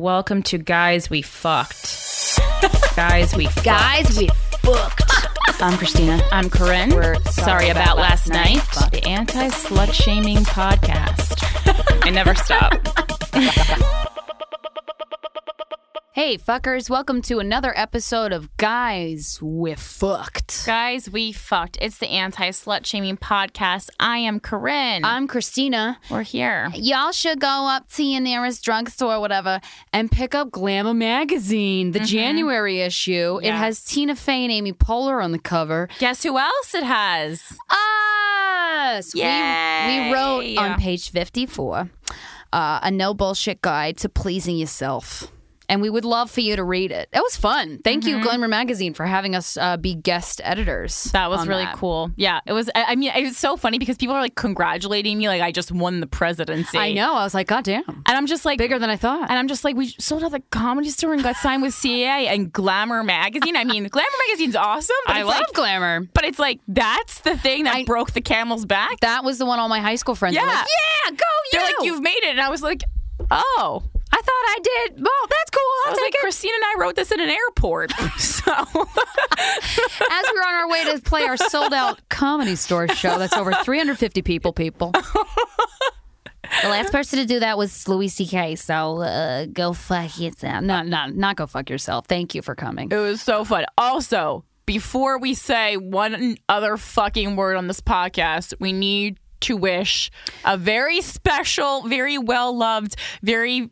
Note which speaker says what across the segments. Speaker 1: Welcome to Guys We Fucked. Guys We Fucked.
Speaker 2: Guys, we booked. I'm Christina.
Speaker 1: I'm Corinne.
Speaker 2: We're
Speaker 1: sorry, about, last night.
Speaker 2: Fuck.
Speaker 1: The anti slut shaming podcast. I never stop.
Speaker 2: Hey, fuckers, welcome to another episode of Guys We Fucked.
Speaker 1: Guys We Fucked. It's the anti slut shaming podcast. I am Corinne.
Speaker 2: I'm Christina.
Speaker 1: We're here.
Speaker 2: Y'all should go up to your nearest drugstore, whatever, and pick up Glamour magazine, the January issue. It
Speaker 1: Yeah.
Speaker 2: has Tina Fey and Amy Poehler on the cover.
Speaker 1: Guess who else it has?
Speaker 2: Us! We,
Speaker 1: Yay.
Speaker 2: we wrote on page 54 uh, a no bullshit guide to pleasing yourself. And we would love for you to read it. It was fun. Thank you, Glamour Magazine, for having us uh, be guest editors.
Speaker 1: Mm-hmm. That was
Speaker 2: on
Speaker 1: really
Speaker 2: that.
Speaker 1: cool. Yeah, it was. I I mean, it was so funny because people are like congratulating me, like I just won the presidency.
Speaker 2: I know. I was like, God damn.
Speaker 1: and I'm just like
Speaker 2: Bigger than I thought.
Speaker 1: And I'm just like, we sold out the comedy store and got signed with CAA and Glamour magazine. I mean, Glamour magazine's awesome. But
Speaker 2: I
Speaker 1: it's
Speaker 2: love
Speaker 1: like,
Speaker 2: Glamour.
Speaker 1: but it's like that's the thing that
Speaker 2: I-
Speaker 1: broke the camel's back.
Speaker 2: That was the one all my high school friends
Speaker 1: yeah,
Speaker 2: were like,
Speaker 1: yeah, go. They're like,
Speaker 2: you!"
Speaker 1: you've made it, and I was like, oh.
Speaker 2: I thought I did. Well, that's cool.
Speaker 1: I
Speaker 2: I'll
Speaker 1: was
Speaker 2: take
Speaker 1: like, Christine and I wrote this in an airport. so
Speaker 2: it. As we were on our way to play our sold out comedy store show, that's over 350 people, people. The last person to do that was Louis C.K. So uh, go fuck yourself. No, not not go fuck yourself. Thank you for coming.
Speaker 1: it was so fun. Also, before we say one other fucking word on this podcast, we need to wish a very special, very well loved, very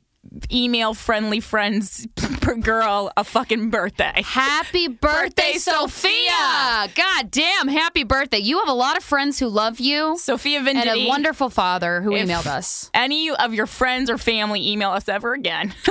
Speaker 1: email friendly friends girl a fucking birthday.
Speaker 2: Happy birthday,
Speaker 1: Birthday,
Speaker 2: Sophia!
Speaker 1: Sophia!
Speaker 2: God damn, happy birthday! You have a lot of friends who love you,
Speaker 1: Sophia
Speaker 2: and
Speaker 1: Venditti.
Speaker 2: a wonderful father who
Speaker 1: If
Speaker 2: emailed us.
Speaker 1: Any of your friends or family email us ever again.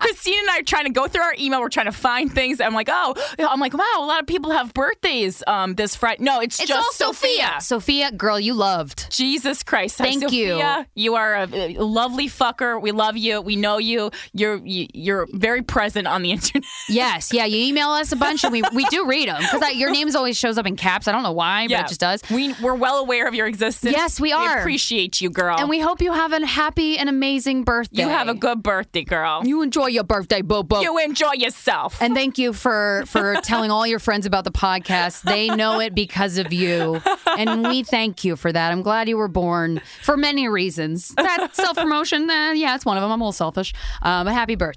Speaker 1: Christine and I are trying to go through our email. We're trying to find things. I'm like, oh, I'm like, wow, a lot of people have birthdays um, this Friday. No, it's,
Speaker 2: It's
Speaker 1: just
Speaker 2: all Sophia. Sophia, girl, you loved.
Speaker 1: Jesus Christ! Hi,
Speaker 2: Thank you.
Speaker 1: Sophia. You are a a lovely fucker. We love you. We know you. You're you- you're very present on the internet.
Speaker 2: Yes, yeah, you email us a bunch, and we, we do read them because your name's always shows up in caps. I don't know why, but it just does.
Speaker 1: We we're well aware of your existence.
Speaker 2: Yes, we are.
Speaker 1: appreciate you, girl.
Speaker 2: And we hope you have a happy and amazing birthday.
Speaker 1: you have a good birthday, girl.
Speaker 2: you enjoy your birthday, boo boo.
Speaker 1: You enjoy yourself.
Speaker 2: and thank you for for telling all your friends about the podcast. They know it because of you, and we thank you for that. I'm glad you were born for many reasons. That self promotion, uh, yeah, it's one of them. I'm a little selfish. Um, but happy birthday!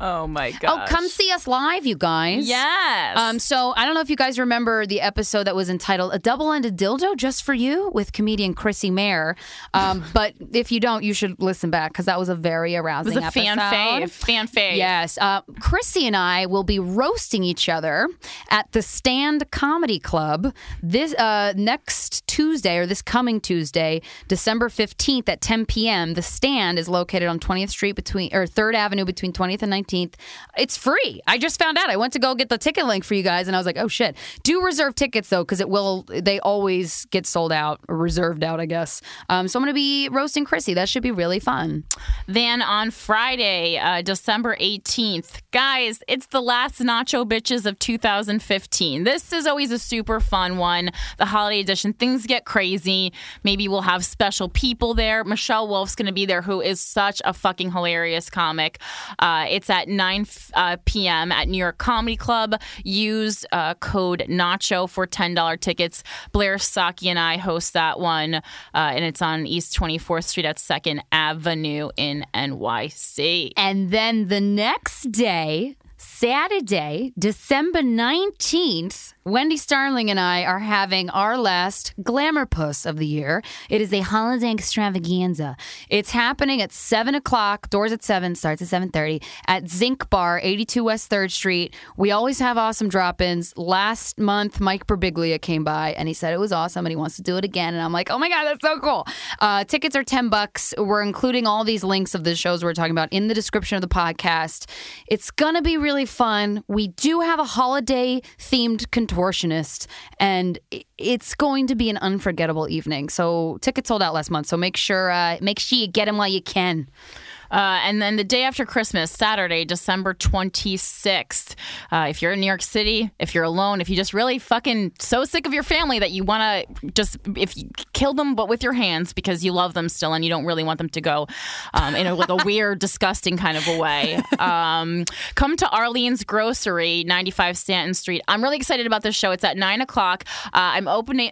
Speaker 1: oh my
Speaker 2: Oh,
Speaker 1: god.
Speaker 2: come see us live, you guys.
Speaker 1: Yes.
Speaker 2: Um, so I don't know if you guys remember the episode that was entitled "A Double-Ended Dildo Just for You" with comedian Chrissy Mayer. Um, but if you don't, you should listen back because that was a very arousing
Speaker 1: it was a fan
Speaker 2: episode.
Speaker 1: fave. Fan fave.
Speaker 2: Yes, uh, Chrissy and I will be roasting each other at the Stand Comedy Club this uh, next Tuesday or this coming Tuesday, December fifteenth at ten p.m. The Stand is located on Twentieth Street between or Third Avenue between Twentieth and Nineteenth. It's free. I just found out. I went to go get the ticket link for you guys, and I was like, oh shit. Do reserve tickets though, because it will. They always get sold out or reserved out, I guess. Um, so I'm gonna be roasting Chrissy. That should be really fun.
Speaker 1: Then on Friday, uh, December 18th, guys, it's the last Nacho Bitches of 2015. This is always a super fun one. The holiday edition, things get crazy. Maybe we'll have special people there. Michelle Wolf's going to be there, who is such a fucking hilarious comic. Uh, it's at 9 f- uh, p.m. at New York Comedy Club. Use uh, code Nacho for $10 tickets. Blair Saki and I host that one, uh, and it's on East 24th Street at 2nd Avenue in NYC.
Speaker 2: And then the next day, Saturday, December 19th, Wendy Starling and I are having our last Glamour Puss of the year. It is a holiday extravaganza. It's happening at 7 o'clock, doors at 7, starts at 7.30, at Zinc Bar, 82 West 3rd Street. We always have awesome drop-ins. Last month, Mike Berbiglia came by and he said it was awesome and he wants to do it again. And I'm like, oh my God, that's so cool. Uh, tickets are 10 bucks. We're including all these links of the shows we're talking about in the description of the podcast. It's going to be really fun. We do have a holiday themed contortionist, and i- it's going to be an unforgettable evening. So tickets sold out last month. So make sure uh, make sure you get them while you can.
Speaker 1: Uh, and then the day after Christmas, Saturday, December 26th. Uh, if you're in New York City, if you're alone, if you just really fucking so sick of your family that you want to just if you kill them but with your hands because you love them still and you don't really want them to go um, in a, like a weird, disgusting kind of a way. Um, come to Arlene's Grocery, 95 Stanton Street. I'm really excited about this show. It's at nine o'clock. Uh, I'm opening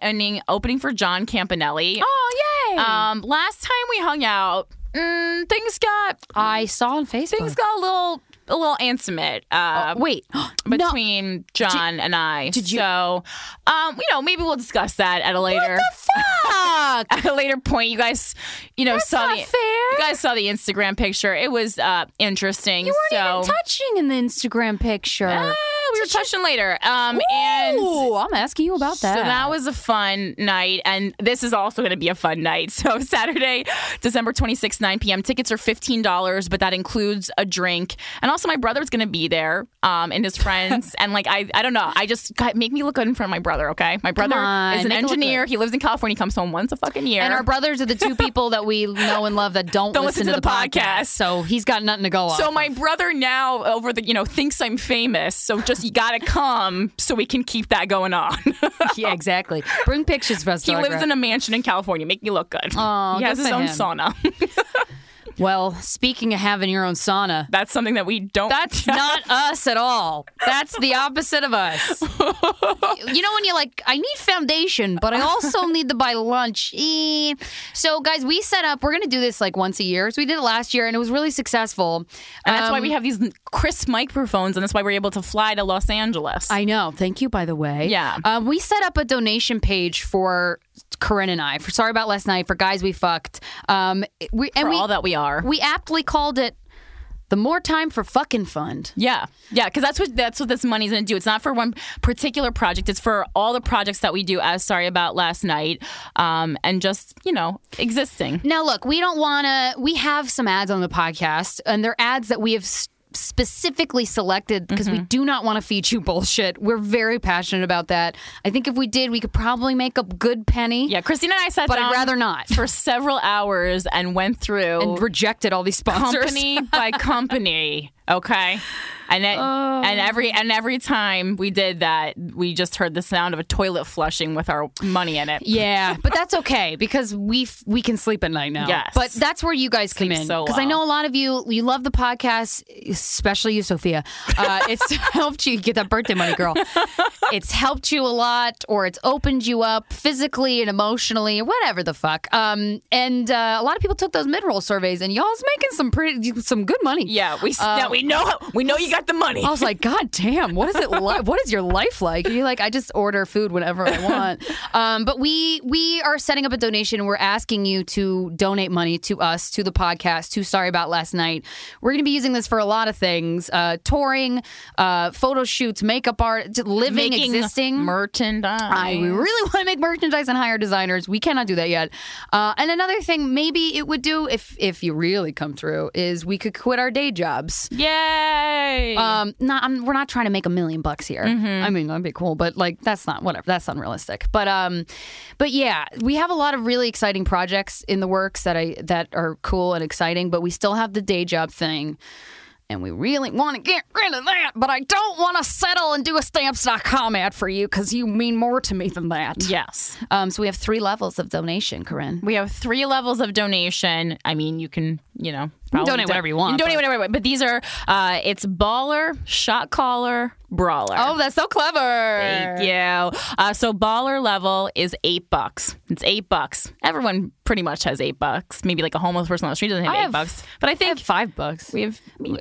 Speaker 1: opening for John Campanelli.
Speaker 2: Oh, yay!
Speaker 1: Um, last time we hung out, mm, things got
Speaker 2: I saw on Facebook.
Speaker 1: things got a little a little intimate uh,
Speaker 2: Wait, Oh, no.
Speaker 1: between John and I. Did you? So, um, you know, maybe we'll discuss that at a later
Speaker 2: Fuck!
Speaker 1: at a later point. You guys, you know, saw
Speaker 2: not
Speaker 1: the
Speaker 2: fair.
Speaker 1: you guys saw the Instagram picture. It was uh, interesting.
Speaker 2: You weren't
Speaker 1: so,
Speaker 2: even touching in the Instagram picture.
Speaker 1: Uh, we were touching later. Um, and
Speaker 2: Ooh, I'm asking you about that.
Speaker 1: So that was a fun night, and this is also going to be a fun night. So Saturday, December 26th, 9 p.m. Tickets are $15, but that includes a drink. And also my brother's going to be there um, and his friends. and like, I, I don't know. I just, God, make me look good in front of my brother, okay? My brother
Speaker 2: on,
Speaker 1: is an
Speaker 2: make it look
Speaker 1: engineer. He lives in California. He comes home once a fucking year.
Speaker 2: and our brothers are the two people that we know and love that don't,
Speaker 1: Don't listen to the podcast.
Speaker 2: So he's got nothing to go on.
Speaker 1: so my brother now over the you know thinks I'm famous, so just you gotta come so we can keep that going on.
Speaker 2: yeah, exactly. Bring pictures for us.
Speaker 1: he
Speaker 2: to
Speaker 1: lives
Speaker 2: autograph.
Speaker 1: in a mansion in California. Make me look good.
Speaker 2: Aw,
Speaker 1: he has
Speaker 2: good
Speaker 1: his
Speaker 2: for
Speaker 1: own
Speaker 2: him.
Speaker 1: sauna.
Speaker 2: Well, speaking of having your own sauna,
Speaker 1: That's something that we don't.
Speaker 2: that's not us at all. That's the opposite of us. you know when you're like, I need foundation, but I also need to buy lunch. Eh. So guys, we set up. We're gonna do this like once a year. So we did it last year, and it was really successful.
Speaker 1: and that's
Speaker 2: Um,
Speaker 1: why we have these crisp microphones, and that's why we're able to fly to Los Angeles.
Speaker 2: I know. Thank you, by the way.
Speaker 1: Yeah.
Speaker 2: Um, we set up a donation page for Corinne and I for Sorry About Last Night for guys we fucked. Um, we and
Speaker 1: for
Speaker 2: we
Speaker 1: all that we are.
Speaker 2: we aptly called it the More Time for Fucking Fund.
Speaker 1: yeah, yeah, because that's what that's what this money's gonna do. It's not for one particular project. It's for all the projects that we do. As sorry about last night, um, and just you know existing.
Speaker 2: Now, look, we don't want to. We have some ads on the podcast, and they're ads that we have s- specifically selected because
Speaker 1: Mm-hmm.
Speaker 2: we do not want to feed you bullshit. We're very passionate about that. I think if we did, we could probably make a good penny.
Speaker 1: Yeah, Christina and I sat
Speaker 2: But
Speaker 1: down
Speaker 2: I'd rather not.
Speaker 1: for several hours and went through
Speaker 2: And rejected all these sponsors.
Speaker 1: company by company. Okay. And it, and
Speaker 2: Oh.
Speaker 1: every and every time we did that, we just heard the sound of a toilet flushing with our money in it.
Speaker 2: Yeah, but that's okay because we f- we can sleep at night now.
Speaker 1: Yes.
Speaker 2: but that's where you guys come
Speaker 1: Sleep
Speaker 2: in
Speaker 1: so
Speaker 2: because I
Speaker 1: well.
Speaker 2: know a lot of you you love the podcast, especially you, Sophia. Uh, it's helped you get that birthday money, girl. It's helped you a lot, or it's opened you up physically and emotionally, or whatever the fuck. Um, and uh, a lot of people took those mid roll surveys, and y'all's making some pretty some good money.
Speaker 1: Yeah, we yeah, we know we know you got the money.
Speaker 2: I was like, God damn, what is it like? What is your life like? And you're like, I just order food whenever I want. Um, but we we are setting up a donation. We're asking you to donate money to us, to the podcast, to Sorry About Last Night. We're going to be using this for a lot of things: uh, touring, uh, photo shoots, makeup art, just living, existing.
Speaker 1: merchandise.
Speaker 2: I really want to make merchandise and hire designers. We cannot do that yet. Uh, and another thing, maybe it would do if if you really come through, is we could quit our day jobs.
Speaker 1: Yay!
Speaker 2: Um, not I'm, we're not trying to make a million bucks here. I mean, that'd be cool, but like that's not whatever. That's unrealistic. But um, but yeah, we have a lot of really exciting projects in the works that I that are cool and exciting. But we still have the day job thing, and we really want to get rid of that. But I don't want to settle and do a stamps.com ad for you because you mean more to me than that.
Speaker 1: yes.
Speaker 2: Um, so we have three levels of donation, Corinne.
Speaker 1: We have three levels of donation. I mean, you can, you know, probably
Speaker 2: donate whatever you want,
Speaker 1: can donate
Speaker 2: but-
Speaker 1: whatever you want. But these are, uh, it's baller, shot caller, brawler.
Speaker 2: Oh, that's so clever.
Speaker 1: Thank you. Uh, so baller level is eight bucks. It's eight bucks. Everyone pretty much has eight bucks. Maybe like a homeless person on the street doesn't have
Speaker 2: I
Speaker 1: eight
Speaker 2: have-
Speaker 1: bucks. But I
Speaker 2: I have
Speaker 1: think
Speaker 2: five bucks.
Speaker 1: we have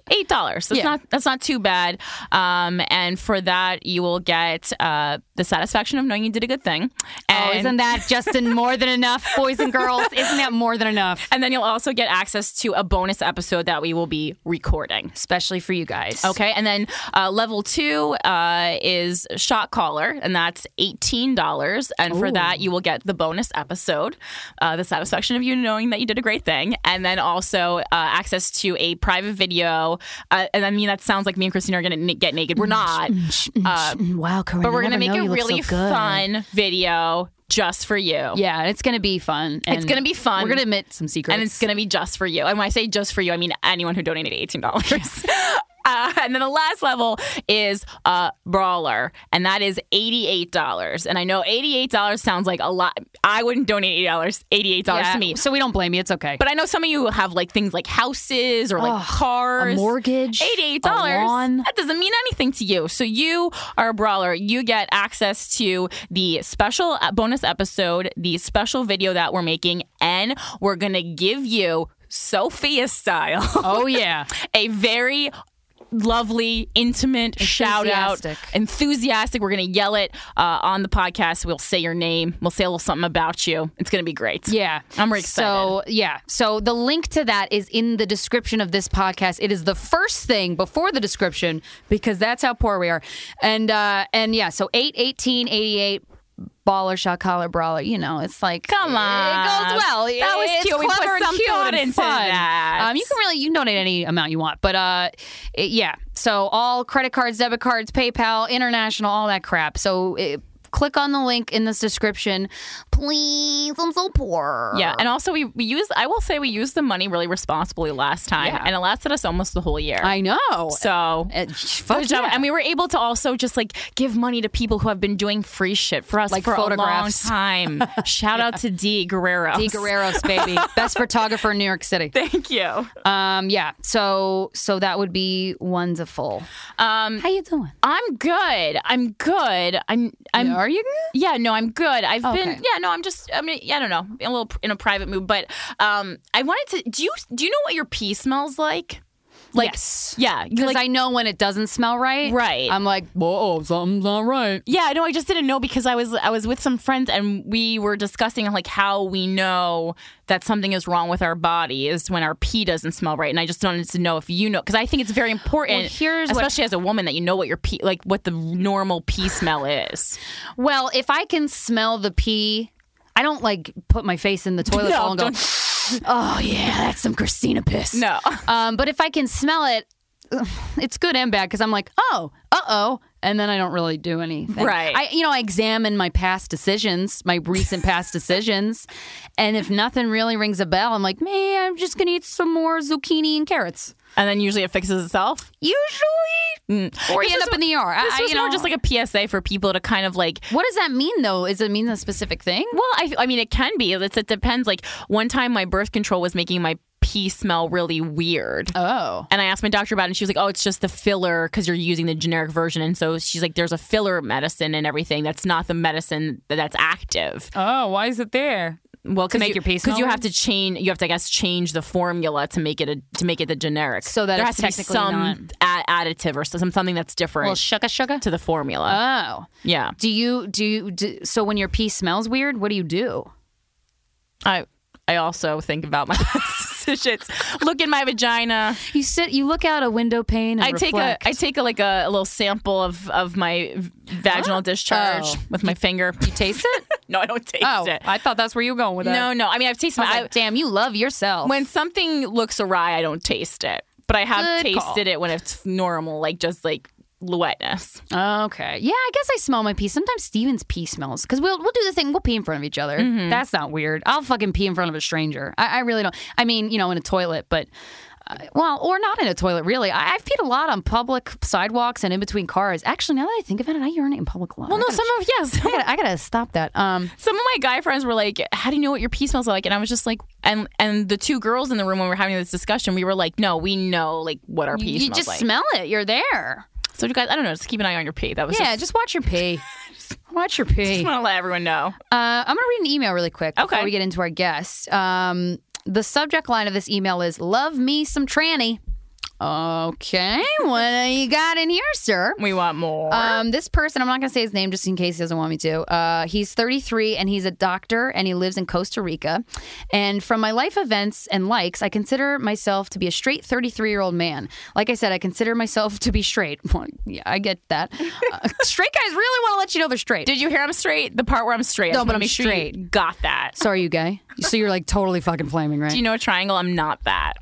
Speaker 1: eight dollars. That's
Speaker 2: Yeah.
Speaker 1: not that's not too bad. Um, and for that, you will get uh, the satisfaction of knowing you did a good thing. And
Speaker 2: Oh, isn't that Justin more than enough, boys and girls? Isn't that more than enough?
Speaker 1: and then you'll also get access to a bonus episode that we will be recording.
Speaker 2: Especially for you guys.
Speaker 1: Okay, and then uh, level two uh, is shot caller, and that's eighteen dollars. And for that, you will get the bonus episode, uh, the satisfaction of you knowing that you did a great thing, and then also uh, access to a private video. Uh, and I mean, that sounds like me and Christina are going to n- get naked. We're not, Uh,
Speaker 2: Mm, wow, Corinne.
Speaker 1: but we're going to make a really fun video. just for you.
Speaker 2: Yeah, it's gonna be fun.
Speaker 1: It's
Speaker 2: and
Speaker 1: gonna be fun.
Speaker 2: We're gonna admit some secrets.
Speaker 1: And it's going to be just for you. And when I say just for you, I mean anyone who donated $18. Uh, and then the last level is uh, Brawler, and that is $88. And I know $88 sounds like a lot. I wouldn't donate $88, $88
Speaker 2: Yeah,
Speaker 1: to me.
Speaker 2: So we don't blame you. It's okay.
Speaker 1: But I know some of you have like things like houses or like
Speaker 2: Ugh,
Speaker 1: cars.
Speaker 2: a mortgage,
Speaker 1: $88.
Speaker 2: a lawn.
Speaker 1: That doesn't mean anything to you. So you are a brawler. You get access to the special uh, bonus episode, the special video that we're making, and we're going to give you Sophia style
Speaker 2: Oh yeah,
Speaker 1: a very lovely, intimate shout out.
Speaker 2: Enthusiastic.
Speaker 1: Enthusiastic. We're going to yell it uh, on the podcast. We'll say your name. We'll say a little something about you. It's going to be great.
Speaker 2: yeah.
Speaker 1: I'm really excited.
Speaker 2: So yeah. So the link to that is in the description of this podcast. It is the first thing before the description because that's how poor we are. And uh and yeah. So eight eighteen eighty eight. Baller, shot collar, brawler. You know, it's like
Speaker 1: Come on.
Speaker 2: It goes well.
Speaker 1: That was
Speaker 2: It's
Speaker 1: cute. We put
Speaker 2: clever and
Speaker 1: some
Speaker 2: cute
Speaker 1: thought
Speaker 2: and
Speaker 1: into
Speaker 2: fun.
Speaker 1: that.
Speaker 2: Um, you can really you can donate any amount you want, but uh, it- yeah. So all credit cards, debit cards, PayPal, international, all that crap. So it, click on the link in this description, please. I'm so poor.
Speaker 1: Yeah, and also we, we use I will say we used the money really responsibly last time,
Speaker 2: Yeah.
Speaker 1: and it lasted us almost the whole year.
Speaker 2: I know.
Speaker 1: so
Speaker 2: Uh, fuck
Speaker 1: good job,
Speaker 2: yeah.
Speaker 1: and we were able to also just like give money to people who have been doing free shit for us
Speaker 2: Like
Speaker 1: for
Speaker 2: photographs.
Speaker 1: a long time. Shout out to D Guerrero.
Speaker 2: D. Guerreros, baby, best photographer in New York City.
Speaker 1: Thank you.
Speaker 2: Um, yeah. So, so that would be wonderful. Um, how you doing?
Speaker 1: I'm good. I'm good. I'm I'm
Speaker 2: Are you good?
Speaker 1: Yeah, no, I'm good. I've been
Speaker 2: Okay.
Speaker 1: yeah, no, I'm just I mean, yeah, I don't know, a little in a private mood, but um I wanted to do you do you know what your pee smells like? Like
Speaker 2: Yes.
Speaker 1: yeah, you
Speaker 2: Because
Speaker 1: like
Speaker 2: I know when it doesn't smell right.
Speaker 1: Right.
Speaker 2: I'm like, whoa, something's not right.
Speaker 1: Yeah, no, I just didn't know because I was I was with some friends and we were discussing like how we know that something is wrong with our body is when our pee doesn't smell right, and I just wanted to know if you know because I think it's very important,
Speaker 2: here's what-
Speaker 1: especially as a woman, that you know what your pee like what the normal pee smell is.
Speaker 2: Well, if I can smell the pee, I don't like put my face in the toilet
Speaker 1: No,
Speaker 2: bowl and go, oh yeah, that's some Christina piss.
Speaker 1: No.
Speaker 2: Um, but if I can smell it, it's good and bad because I'm like, oh, uh oh. And then I don't really do anything.
Speaker 1: Right.
Speaker 2: I, you know, I examine my past decisions, my recent past decisions. And if nothing really rings a bell, I'm like, man, I'm just going to eat some more zucchini and carrots.
Speaker 1: And then usually it fixes itself.
Speaker 2: Usually. Or you
Speaker 1: This
Speaker 2: end
Speaker 1: was
Speaker 2: up in the ER. I-
Speaker 1: This
Speaker 2: I,
Speaker 1: was
Speaker 2: you
Speaker 1: more
Speaker 2: know,
Speaker 1: just like a PSA for people to kind of like
Speaker 2: what does that mean though? Is it mean a specific thing?
Speaker 1: Well, I, I mean, it can be. It's, it depends. Like one time, my birth control was making my pee smell really weird.
Speaker 2: Oh.
Speaker 1: And I asked my doctor about it, and she was like, "Oh, it's just the filler because you're using the generic version." And so she's like, "There's a filler medicine and everything. That's not the medicine that's active.
Speaker 2: Oh, why is it there?
Speaker 1: Well, because
Speaker 2: make your pee
Speaker 1: because you
Speaker 2: smell
Speaker 1: have to change. You have to, I guess, change the formula to make it a, to make it the generic.
Speaker 2: So that
Speaker 1: there has
Speaker 2: it's
Speaker 1: to be
Speaker 2: technically
Speaker 1: some a- additive or some something that's different
Speaker 2: Well, shucka shucka.
Speaker 1: to the formula.
Speaker 2: Oh,
Speaker 1: yeah,
Speaker 2: do you do, you, do so when your pee smells weird? What do you do?
Speaker 1: I I also think about my shits. Look in my vagina.
Speaker 2: You sit, you look out a window pane. And
Speaker 1: I take a I take a, like a, a little sample of of my v- vaginal discharge
Speaker 2: Oh.
Speaker 1: with my finger.
Speaker 2: you taste it. Oh,
Speaker 1: no, I don't taste it.
Speaker 2: I thought that's where you were going with
Speaker 1: No, no. I mean, I've tasted.
Speaker 2: I
Speaker 1: it.
Speaker 2: was
Speaker 1: I,
Speaker 2: like, damn, you love yourself.
Speaker 1: when something looks awry, I don't taste it, but I have
Speaker 2: Good
Speaker 1: tasted
Speaker 2: call.
Speaker 1: it when it's normal, like just like wetness.
Speaker 2: okay, yeah, I guess I smell my pee. Sometimes Steven's pee smells because we'll we'll do the thing. We'll pee in front of each other. That's not weird. I'll fucking pee in front of a stranger. I, I really don't. I mean, you know, in a toilet, but. Uh, well, or not in a toilet, really. I, I've peed a lot on public sidewalks and in between cars. Actually, now that I think about it, I urinate in public a lot.
Speaker 1: Well, no, some of yes.
Speaker 2: I gotta, I gotta stop that. Um,
Speaker 1: Some of my guy friends were like, "How do you know what your pee smells like?" And I was just like, "And and the two girls in the room when we were having this discussion, we were like, no, we know like what our pee
Speaker 2: you
Speaker 1: smells
Speaker 2: just
Speaker 1: like.'
Speaker 2: smell it. You're there.
Speaker 1: so you guys, I don't know, just keep an eye on your pee. That was
Speaker 2: Yeah,
Speaker 1: just,
Speaker 2: just watch your pee. watch your pee.
Speaker 1: just
Speaker 2: Uh,
Speaker 1: want to let everyone know.
Speaker 2: I'm gonna read an email really quick before
Speaker 1: Okay.
Speaker 2: we get into our guest. Um, the subject line of this email is "Love me some tranny." Okay, what do you got in here, sir?
Speaker 1: We want more.
Speaker 2: Um, this person, I'm not going to say his name just in case he doesn't want me to. Uh, he's 33 and he's a doctor and he lives in Costa Rica. And from my life events and likes, I consider myself to be a straight 33 year old man. Like I said, I consider myself to be straight. Well, yeah, I get that. Uh, straight guys really want to let you know they're straight.
Speaker 1: Did you hear I'm straight? The part where I'm straight. I
Speaker 2: No,
Speaker 1: just
Speaker 2: but
Speaker 1: wanna
Speaker 2: I'm
Speaker 1: make sure you
Speaker 2: straight.
Speaker 1: got that.
Speaker 2: Sorry, you gay. so you're like totally fucking flaming, right?
Speaker 1: Do you know a triangle? I'm not that.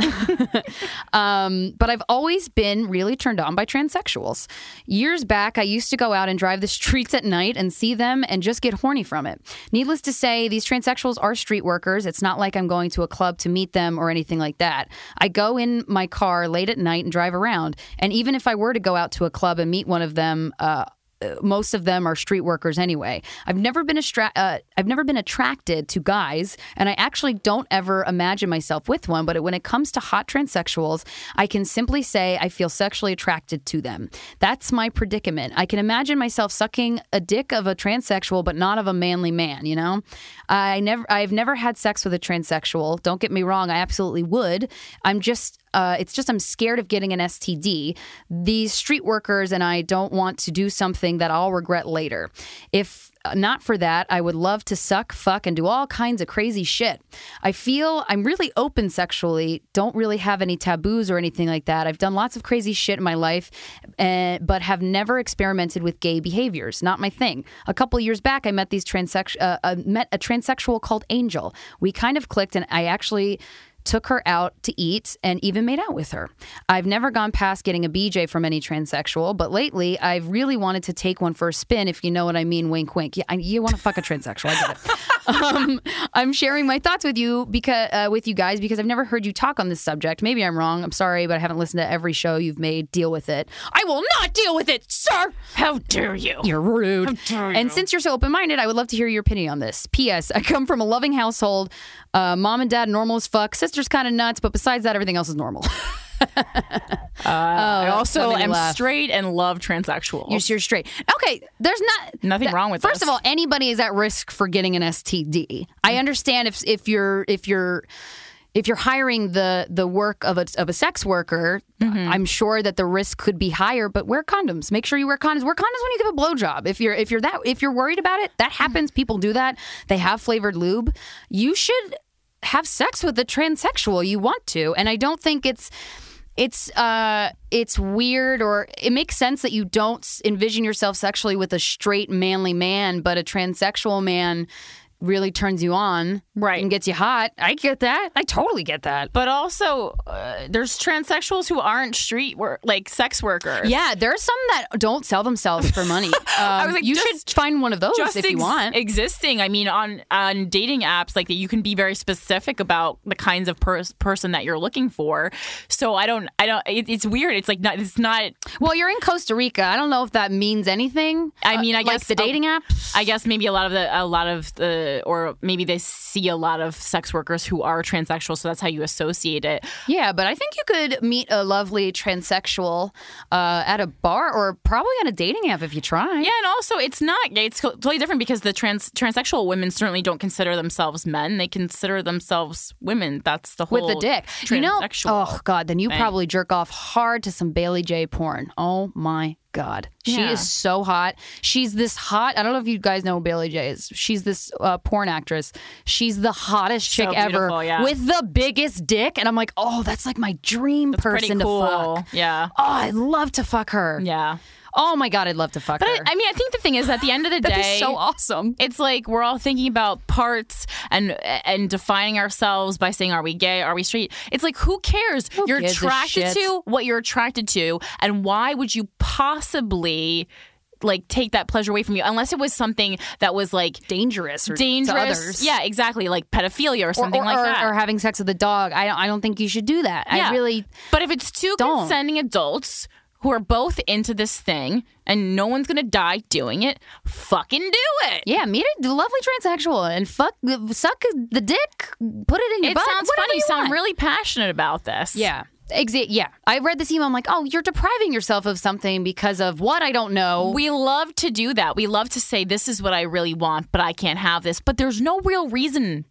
Speaker 2: Um, but I've always been really turned on by transsexuals. Years back, I used to go out and drive the streets at night and see them and just get horny from it. Needless to say, these transsexuals are street workers. It's not like I'm going to a club to meet them or anything like that. I go in my car late at night and drive around. And even if I were to go out to a club and meet one of them, uh, uh, most of them are street workers anyway. I've never been astra- uh, I've never been attracted to guys, and I actually don't ever imagine myself with one. But when it comes to hot transsexuals, I can simply say I feel sexually attracted to them. That's my predicament. I can imagine myself sucking a dick of a transsexual, but not of a manly man. You know, I never I've never had sex with a transsexual. Don't get me wrong, I absolutely would. I'm just uh, it's just I'm scared of getting an STD. These street workers and I don't want to do something that I'll regret later. If uh, not for that, I would love to suck, fuck, and do all kinds of crazy shit. I feel I'm really open sexually, don't really have any taboos or anything like that. I've done lots of crazy shit in my life, eh, but have never experimented with gay behaviors. Not my thing. A couple years back, I met these transex- uh, uh, met a transsexual called Angel. We kind of clicked, and I actually took her out to eat and even made out with her. I've never gone past getting a BJ from any transsexual, but lately I've really wanted to take one for a spin, if you know what I mean. Wink, wink. Yeah, I- you want to fuck a transsexual. I get it. Um, I'm sharing my thoughts with you because uh, with you guys because I've never heard you talk on this subject. Maybe I'm wrong. I'm sorry, but I haven't listened to every show you've made. Deal with it. I will not deal with it, sir.
Speaker 1: How dare you?
Speaker 2: You're rude. And since you're so open minded, I would love to hear your opinion on this. P.S. I come from a loving household. Uh, mom and dad normal as fuck. Sister's kind of nuts, but besides that, everything else is normal.
Speaker 1: Uh, I also
Speaker 2: made me
Speaker 1: am
Speaker 2: Oh, laugh.
Speaker 1: straight and love transsexuals.
Speaker 2: you're, you're straight. Okay, there's not
Speaker 1: Nothing wrong with
Speaker 2: First
Speaker 1: us.
Speaker 2: of all, anybody is at risk for getting an STD.
Speaker 1: Mm.
Speaker 2: I understand if if you're if you're if you're hiring the the work of a of a sex worker,
Speaker 1: Mm-hmm.
Speaker 2: I'm sure that the risk could be higher. But wear condoms. Make sure you wear condoms. Wear condoms when you give a blowjob. If you're if you're that if you're worried about it,
Speaker 1: Mm.
Speaker 2: that happens. People do that. They have flavored lube. You should have sex with a transsexual you want to, and I don't think it's it's uh it's weird or it makes sense that you don't s- envision yourself sexually with a straight manly man but a transsexual man really turns you on
Speaker 1: Right.
Speaker 2: and gets you hot i get that i totally get that
Speaker 1: but also, uh, there's transsexuals who aren't street work, like sex workers.
Speaker 2: yeah there are some that don't sell themselves for money Um,
Speaker 1: was like,
Speaker 2: you
Speaker 1: just-
Speaker 2: should find one of those
Speaker 1: Just
Speaker 2: if you
Speaker 1: ex-
Speaker 2: want
Speaker 1: existing. I mean, on on dating apps, like that, you can be very specific about the kinds of pers- person that you're looking for. So I don't, I don't. It, it's weird. It's like not. It's not.
Speaker 2: well you're in costa rica i don't know if that means anything Uh,
Speaker 1: I mean, I
Speaker 2: like
Speaker 1: guess
Speaker 2: the
Speaker 1: a-
Speaker 2: dating app
Speaker 1: I guess maybe a lot of the, a lot of the, or maybe they see a lot of sex workers who are transsexual, so that's how you associate it.
Speaker 2: Yeah, but I think you could meet a lovely transsexual uh, at a bar or probably on a dating app if you try.
Speaker 1: Yeah, and also it's not gay. It's co- totally different because the trans transsexual women certainly don't consider themselves men. They consider themselves women. That's the whole
Speaker 2: With the dick.
Speaker 1: Transsexual.
Speaker 2: You know, oh God, then you
Speaker 1: thing.
Speaker 2: probably jerk off hard to some Bailey J porn. Oh my God. She
Speaker 1: Yeah.
Speaker 2: is so hot. She's this hot. I don't know if you guys know who Bailey J is. She's this uh, porn actress. She's the hottest chick ever
Speaker 1: beautiful, yeah.
Speaker 2: with the biggest dick. And I'm like, oh, that's like my dream
Speaker 1: pretty
Speaker 2: person
Speaker 1: cool.
Speaker 2: to fuck.
Speaker 1: Yeah,
Speaker 2: Oh, I'd love to fuck her.
Speaker 1: yeah.
Speaker 2: Oh my God, I'd love to fuck
Speaker 1: But
Speaker 2: her.
Speaker 1: I, I mean, I think the thing is, at the end of the
Speaker 2: That'd be
Speaker 1: day,
Speaker 2: so awesome.
Speaker 1: it's like we're all thinking about parts and and defining ourselves by saying are we gay are we straight it's like who cares you're
Speaker 2: gives a
Speaker 1: attracted
Speaker 2: shit?
Speaker 1: to what you're attracted to and why would you possibly like take that pleasure away from you unless it was something that was like
Speaker 2: dangerous or to
Speaker 1: dangerous
Speaker 2: others.
Speaker 1: yeah exactly like pedophilia or something
Speaker 2: or,
Speaker 1: like
Speaker 2: or,
Speaker 1: that
Speaker 2: or having sex with a dog. I don't, I don't think you should do that.
Speaker 1: Yeah.
Speaker 2: I really
Speaker 1: But if it's 2
Speaker 2: Don't.
Speaker 1: consenting adults who are both into this thing and no one's gonna die doing it, fucking do it.
Speaker 2: yeah, meet a lovely transsexual and fuck suck the dick, put it in your
Speaker 1: It
Speaker 2: butt.
Speaker 1: sounds
Speaker 2: whatever
Speaker 1: funny.
Speaker 2: You
Speaker 1: so
Speaker 2: want.
Speaker 1: I'm really passionate about this.
Speaker 2: yeah. Exit. Yeah, I read this email. I'm like, oh, you're depriving yourself of something because of what I don't know.
Speaker 1: We love to do that. We love to say, this is what I really want, but I can't have this. But there's no real reason.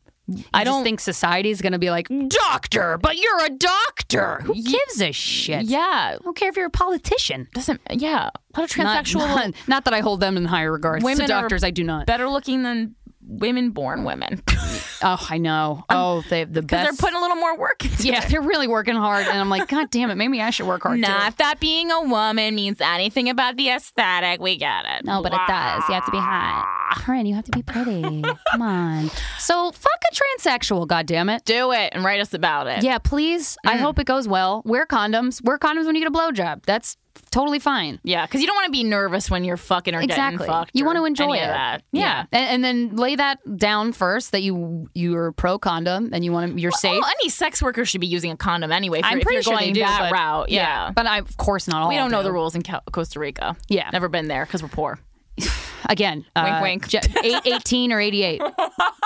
Speaker 1: I
Speaker 2: I
Speaker 1: don't
Speaker 2: just think society is going to be like, doctor, but you're a doctor. Who gives a shit?
Speaker 1: Yeah.
Speaker 2: I don't care if you're a politician.
Speaker 1: Doesn't, yeah. A lot of
Speaker 2: Not-
Speaker 1: transsexual
Speaker 2: not, not that I hold them in higher regards.
Speaker 1: women
Speaker 2: to
Speaker 1: are
Speaker 2: doctors, I do not.
Speaker 1: better looking than women born women. Because
Speaker 2: oh, I know. oh, they the best.
Speaker 1: Um, they're putting a little more work into
Speaker 2: Yeah,
Speaker 1: it.
Speaker 2: they're really working hard, and I'm like, God damn it, maybe I should work hard too.
Speaker 1: Not that being a woman means anything about the aesthetic. We get it.
Speaker 2: No, but it does. You have to be hot. Corinne, you have to be pretty. Come on. So fuck a transsexual, goddammit.
Speaker 1: Do it and write us about it.
Speaker 2: Yeah, please.
Speaker 1: Mm.
Speaker 2: I hope it goes well. Wear condoms. Wear condoms when you get a blowjob. That's totally fine.
Speaker 1: Yeah, because you don't want to be nervous when you're fucking or
Speaker 2: Exactly.
Speaker 1: getting fucked.
Speaker 2: You
Speaker 1: or
Speaker 2: want to enjoy
Speaker 1: any
Speaker 2: it.
Speaker 1: of that. Yeah.
Speaker 2: And, and then lay that down first that you you're pro condom and you want to you're safe.
Speaker 1: Well, any sex worker should be using a condom anyway. If
Speaker 2: I'm
Speaker 1: you're,
Speaker 2: pretty
Speaker 1: if
Speaker 2: sure
Speaker 1: you're
Speaker 2: they
Speaker 1: going
Speaker 2: do,
Speaker 1: that
Speaker 2: but-
Speaker 1: route. Yeah.
Speaker 2: But I of course not all.
Speaker 1: we don't know
Speaker 2: do.
Speaker 1: the rules in Co- Costa Rica.
Speaker 2: Yeah.
Speaker 1: Never been there because we're poor.
Speaker 2: Again, uh,
Speaker 1: wink.
Speaker 2: Je- eight, 18 or 88.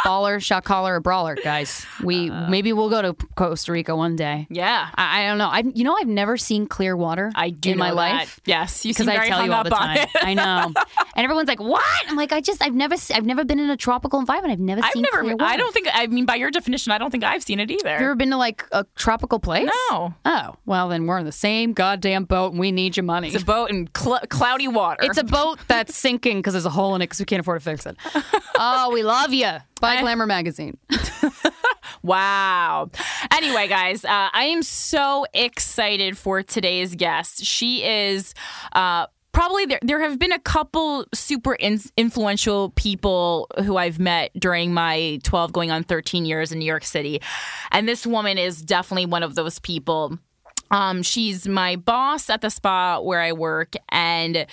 Speaker 2: Baller, shot caller, or brawler, guys. We
Speaker 1: Uh.
Speaker 2: maybe we'll go to Costa Rica one day.
Speaker 1: Yeah.
Speaker 2: I, I don't know. I you know I've never seen clear water
Speaker 1: I do
Speaker 2: in my
Speaker 1: know that.
Speaker 2: life.
Speaker 1: Yes. You
Speaker 2: Because
Speaker 1: seem
Speaker 2: I
Speaker 1: very
Speaker 2: tell
Speaker 1: hung
Speaker 2: you all
Speaker 1: up
Speaker 2: the
Speaker 1: on
Speaker 2: time,
Speaker 1: it.
Speaker 2: I know, and everyone's like, "What?" I'm like, "I just, I've never, se- I've never been in a tropical environment. I've never
Speaker 1: I've
Speaker 2: seen
Speaker 1: never.
Speaker 2: clear water.
Speaker 1: I don't think. I mean, by your definition, I don't think I've seen it
Speaker 2: Have you
Speaker 1: either.
Speaker 2: ever been to like a tropical place?
Speaker 1: No.
Speaker 2: Oh, well, then we're in the same goddamn boat, and we need your money.
Speaker 1: It's a boat in cl- cloudy water.
Speaker 2: It's a boat that's sinking because there's a hole in it because we can't afford to fix it. Oh, we love you. Buy Glamour magazine.
Speaker 1: Wow. Anyway, guys, uh, I am so excited for today's guest. She is. Uh, Probably there, there have been a couple super in, influential people who I've met during my 12 going on 13 years in New York City. And this woman is definitely one of those people. Um, she's my boss at the spa where I work, and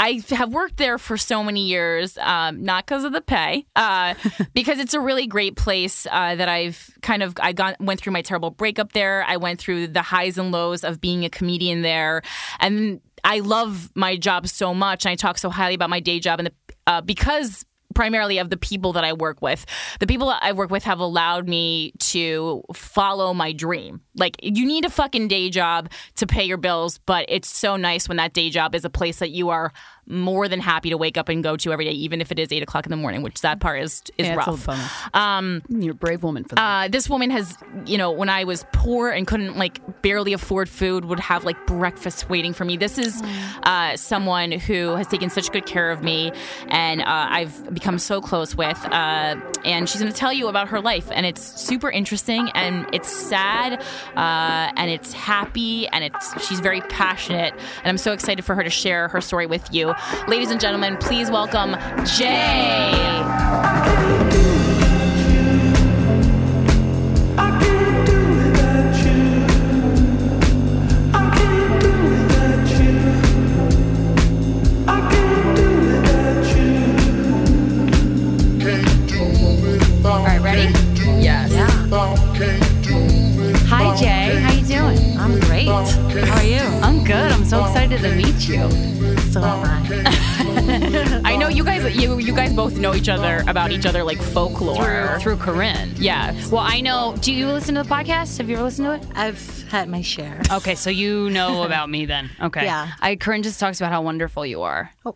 Speaker 1: I have worked there for so many years, um, not because of the pay, uh, because it's a really great place uh, that I've kind of I got went through my terrible breakup there. I went through the highs and lows of being a comedian there, and I love my job so much. And I talk so highly about my day job, and the, uh, because primarily of the people that I work with. The people that I work with have allowed me to follow my dream. Like you need a fucking day job to pay your bills, but it's so nice when that day job is a place that you are more than happy to wake up and go to every day, even if it is eight o'clock in the morning, which that part is is rough.
Speaker 2: Um, You're a brave woman for that.
Speaker 1: Uh, this woman has, you know, when I was poor and couldn't like barely afford food, would have like breakfast waiting for me. This is uh, someone who has taken such good care of me, and uh, I've become so close with. Uh, and she's going to tell you about her life, and it's super interesting, and it's sad, uh, and it's happy, and it's she's very passionate, and I'm so excited for her to share her story with you, ladies and gentlemen. Please welcome Jay.
Speaker 3: All right,
Speaker 2: ready?
Speaker 3: Yes.
Speaker 2: Hi, Jay. How you doing?
Speaker 4: I'm great. How are you?
Speaker 2: I'm good. I'm so excited to meet you.
Speaker 4: So am I.
Speaker 1: I know you guys. You you guys both know each other about each other like folklore.
Speaker 2: Through, through Corinne.
Speaker 1: Yeah.
Speaker 2: Well, I know. Do you listen to the podcast? Have you ever listened to it?
Speaker 4: I've had my share.
Speaker 2: Okay, so you know about me then. Okay.
Speaker 4: Yeah.
Speaker 2: I Corinne just talks about how wonderful you are.
Speaker 4: Oh.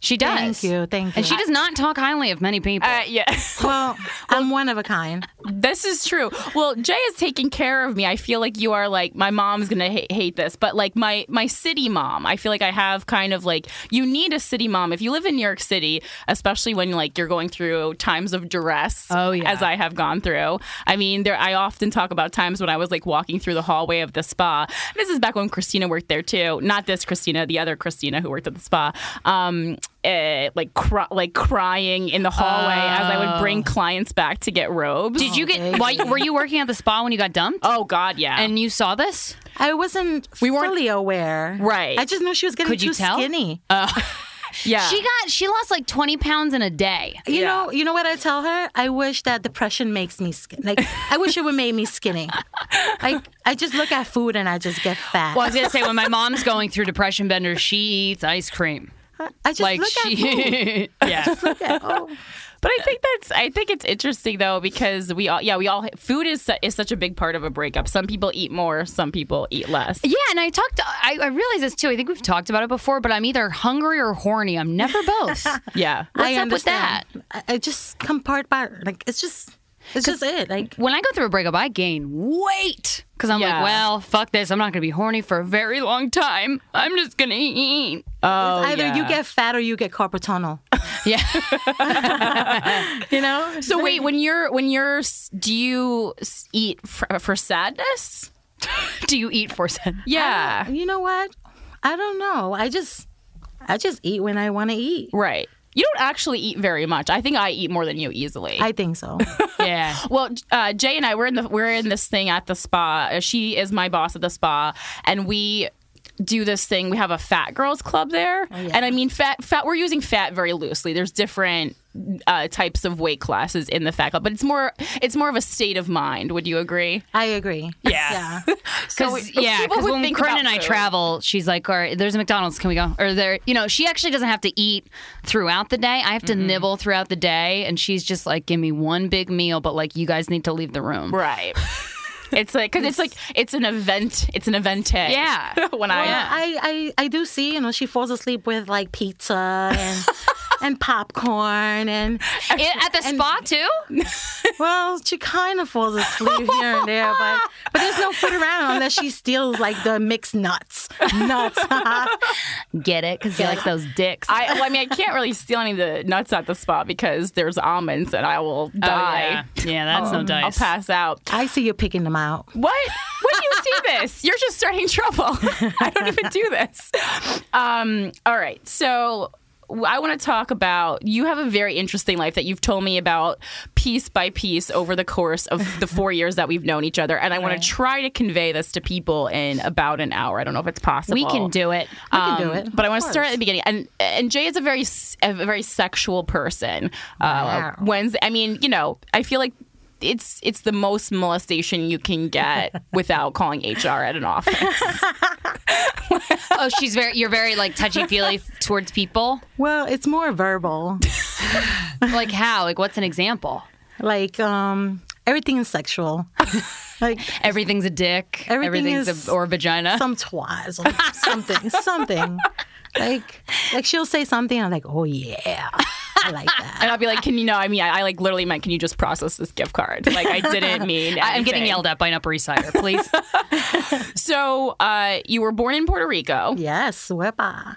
Speaker 2: She does.
Speaker 4: Thank you, thank you.
Speaker 2: And she does not talk highly of many people.
Speaker 1: Uh, yeah,
Speaker 4: Well, I'm one of a kind.
Speaker 1: this is true. Well, Jay is taking care of me. I feel like you are like my mom's gonna ha- hate this, but like my my city mom. I feel like I have kind of like you need a city mom if you live in New York City, especially when like you're going through times of duress.
Speaker 2: Oh, yeah.
Speaker 1: as I have gone through. I mean, there I often talk about times when I was like walking through the hallway of the spa. This is back when Christina worked there too. Not this Christina, the other Christina who worked at the spa. Um, eh, like cry, like crying in the hallway as I would bring clients back to get robes.
Speaker 2: Oh. Did you get? Why, were you working at the spa when you got dumped?
Speaker 1: Oh God, yeah.
Speaker 2: And you saw this?
Speaker 4: I wasn't
Speaker 1: We weren't-
Speaker 4: fully aware.
Speaker 1: Right.
Speaker 4: I just knew she was getting
Speaker 2: Could you
Speaker 4: too
Speaker 2: tell? Uh,
Speaker 4: skinny.
Speaker 1: yeah,
Speaker 2: She got. She lost like twenty pounds in a day.
Speaker 4: you
Speaker 1: yeah.
Speaker 4: know, you know what I tell her? I wish that depression makes me skin. Like I wish it would make me skinny. Like I just look at food and I just get fat.
Speaker 2: Well, I was gonna say when my mom's going through depression bender, she eats ice cream.
Speaker 4: I just
Speaker 2: Like
Speaker 4: look at food.
Speaker 2: she, yeah.
Speaker 4: Look at, oh.
Speaker 1: but I think that's I think it's interesting though because we all yeah we all food is su- is such a big part of a breakup. Some people eat more, some people eat less.
Speaker 2: Yeah, and I talked. I, I realize this too. I think we've talked about it before, but I'm either hungry or horny. I'm never both.
Speaker 1: Yeah,
Speaker 2: What's
Speaker 4: I
Speaker 2: up with that?
Speaker 4: understand. I, I just compartment. Like it's just, it's just it. Like
Speaker 2: When I go through a breakup, I gain weight because I'm
Speaker 1: Yeah.
Speaker 2: like, well, fuck this. I'm not gonna be horny for a very long time. I'm just gonna eat.
Speaker 1: Oh,
Speaker 4: either
Speaker 1: yeah.
Speaker 4: you get fat or you get carpal tunnel.
Speaker 2: Yeah.
Speaker 4: You know.
Speaker 1: So wait, when you're when you're s- do you s- eat for, for sadness? Ah.
Speaker 2: Do you eat for sen?
Speaker 1: Yeah,
Speaker 4: You know what? I don't know. I just I just eat when I want to eat.
Speaker 1: right. You don't actually eat very much. I think I eat more than you easily.
Speaker 4: I think so.
Speaker 2: Yeah.
Speaker 1: Well, uh, Jay and I we're in the we're in this thing at the spa. Uh, She is my boss at the spa, and we do this thing. We have a fat girls club
Speaker 2: Oh,
Speaker 1: there, and I mean fat fat. We're using fat very loosely. There's different uh, types of weight classes in the fat club, but it's more it's more of a state of mind. Would you agree?
Speaker 4: I agree.
Speaker 2: Yeah.
Speaker 4: Yeah.
Speaker 1: So
Speaker 2: Cause, yeah,
Speaker 1: people
Speaker 2: because
Speaker 1: would
Speaker 2: when
Speaker 1: think
Speaker 2: Corinne
Speaker 1: about
Speaker 2: and I
Speaker 1: food.
Speaker 2: travel, she's like, "All right, there's a McDonald's. Can we go?" Or there, you know, she actually doesn't have to eat throughout the day. I have to
Speaker 1: Mm-hmm.
Speaker 2: nibble throughout the day, and she's just like, "Give me one big meal," but like, you guys need to leave the room.
Speaker 1: Right. It's like because it's like it's an event. It's an event.
Speaker 2: Yeah.
Speaker 1: when I
Speaker 2: Yeah.
Speaker 4: I, I I do see, you know, she falls asleep with like pizza and and popcorn and
Speaker 2: I- at the spa too.
Speaker 4: well, she kind of falls asleep here and there, but but there's no food around unless she steals like the mixed nuts. Nuts.
Speaker 2: Get it? Because you like those dicks.
Speaker 1: I, well, I mean, I can't really steal any of the nuts at the spa because there's almonds and I will
Speaker 2: Oh,
Speaker 1: die. Um,
Speaker 2: yeah. yeah, that's no
Speaker 1: I'll
Speaker 2: dice.
Speaker 1: pass out.
Speaker 4: I see you picking them out.
Speaker 1: What? When do you see this? You're just starting trouble. I don't even do this. Um, all right. So w- I want to talk about you have a very interesting life that you've told me about piece by piece over the course of the four years that we've known each other. And I want to try to convey this to people in about an hour. I don't know if it's possible.
Speaker 2: We can do it. Uh,
Speaker 4: We can do it.
Speaker 1: Um, But I
Speaker 4: Of
Speaker 1: want to start at
Speaker 4: course.
Speaker 1: the beginning, and and Jay is a very s- a very sexual person. Uh,
Speaker 4: Wow.
Speaker 1: Wednesday, I mean, you know, I feel like it's it's the most molestation you can get without calling HR at an office.
Speaker 2: oh, she's very. You're very like touchy feely towards people.
Speaker 4: Well, it's more verbal.
Speaker 2: Like how? Like what's an example?
Speaker 4: Like um everything is sexual. like
Speaker 2: Everything's a dick.
Speaker 4: Everything
Speaker 2: Everything's
Speaker 4: is
Speaker 2: a, or vagina.
Speaker 4: some twat or something, something. Like, like she'll say something. I'm like, oh yeah, I like that.
Speaker 1: and I'll be like, "Can you know? I mean, I, I like literally meant, can you just process this gift card? Like, I didn't mean.
Speaker 2: I- I'm getting
Speaker 1: anything.
Speaker 2: yelled at by an Upper East Sider. Please.
Speaker 1: So uh, you were born in Puerto Rico,
Speaker 4: Yes, wepa.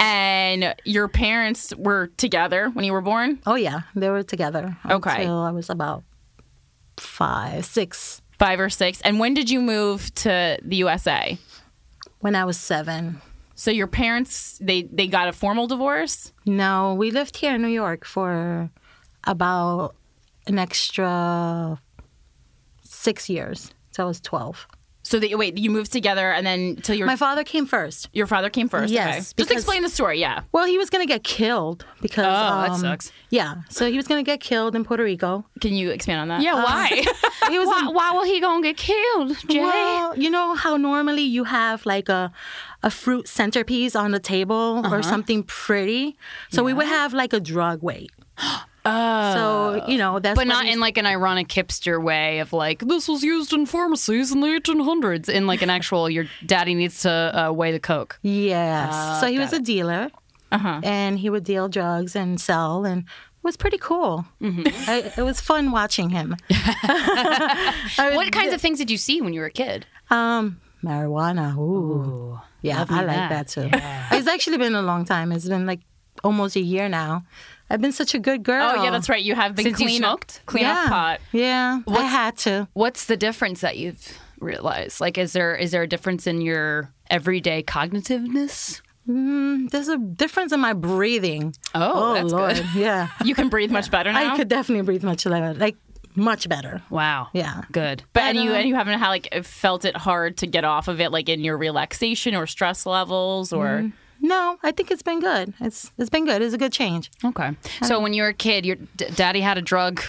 Speaker 1: and your parents were together when you were born.
Speaker 4: Oh yeah, they were together.
Speaker 1: Okay.
Speaker 4: until I was about five, six.
Speaker 1: Five or six, and when did you move to the USA?
Speaker 4: When I was seven.
Speaker 1: So your parents they they got a formal divorce?
Speaker 4: No, we lived here in New York for about an extra six years. So I was twelve.
Speaker 1: So that wait, you moved together and then till your
Speaker 4: My father came first.
Speaker 1: your father came first.
Speaker 4: Yes,
Speaker 1: okay. Just
Speaker 4: because-
Speaker 1: explain the story, yeah.
Speaker 4: Well, he was gonna get killed because
Speaker 2: Oh, that
Speaker 4: um,
Speaker 2: sucks.
Speaker 4: Yeah, so he was gonna get killed in Puerto Rico.
Speaker 1: Can you expand on that? Um,
Speaker 2: Yeah, why?
Speaker 4: He was
Speaker 2: why, why will he gonna get killed, Jay?
Speaker 4: Well, you know how normally you have like a a fruit centerpiece on the table
Speaker 2: Uh-huh.
Speaker 4: or something pretty. So we would have like a drug weight. So you know that's
Speaker 2: Oh. but
Speaker 4: what
Speaker 2: not
Speaker 4: we-
Speaker 2: in like an ironic hipster way of like this was used in pharmacies in the 1800s. In like an actual, your daddy needs to uh, weigh the coke.
Speaker 4: yes.
Speaker 2: Oh,
Speaker 4: so he was a dealer,
Speaker 2: Uh-huh.
Speaker 4: and he would deal drugs and sell, and it was pretty cool.
Speaker 2: Mm-hmm.
Speaker 4: I, it was fun watching him. I
Speaker 2: What kinds of things did you see when you were a kid?
Speaker 4: Um, marijuana. Ooh. yeah, I like
Speaker 2: that.
Speaker 4: that, too. It's actually been a long time. It's been like almost a year now. I've been such a good girl.
Speaker 1: Oh yeah, that's right. You have been
Speaker 2: Since you
Speaker 1: clean
Speaker 2: smoked?
Speaker 1: clean
Speaker 4: yeah.
Speaker 1: off pot.
Speaker 4: Yeah, I had to.
Speaker 2: What's the difference that you've realized? Like, is there is there a difference in your everyday cognitiveness?
Speaker 4: There's a difference in my breathing.
Speaker 2: Oh, that's
Speaker 4: Lord. Yeah.
Speaker 1: You can breathe much better now.
Speaker 4: I could definitely breathe much better. Like, much better.
Speaker 2: Wow.
Speaker 4: Yeah.
Speaker 2: Good.
Speaker 1: but and you and you haven't had like felt it hard to get off of it like in your relaxation or stress levels or
Speaker 4: Mm. No, I think it's been good. It's It's been good. It's a good change.
Speaker 2: Okay. So when you were a kid, your d- daddy had a drug,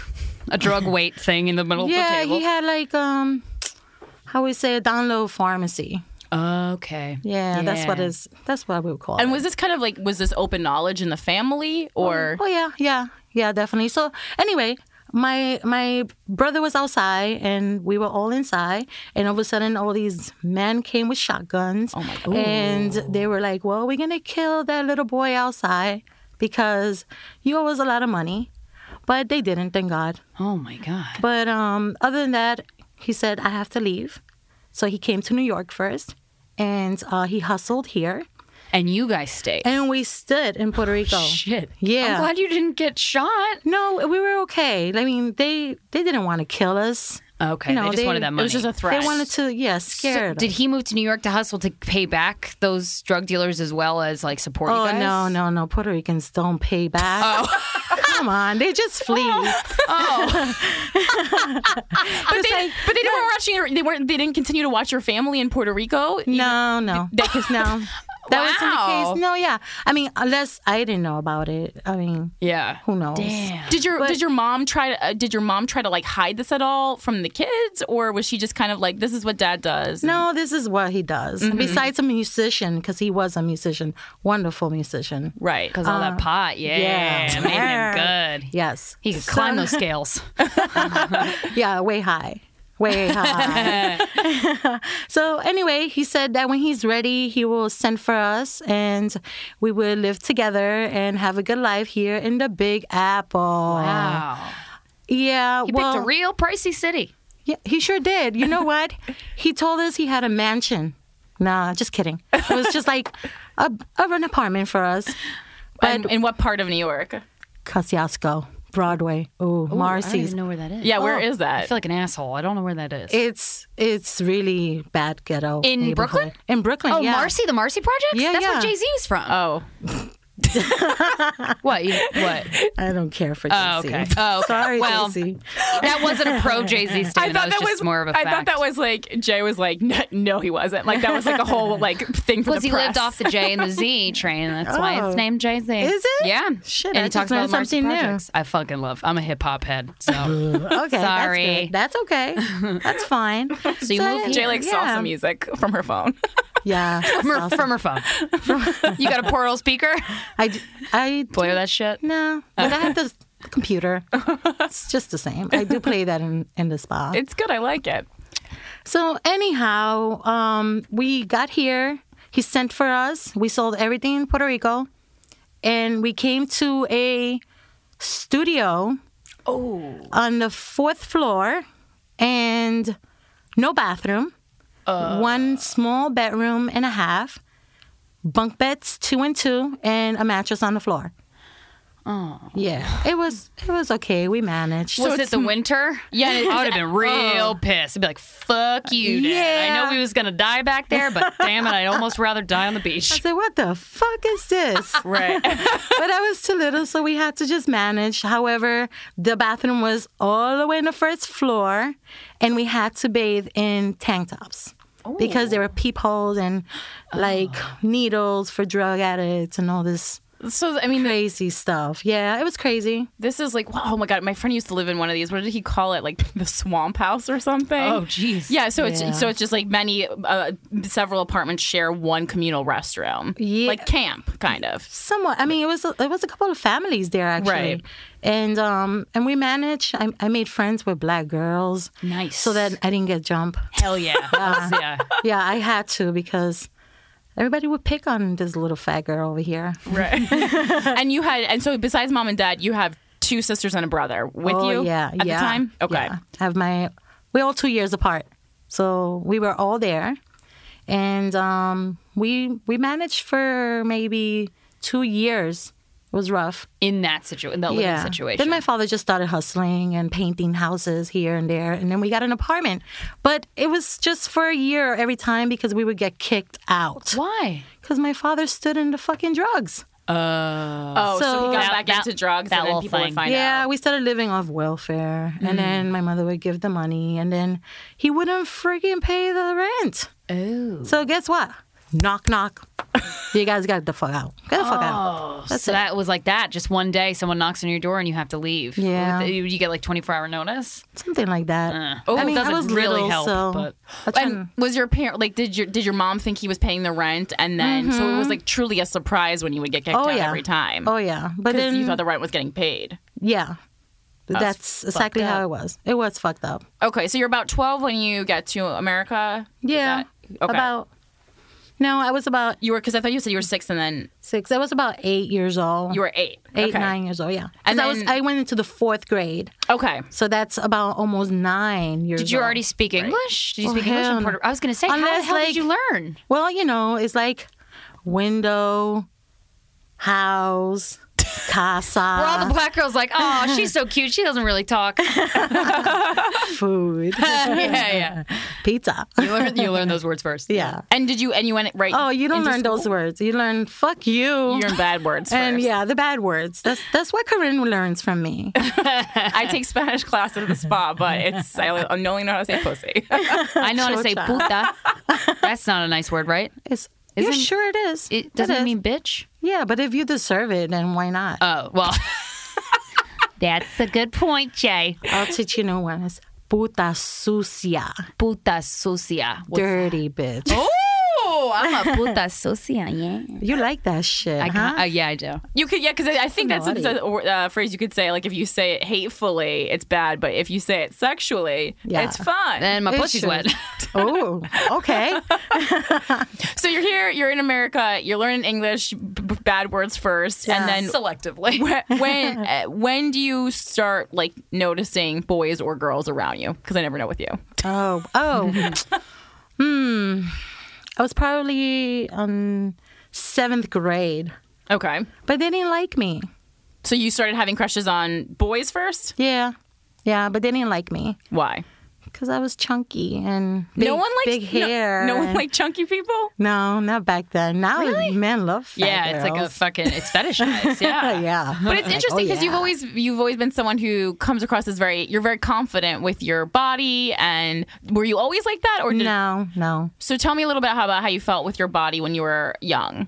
Speaker 2: a drug weight thing in the middle of
Speaker 4: yeah,
Speaker 2: the table.
Speaker 4: he had like, um, how we say, a download pharmacy.
Speaker 2: Okay.
Speaker 4: Yeah, that's what
Speaker 2: Yeah.
Speaker 4: is. That's what we would call it.
Speaker 1: And was this kind of like was this open knowledge in the family or
Speaker 4: Oh yeah, yeah, yeah, definitely. So anyway, my my brother was outside and we were all inside, and all of a sudden, all these men came with shotguns. Oh my god! And they were like, "Well, we're gonna kill that little boy outside because you owe us a lot of money," but they didn't, thank God.
Speaker 2: Oh my god.
Speaker 4: But um, other than that, he said, I have to leave. So he came to New York first and uh, he hustled here.
Speaker 2: And you guys stayed.
Speaker 4: And we stood in Puerto Rico.
Speaker 2: Shit.
Speaker 4: Oh. Yeah.
Speaker 2: I'm glad you didn't get shot.
Speaker 4: No, we were okay. I mean, they they didn't want to kill us.
Speaker 2: Okay,
Speaker 4: No,
Speaker 2: they just
Speaker 4: they-
Speaker 2: wanted that
Speaker 4: it
Speaker 2: money.
Speaker 1: was just a threat.
Speaker 4: They wanted to, yeah,
Speaker 2: So
Speaker 4: scare. them.
Speaker 2: did he move to New York to hustle to pay back those drug dealers as well as like support you
Speaker 4: Oh
Speaker 2: guys? Oh.
Speaker 4: no, no, no! Puerto Ricans don't pay back. Come on, they just flee.
Speaker 1: but, they, but they weren't watching. Her, they weren't. They didn't continue to watch your family in Puerto Rico.
Speaker 4: No, no, that is no. That
Speaker 1: Wow.
Speaker 4: wasn't the case. No, yeah. I mean, unless I didn't know about it. I mean,
Speaker 1: Yeah.
Speaker 4: who knows?
Speaker 1: Did your did your mom try to uh, did your mom try to like hide this at all from the kids, or was she just kind of like this is what dad does?
Speaker 4: No, this is what he does.
Speaker 2: Mm-hmm.
Speaker 4: Besides a musician, because he was a musician, wonderful musician.
Speaker 1: Right. Um,
Speaker 2: Because all that pot, yeah,
Speaker 4: Uh, yeah.
Speaker 2: made him good.
Speaker 4: Yes,
Speaker 2: He could climb those scales.
Speaker 4: yeah, way high. Way high. so anyway, he said that when he's ready, he will send for us and we will live together and have a good life here in the Big Apple.
Speaker 2: Wow.
Speaker 4: Yeah,
Speaker 2: He
Speaker 4: well,
Speaker 2: picked a real pricey city.
Speaker 4: yeah, he sure did. You know what? he told us he had a mansion. Nah, just kidding. It was just like a, a an apartment for us.
Speaker 1: And in what part of New York?
Speaker 4: Kosciuszko, Broadway. Ooh,
Speaker 2: I don't
Speaker 4: Marcy's.
Speaker 2: even know where that is.
Speaker 1: Yeah. where is
Speaker 2: I
Speaker 1: that?
Speaker 2: feel like an asshole. I don't know where that is.
Speaker 4: It's it's really bad ghetto
Speaker 2: In
Speaker 4: neighborhood.
Speaker 2: Brooklyn?
Speaker 4: In Brooklyn,
Speaker 2: oh,
Speaker 4: yeah.
Speaker 2: Marcy, the Marcy Project.
Speaker 4: Yeah,
Speaker 2: that's where
Speaker 4: yeah.
Speaker 2: Jay Z was from.
Speaker 1: oh.
Speaker 2: what? You, what?
Speaker 4: I don't care for
Speaker 2: Oh,
Speaker 4: Jay-Z.
Speaker 2: okay. Oh, okay.
Speaker 4: Sorry,
Speaker 2: Well,
Speaker 4: Jay-Z.
Speaker 2: That wasn't a pro Jay Z statement.
Speaker 1: I thought that
Speaker 2: that was
Speaker 1: was
Speaker 2: just more of a
Speaker 1: I
Speaker 2: fact.
Speaker 1: thought that was like Jay was like "N- no he wasn't like that was like a whole like thing for
Speaker 2: because
Speaker 1: the
Speaker 2: he
Speaker 1: press.
Speaker 2: lived off the J and the Z train. and That's why it's
Speaker 4: Oh.
Speaker 2: named Jay Z.
Speaker 4: Is it?
Speaker 2: Yeah.
Speaker 4: Shit,
Speaker 2: And
Speaker 4: I
Speaker 2: he
Speaker 4: just
Speaker 2: talks about
Speaker 4: learned
Speaker 2: Marcy
Speaker 4: something new.
Speaker 2: projects. I fucking love. I'm a hip hop head. So,
Speaker 4: Okay,
Speaker 2: Sorry.
Speaker 4: That's, good. that's okay. That's fine.
Speaker 2: so you moved
Speaker 1: Jay likes
Speaker 4: yeah.
Speaker 1: salsa music from her phone.
Speaker 4: Yeah,
Speaker 2: from her, from her phone. you got a portal speaker?
Speaker 4: I d- I d-
Speaker 2: Play that shit.
Speaker 4: no, but I have this computer. It's just the same. I do play that in in the spa.
Speaker 1: It's good. I like it.
Speaker 4: So anyhow, um, we got here. He sent for us. We sold everything in Puerto Rico, and we came to a studio. On the fourth floor, and no bathroom. One small bedroom and a half. Bunk beds, two and two, and a mattress on the floor. Oh. Yeah. It was it was okay. We managed.
Speaker 2: was it the winter? Yeah, I would have been real pissed. I'd be like, "Fuck you, Dad. I
Speaker 4: Yeah.
Speaker 2: know we was gonna die back there, but damn it, I'd almost rather die on the
Speaker 4: I
Speaker 2: beach."
Speaker 4: said, what the fuck is this?
Speaker 1: Right.
Speaker 4: but I was too little, so we had to just manage. However, the bathroom was all the way on the first floor, and we had to bathe in tank tops because there were
Speaker 1: Oh.
Speaker 4: peepholes and like needles for drug addicts and all this
Speaker 1: so I mean
Speaker 4: crazy stuff. Yeah, it was crazy.
Speaker 1: This is like, wow, oh my god, my friend used to live in one of these. What did he call it? Like the swamp house or something?
Speaker 2: Oh, jeez.
Speaker 1: Yeah, so it's
Speaker 4: Yeah.
Speaker 1: so it's just like many uh, several apartments share one communal restroom.
Speaker 4: Yeah.
Speaker 1: Like camp kind of.
Speaker 4: Somewhat. I mean, it was a, it was a couple of families there actually,
Speaker 1: Right.
Speaker 4: and um and we managed. I, I made friends with black girls,
Speaker 2: Nice.
Speaker 4: so that I didn't get jumped.
Speaker 2: hell yeah, That was- yeah.
Speaker 4: yeah, I had to because everybody would pick on this little fat girl over here.
Speaker 1: Right. and you had and so besides mom and dad, you have two sisters and a brother with
Speaker 4: oh,
Speaker 1: you
Speaker 4: yeah,
Speaker 1: at
Speaker 4: yeah,
Speaker 1: the time? Okay.
Speaker 4: yeah. I have my we're all two years apart, so we were all there, and um, we we managed for maybe two years. It was rough.
Speaker 2: In that situation, in that living
Speaker 4: yeah.
Speaker 2: situation.
Speaker 4: Then my father just started hustling and painting houses here and there, and then we got an apartment. But it was just for a year every time because we would get kicked out
Speaker 2: Why?
Speaker 4: because my father stood in the fucking drugs.
Speaker 1: Oh, so, he
Speaker 4: So-
Speaker 1: got
Speaker 4: That-
Speaker 1: back
Speaker 2: that-
Speaker 1: into drugs
Speaker 2: that
Speaker 1: and then
Speaker 2: little
Speaker 1: people
Speaker 2: thing.
Speaker 1: would find
Speaker 4: yeah,
Speaker 1: out.
Speaker 4: we started living off welfare, and
Speaker 1: Mm.
Speaker 4: then my mother would give the money, and then he wouldn't freaking pay the rent.
Speaker 2: Oh,
Speaker 4: So guess what? Knock knock. you guys got the fuck out. Get the fuck
Speaker 1: Oh.
Speaker 4: out. That's
Speaker 2: so
Speaker 4: it.
Speaker 2: that was like that. Just one day, someone knocks on your door and you have to leave.
Speaker 4: Yeah.
Speaker 2: you, you get like 24 hour notice.
Speaker 4: Something like
Speaker 1: Uh.
Speaker 4: that.
Speaker 2: Oh,
Speaker 4: I
Speaker 2: it
Speaker 4: mean, I
Speaker 2: doesn't
Speaker 4: was
Speaker 2: really
Speaker 4: little,
Speaker 2: help,
Speaker 4: so
Speaker 2: but-
Speaker 4: I tried-
Speaker 1: And was your parent like did your did your mom think he was paying the rent and then so it was like truly a surprise when you would get kicked
Speaker 4: Mm-hmm. oh
Speaker 1: out
Speaker 4: yeah,
Speaker 1: every time.
Speaker 4: Oh yeah, but
Speaker 1: Because
Speaker 4: then
Speaker 1: you thought the rent was getting paid.
Speaker 4: yeah, that's exactly how it was. It was fucked up.
Speaker 1: Okay, so you're about 12 when you get to America.
Speaker 4: Yeah,
Speaker 1: that- okay.
Speaker 4: about. No, I was about
Speaker 1: You were because I thought you said you were six, and then
Speaker 4: six. I was about eight years old.
Speaker 1: you were eight.
Speaker 4: eight,
Speaker 1: okay.
Speaker 4: nine years old. Yeah,
Speaker 1: And
Speaker 4: and I was
Speaker 1: then-
Speaker 4: I went into the fourth grade.
Speaker 1: Okay.
Speaker 4: So that's about almost nine years.
Speaker 2: Did you
Speaker 4: old.
Speaker 2: already speak English? Did you
Speaker 4: Oh,
Speaker 2: speak English?
Speaker 4: hell
Speaker 2: In
Speaker 4: no.
Speaker 2: Puerto- I was gonna say, how the
Speaker 4: Unless,
Speaker 2: hell did
Speaker 4: like-
Speaker 2: you learn?
Speaker 4: Well, you know, it's like window, house,
Speaker 2: Where all the
Speaker 4: Casa,
Speaker 2: black girls like, oh, she's so cute. She doesn't really talk.
Speaker 4: food,
Speaker 2: yeah, yeah.
Speaker 4: pizza.
Speaker 2: You learn, you learn those words first.
Speaker 4: Yeah.
Speaker 1: And did you and you went right?
Speaker 4: Oh, you don't
Speaker 1: into
Speaker 4: learn those
Speaker 1: school?
Speaker 4: words. You learn fuck you.
Speaker 1: You learn bad words.
Speaker 4: and
Speaker 1: first.
Speaker 4: yeah, the bad words. That's that's what Corinne learns from me.
Speaker 1: I take Spanish class at the spa, but it's I only know how to say pussy.
Speaker 2: I know how to say puta. That's not a nice word, right?
Speaker 4: It's yeah,
Speaker 2: Isn't-
Speaker 4: sure it is.
Speaker 2: It doesn't
Speaker 4: is.
Speaker 2: mean bitch.
Speaker 4: yeah, but if you deserve it, then why not?
Speaker 2: Oh, well. That's a good point, Jay.
Speaker 4: I'll teach you new one. It's puta sucia,
Speaker 2: Puta sucia. What's-
Speaker 4: dirty bitch.
Speaker 1: oh,
Speaker 2: I'm a puta sucia, yeah.
Speaker 4: You like that shit?
Speaker 2: I
Speaker 4: huh?
Speaker 2: can't, uh, yeah, I do.
Speaker 1: you could yeah, because I, I think that's a, a or- uh, phrase you could say. Like if you say it hatefully, it's bad, but if you say it sexually,
Speaker 4: Yeah.
Speaker 1: it's fun.
Speaker 2: And my
Speaker 4: It
Speaker 2: pussy's
Speaker 4: should.
Speaker 2: wet.
Speaker 4: Oh, okay.
Speaker 1: so you're here, you're in America, you're learning English, b- b- bad words first, and then
Speaker 2: Selectively.
Speaker 1: wh- when uh, when do you start like noticing boys or girls around you? Because I never know with you.
Speaker 4: Oh, oh. hmm. I was probably on seventh grade,
Speaker 1: Okay,
Speaker 4: but they didn't like me.
Speaker 1: so you started having crushes on boys first.
Speaker 4: Yeah, yeah, but they didn't like me
Speaker 1: Why?
Speaker 4: because I was chunky and big,
Speaker 1: no one likes
Speaker 4: big
Speaker 1: no-
Speaker 4: hair.
Speaker 1: No, one
Speaker 4: and-
Speaker 1: liked chunky people.
Speaker 4: No, not back then. Now men love fat
Speaker 2: Yeah, it's like a
Speaker 4: girls. Oh,
Speaker 2: fucking, it's fetishized. Yeah.
Speaker 4: yeah.
Speaker 1: But it's
Speaker 4: Like,
Speaker 1: interesting
Speaker 4: oh,
Speaker 1: because you've
Speaker 4: yeah.
Speaker 1: always you've always been someone who comes across as very you're very confident with your body and were you always like that or did,
Speaker 4: no, no.
Speaker 1: so tell me a little bit how about how you felt with your body when you were young.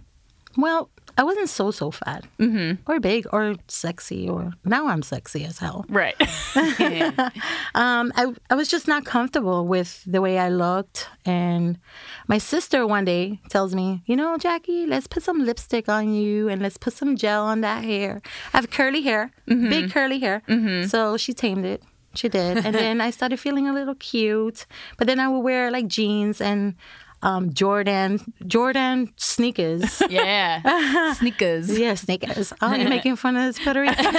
Speaker 4: Well, I wasn't so so fat, mm-hmm. or big, or sexy, or now I'm sexy as hell.
Speaker 1: Right.
Speaker 4: Um, I I was just not comfortable with the way I looked, and my sister one day tells me, you know, Jackie, let's put some lipstick on you, and let's put some gel on that hair. I have curly hair, big curly hair, so she tamed it. She did, and then I started feeling a little cute. But then I would wear like jeans and um, Jordan Jordan sneakers.
Speaker 2: Yeah. Sneakers.
Speaker 4: Yeah, sneakers. Oh, you're making fun of this Puerto Rican.
Speaker 2: no,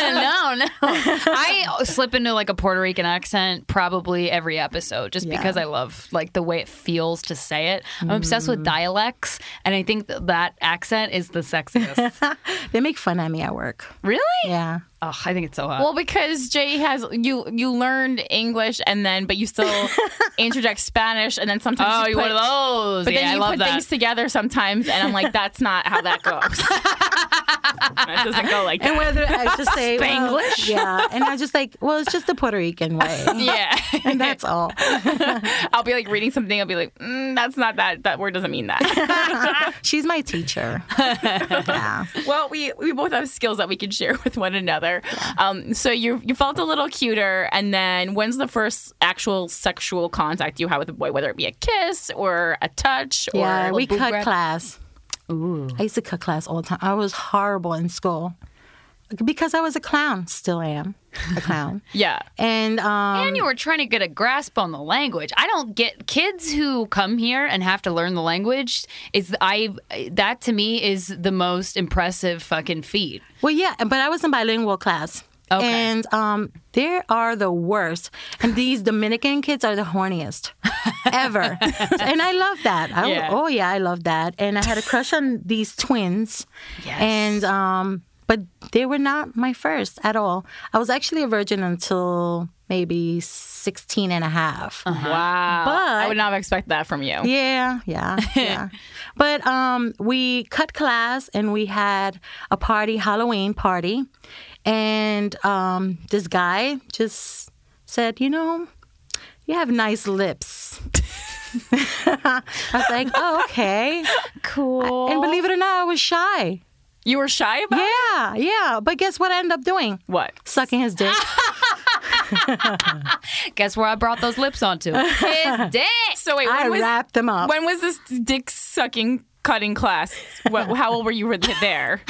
Speaker 2: no. I slip into like a Puerto Rican accent probably every episode just because I love like the way it feels to say it. I'm obsessed
Speaker 1: Mm.
Speaker 2: with dialects, and I think that, that accent is the sexiest.
Speaker 4: they make fun of me at work.
Speaker 2: really?
Speaker 4: Yeah.
Speaker 2: Oh, I think it's so hot.
Speaker 1: Well, because Jay has you you learned English and then but you still interject Spanish and then sometimes
Speaker 2: oh,
Speaker 1: you
Speaker 2: you
Speaker 1: put,
Speaker 2: one of those?
Speaker 1: But
Speaker 2: yeah,
Speaker 1: then you
Speaker 2: I love
Speaker 1: put
Speaker 2: that.
Speaker 1: things together sometimes and I'm like that's not how that goes. that doesn't go like
Speaker 4: And
Speaker 1: that.
Speaker 4: whether I just say well, yeah, and I just like, well, it's just the Puerto Rican way,
Speaker 1: Yeah.
Speaker 4: and that's all.
Speaker 1: I'll be like reading something. I'll be like, mm, that's not that. That word doesn't mean that.
Speaker 4: She's my teacher. Yeah.
Speaker 1: well, we we both have skills that we can share with one another. Um, so you you felt a little cuter, and then when's the first actual sexual contact you had with a boy, whether it be a kiss or a touch or
Speaker 4: Yeah, we
Speaker 1: boob
Speaker 4: cut
Speaker 1: grab?
Speaker 4: class. Ooh. I used to cut class all the time. I was horrible in school because I was a clown. Still am a clown.
Speaker 1: Yeah,
Speaker 4: And um,
Speaker 2: and you were trying to get a grasp on the language. I don't get kids who come here and have to learn the language. Is I that to me is the most impressive fucking feat.
Speaker 4: Well, yeah, but I was in bilingual class.
Speaker 2: Okay.
Speaker 4: And um, they are the worst. And these Dominican kids are the horniest ever. and I love that. I,
Speaker 1: Yeah.
Speaker 4: Oh, yeah, I love that. And I had a crush on these twins.
Speaker 2: Yes.
Speaker 4: And, um, but they were not my first at all. I was actually a virgin until maybe 16 and a half.
Speaker 1: Uh-huh. wow. I
Speaker 4: But-
Speaker 1: would not have expected that from you.
Speaker 4: Yeah, yeah, yeah. but um, we cut class and we had a party, Halloween party, and um, this guy just said, you know, you have nice lips. I was like, oh, okay.
Speaker 2: Cool.
Speaker 4: And believe it or not, I was shy.
Speaker 1: You were shy about it?
Speaker 4: Yeah, yeah. But guess what I ended up doing?
Speaker 1: what?
Speaker 4: Sucking his dick.
Speaker 2: Guess where I brought those lips onto? His dick.
Speaker 1: So wait, when
Speaker 4: I
Speaker 1: was
Speaker 4: wrapped him up.
Speaker 1: when was this dick sucking cutting class? what, how old were you were there?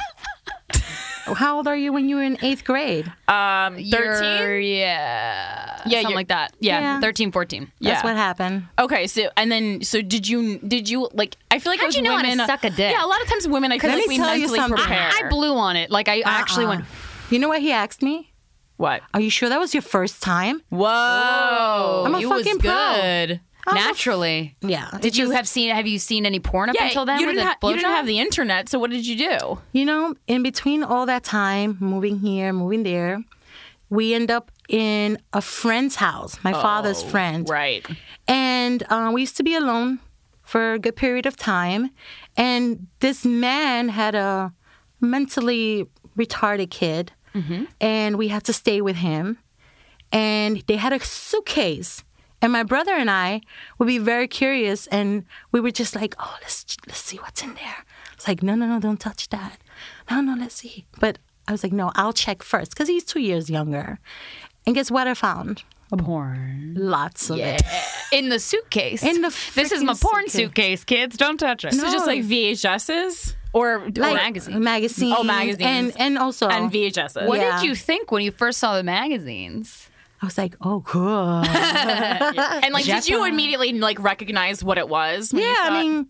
Speaker 4: How old are you when you were in eighth grade?
Speaker 1: Um,
Speaker 2: You're-
Speaker 1: thirteen.
Speaker 2: Yeah.
Speaker 1: Yeah,
Speaker 2: Something
Speaker 1: you're-
Speaker 2: like that. Yeah,
Speaker 4: Yeah.
Speaker 2: 13, 14.
Speaker 1: Yeah.
Speaker 4: That's what happened.
Speaker 1: Okay, so and then so did you did you like I feel like
Speaker 2: How'd
Speaker 1: those
Speaker 2: you know how to
Speaker 1: women
Speaker 2: suck a dick?
Speaker 1: Yeah, a lot of times women I feel
Speaker 4: Let
Speaker 1: like
Speaker 4: me
Speaker 1: we
Speaker 4: tell you
Speaker 1: mentally
Speaker 4: something.
Speaker 1: prepare.
Speaker 2: I blew on it. Like I actually went,
Speaker 4: Uh-uh. You know what he asked me?
Speaker 1: what?
Speaker 4: Are you sure that was your first time?
Speaker 1: Whoa.
Speaker 4: I'm a
Speaker 2: you was
Speaker 4: fucking pro.
Speaker 2: good.
Speaker 4: I was a-
Speaker 2: naturally.
Speaker 4: yeah.
Speaker 2: Did you have seen? Have you seen any porn up until then?
Speaker 1: you
Speaker 2: with
Speaker 1: didn't,
Speaker 2: a
Speaker 1: ha- you didn't
Speaker 2: blowjob?
Speaker 1: have the internet, so what did you do?
Speaker 4: You know, in between all that time, moving here, moving there, we end up in a friend's house, my father's friend.
Speaker 1: Right.
Speaker 4: And uh, we used to be alone for a good period of time. And this man had a mentally retarded kid, and we had to stay with him. And they had a suitcase. And my brother and I would be very curious, and we were just like, "Oh, let's let's see what's in there." It's like, "No, no, no, don't touch that. No, no, let's see." But I was like, "No, I'll check first because he's two years younger." And guess what I found?
Speaker 2: porn
Speaker 4: Lots of it.
Speaker 2: in the suitcase.
Speaker 4: In the
Speaker 2: this is my
Speaker 4: freaking
Speaker 2: porn
Speaker 4: suitcase.
Speaker 2: suitcase. kids. Don't touch it.
Speaker 1: So just like VHSs or
Speaker 2: Oh,
Speaker 4: like
Speaker 1: or-
Speaker 2: magazine.
Speaker 4: magazines,
Speaker 1: Oh, magazines.
Speaker 4: and and also
Speaker 1: and VHSs.
Speaker 2: what
Speaker 4: yeah.
Speaker 2: did you think when you first saw the magazines?
Speaker 4: I was like, oh, cool. yeah,
Speaker 1: And like, did you immediately like recognize what it was? when you saw
Speaker 4: I
Speaker 1: it?
Speaker 4: mean,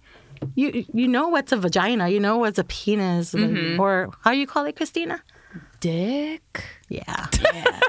Speaker 4: you you know what's a vagina, you know what's a penis, like,
Speaker 2: Mm-hmm.
Speaker 4: or how you call it, Christina?
Speaker 2: Dick.
Speaker 4: Yeah,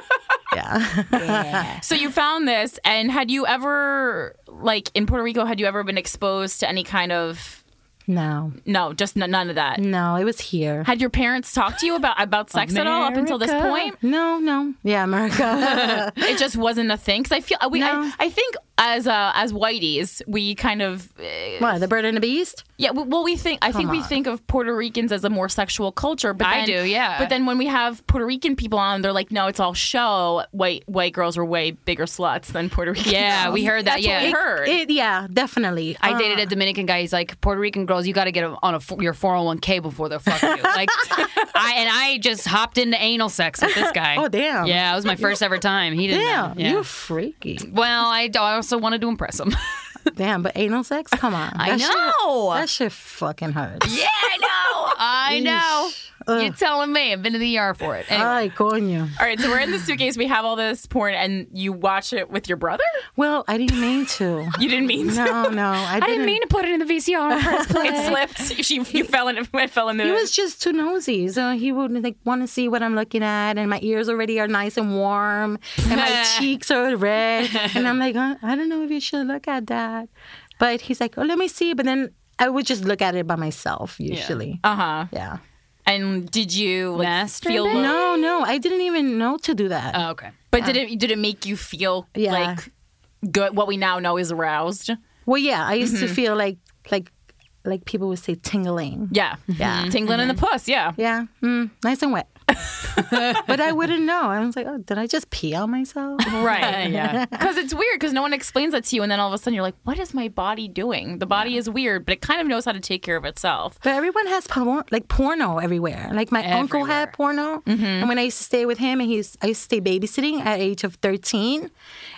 Speaker 4: yeah, yeah.
Speaker 1: so you found this, and had you ever like in Puerto Rico? Had you ever been exposed to any kind of
Speaker 4: No,
Speaker 1: no, just n- none of that?
Speaker 4: no, it was here.
Speaker 1: Had your parents talked to you about about sex at all up until this
Speaker 2: America.
Speaker 1: point?
Speaker 4: No, no, yeah, America.
Speaker 1: It just wasn't a thing. Because I feel we,
Speaker 4: No.
Speaker 1: I, I think as uh, as whiteys, we kind of uh,
Speaker 4: what the bird and the beast?
Speaker 1: Yeah, w- well, we think I think we think of Puerto Ricans as a more sexual culture, but then-
Speaker 2: I do, yeah.
Speaker 1: But then when we have Puerto Rican people on, they're like, no, it's all show. White white girls are way bigger sluts than Puerto Rican.
Speaker 2: Yeah,
Speaker 1: girls.
Speaker 2: we heard that.
Speaker 1: That's
Speaker 2: yeah,
Speaker 1: what we heard.
Speaker 4: It, yeah, definitely.
Speaker 2: I
Speaker 4: Uh,
Speaker 2: dated a Dominican guy. He's like, Puerto Rican girls, you got to get on a, your 401k before they're fucking you. Like, I and I just hopped into anal sex with this guy.
Speaker 4: Oh, damn.
Speaker 2: Yeah, it was my first ever time. He didn't. know.
Speaker 4: Damn,
Speaker 2: Yeah.
Speaker 4: you're freaky.
Speaker 2: well, I, d- I also wanted to impress him.
Speaker 4: Damn, but anal sex? Come on.
Speaker 2: I
Speaker 4: That shit-
Speaker 2: know.
Speaker 4: that shit fucking hurts.
Speaker 2: yeah, I know. I know. You're telling me. I've been to the ER for it. Anyway.
Speaker 4: Ay, coño.
Speaker 1: all right, so we're in the suitcase. We have all this porn, and you watch it with your brother.
Speaker 4: Well, I didn't mean to.
Speaker 1: You didn't mean to.
Speaker 4: No, no, I didn't,
Speaker 2: I didn't mean to put it in the VCR on press play.
Speaker 1: It slipped. She you fell in. It fell in the.
Speaker 4: He was just too nosy, so he would like want to see what I'm looking at, and my ears already are nice and warm, and my cheeks are red, and I'm like, "Uh, I don't know if you should look at that, but he's like, oh, let me see, but then I would just look at it by myself usually. Yeah.
Speaker 1: uh huh. And did you like, feel?
Speaker 2: Masturbate?
Speaker 1: low-
Speaker 4: No, no, I didn't even know to do that.
Speaker 2: Oh, okay.
Speaker 1: But did it did it make you feel
Speaker 4: Yeah.
Speaker 1: like good? What we now know is aroused.
Speaker 4: well, yeah, I used to feel like like like people would say tingling.
Speaker 1: Yeah,
Speaker 2: Mm-hmm.
Speaker 1: yeah, tingling in the puss. Yeah,
Speaker 4: Yeah, mm, nice and wet. but I wouldn't know. I was like, oh, did I just pee on myself?
Speaker 1: Right. yeah. Because it's weird because no one explains that to you. And then all of a sudden you're like, what is my body doing? The body is weird, but it kind of knows how to take care of itself.
Speaker 4: But everyone has porn, like porno everywhere. Like my uncle had porno, and when I used to stay with him, and he's I used to stay babysitting at age of thirteen,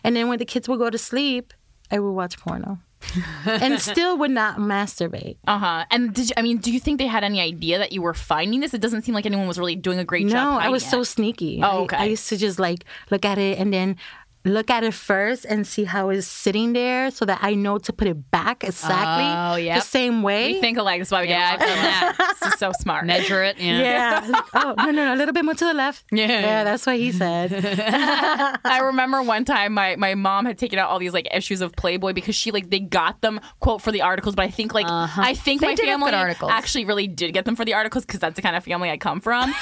Speaker 4: and then when the kids would go to sleep, I would watch porno, and still would not masturbate.
Speaker 1: Uh huh. And did you, I mean, do you think they had any idea that you were finding this? It doesn't seem like anyone was really doing a great job.
Speaker 4: No, I
Speaker 1: hiding
Speaker 4: was
Speaker 1: it.
Speaker 4: so sneaky.
Speaker 1: Oh,
Speaker 4: I-
Speaker 1: okay.
Speaker 4: I, used to just like look at it and then look at it first and see how it's sitting there, so that I know to put it back exactly
Speaker 2: Oh,
Speaker 4: the
Speaker 2: yep.
Speaker 4: same way.
Speaker 1: We think alike. That's why we
Speaker 2: Yeah, I've
Speaker 1: get
Speaker 2: done
Speaker 1: along.
Speaker 2: that.
Speaker 1: This is so smart.
Speaker 2: Measure it. Yeah.
Speaker 4: yeah. Like, oh no, no, no, a little bit more to the left.
Speaker 1: Yeah.
Speaker 4: yeah, that's what he said.
Speaker 1: I remember one time my, my mom had taken out all these like issues of Playboy because she like they got them quote for the articles, but I think like I think
Speaker 2: Uh-huh. They
Speaker 1: my
Speaker 2: did have
Speaker 1: family
Speaker 2: good articles.
Speaker 1: actually really did get them for the articles because that's the kind of family I come from.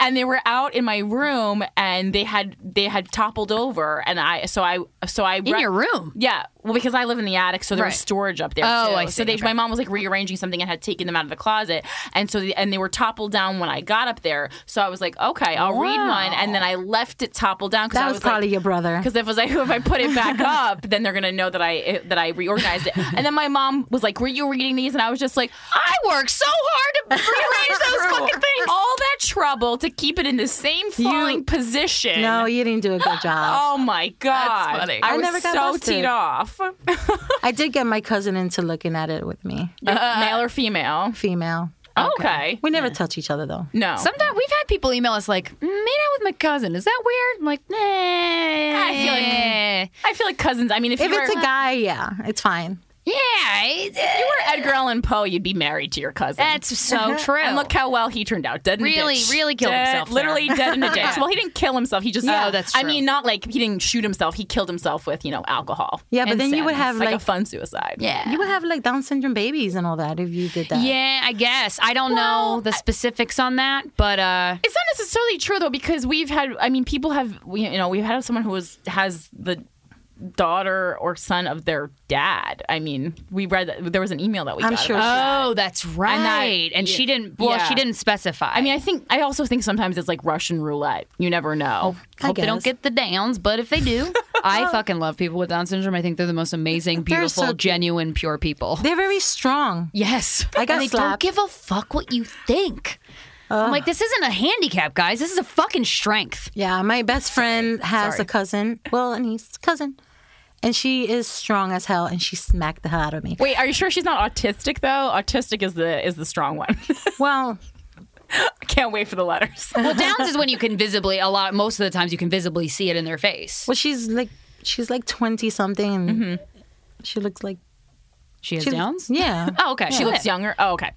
Speaker 1: and they were out in my room and they had they had toppled over and I so I so I
Speaker 2: In your room.
Speaker 1: yeah, well, because I live in the attic, so there was
Speaker 2: Right.
Speaker 1: storage up there.
Speaker 2: Oh,
Speaker 1: too.
Speaker 2: I
Speaker 1: So
Speaker 2: see.
Speaker 1: they,
Speaker 2: Okay.
Speaker 1: my mom was like rearranging something and had taken them out of the closet, and so the, and they were toppled down when I got up there. So I was like, okay, I'll read one, and then I left it toppled down because
Speaker 4: That was probably your brother.
Speaker 1: Because if was like, if I put it back up, then they're gonna know that I that I reorganized it. And then my mom was like, were you reading these? And I was just like,
Speaker 2: I worked so hard to rearrange those fucking things.
Speaker 1: all that trouble to keep it in the same falling position.
Speaker 4: No, you didn't do a good job.
Speaker 1: Oh my god!
Speaker 2: funny.
Speaker 1: I,
Speaker 4: I
Speaker 1: was
Speaker 4: never got
Speaker 1: so
Speaker 4: busted.
Speaker 1: teed off.
Speaker 4: I did get my cousin into looking at it with me.
Speaker 1: Male or female?
Speaker 4: Female.
Speaker 1: Uh, okay.
Speaker 4: We never touch each other though.
Speaker 1: No.
Speaker 2: Sometimes we've had people email us like, "Mm, made out with my cousin. Is that weird? I'm like, nah. I
Speaker 1: feel like- I feel like cousins. I mean, if,
Speaker 4: If
Speaker 1: you
Speaker 4: it's a
Speaker 1: were-
Speaker 4: guy, yeah, it's fine.
Speaker 2: Yeah. it-
Speaker 1: If Edgar Allan Poe, you'd be married to your cousin.
Speaker 2: That's so true.
Speaker 1: Uh-huh. and look how well he turned out. Dead in
Speaker 2: Really,
Speaker 1: a ditch.
Speaker 2: really killed
Speaker 1: Dead-
Speaker 2: himself there.
Speaker 1: Literally dead in a ditch. Well, he didn't kill himself. He just. uh,
Speaker 2: Yeah, that's
Speaker 1: I
Speaker 2: true.
Speaker 1: mean, not like he didn't shoot himself. He killed himself with you know alcohol.
Speaker 4: Yeah, but
Speaker 1: and
Speaker 4: then you would
Speaker 1: sadness,
Speaker 4: have,
Speaker 1: like a
Speaker 4: like-
Speaker 1: fun suicide.
Speaker 2: yeah.
Speaker 4: You would have like Down syndrome babies and all that if you did that.
Speaker 2: Yeah, I guess. I don't know the specifics on that, but uh
Speaker 1: It's not necessarily true though, because we've had. I mean, people have. we- You know, we've had someone who was has the daughter or son of their dad. I mean, we read that there was an email that we.
Speaker 4: I'm
Speaker 1: got
Speaker 4: sure
Speaker 1: about-
Speaker 2: Oh, that's right. And,
Speaker 1: yeah.
Speaker 2: she didn't well,
Speaker 1: Yeah.
Speaker 2: she didn't specify.
Speaker 1: I mean, I think I also think sometimes it's like Russian roulette. You never know.
Speaker 4: I
Speaker 2: hope they don't
Speaker 4: guess.
Speaker 2: get the downs, but if they do, I fucking love people with Down syndrome. I think they're the most amazing,
Speaker 4: They're
Speaker 2: beautiful,
Speaker 4: so-
Speaker 2: genuine, pure people.
Speaker 4: They're very strong.
Speaker 2: Yes.
Speaker 4: I got
Speaker 2: And they don't
Speaker 4: slapped.
Speaker 2: give a fuck what you think. I'm like, this isn't a handicap, guys. This is a fucking strength.
Speaker 4: Yeah, my best friend has
Speaker 2: Sorry.
Speaker 4: a cousin. Well, a niece, cousin. And she is strong as hell and she smacked the hell out of me.
Speaker 1: Wait, are you sure she's not autistic though? Autistic is the is the strong one.
Speaker 4: Well,
Speaker 1: Can't wait for the letters.
Speaker 2: Well, Downs is when you can visibly a lot. Most of the times, you can visibly see it in their face.
Speaker 4: well she's like she's like 20 something and
Speaker 1: Mm-hmm.
Speaker 4: she looks like
Speaker 2: She has
Speaker 4: she,
Speaker 2: Downs.
Speaker 4: Yeah.
Speaker 2: Oh, okay.
Speaker 1: She looks younger. Oh, okay.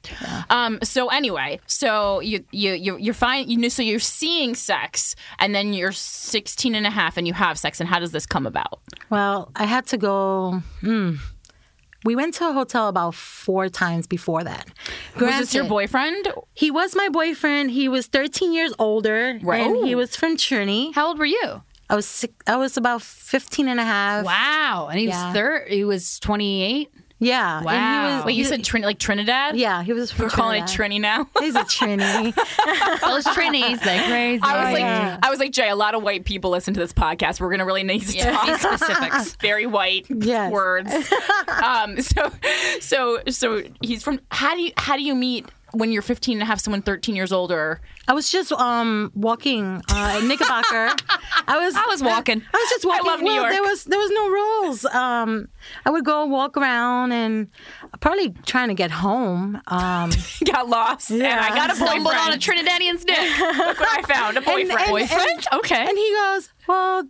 Speaker 1: Um. So anyway, so you you you you're fine. You know, so you're seeing sex, and then you're 16 and a half, and you have sex. And how does this come about?
Speaker 4: Well, I had to go. Hmm. We went to a hotel about four times before that.
Speaker 1: Was this your
Speaker 4: Granted,
Speaker 1: boyfriend?
Speaker 4: He was my boyfriend. He was 13 years older.
Speaker 1: Right.
Speaker 4: And he was from Trinity.
Speaker 2: How old were you?
Speaker 4: I was six, I was about 15 and a half.
Speaker 2: Wow. And he was
Speaker 4: Yeah.
Speaker 2: thir He was twenty eight.
Speaker 4: Yeah. And he
Speaker 2: Wow.
Speaker 4: was,
Speaker 1: Wait, you said Trin- like Trinidad?
Speaker 4: yeah, he was from
Speaker 1: We're calling it Trini now.
Speaker 4: He's a Trinity.
Speaker 2: Those trinities like crazy.
Speaker 1: I was like,
Speaker 4: yeah.
Speaker 1: I was like, Jay. A lot of white people listen to this podcast. We're gonna really need to talk
Speaker 2: be specifics.
Speaker 1: very white
Speaker 4: Yes.
Speaker 1: words. um, so, so, so he's from. How do you how do you meet when you're 15 and have someone 13 years older?
Speaker 4: I was just um walking uh, at Knickerbocker. I was
Speaker 2: I was walking.
Speaker 4: I was just walking.
Speaker 1: love New
Speaker 4: well,
Speaker 1: York.
Speaker 4: There was there was no rules. Um, I would go walk around and probably trying to get home. Um,
Speaker 1: Got lost, and I got a boyfriend.
Speaker 2: stumbled on a Trinidadian's dick.
Speaker 1: Look what I found a boyfriend.
Speaker 4: boyfriend?
Speaker 1: okay.
Speaker 4: and he goes, "Well,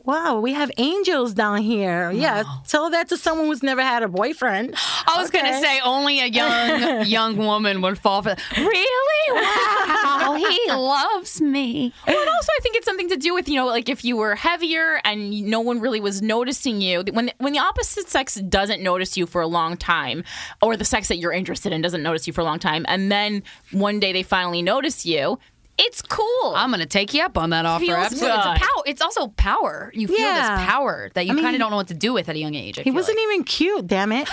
Speaker 4: wow, we have angels down here. Yeah, tell that to someone who's never had a boyfriend.
Speaker 2: I was gonna say only a young young woman would fall for that. Really? Wow. he loves me.
Speaker 1: Well, and also, I think it's something to do with you know, like if you were heavier and no one really was noticing you. When when the opposite sex doesn't notice you for a long time, or the sex that you're interested in doesn't notice you for a long time, and then one day they finally notice you, it's cool.
Speaker 2: I'm gonna take you up on that offer.
Speaker 1: Feels
Speaker 2: Absolutely. It's, a
Speaker 1: good.
Speaker 2: pow- it's also power. You feel
Speaker 4: Yeah.
Speaker 2: this power that you
Speaker 4: mean,
Speaker 2: kind of don't know what to do with at a young age. I
Speaker 4: He
Speaker 2: feel
Speaker 4: wasn't
Speaker 2: like.
Speaker 4: even cute. Damn it."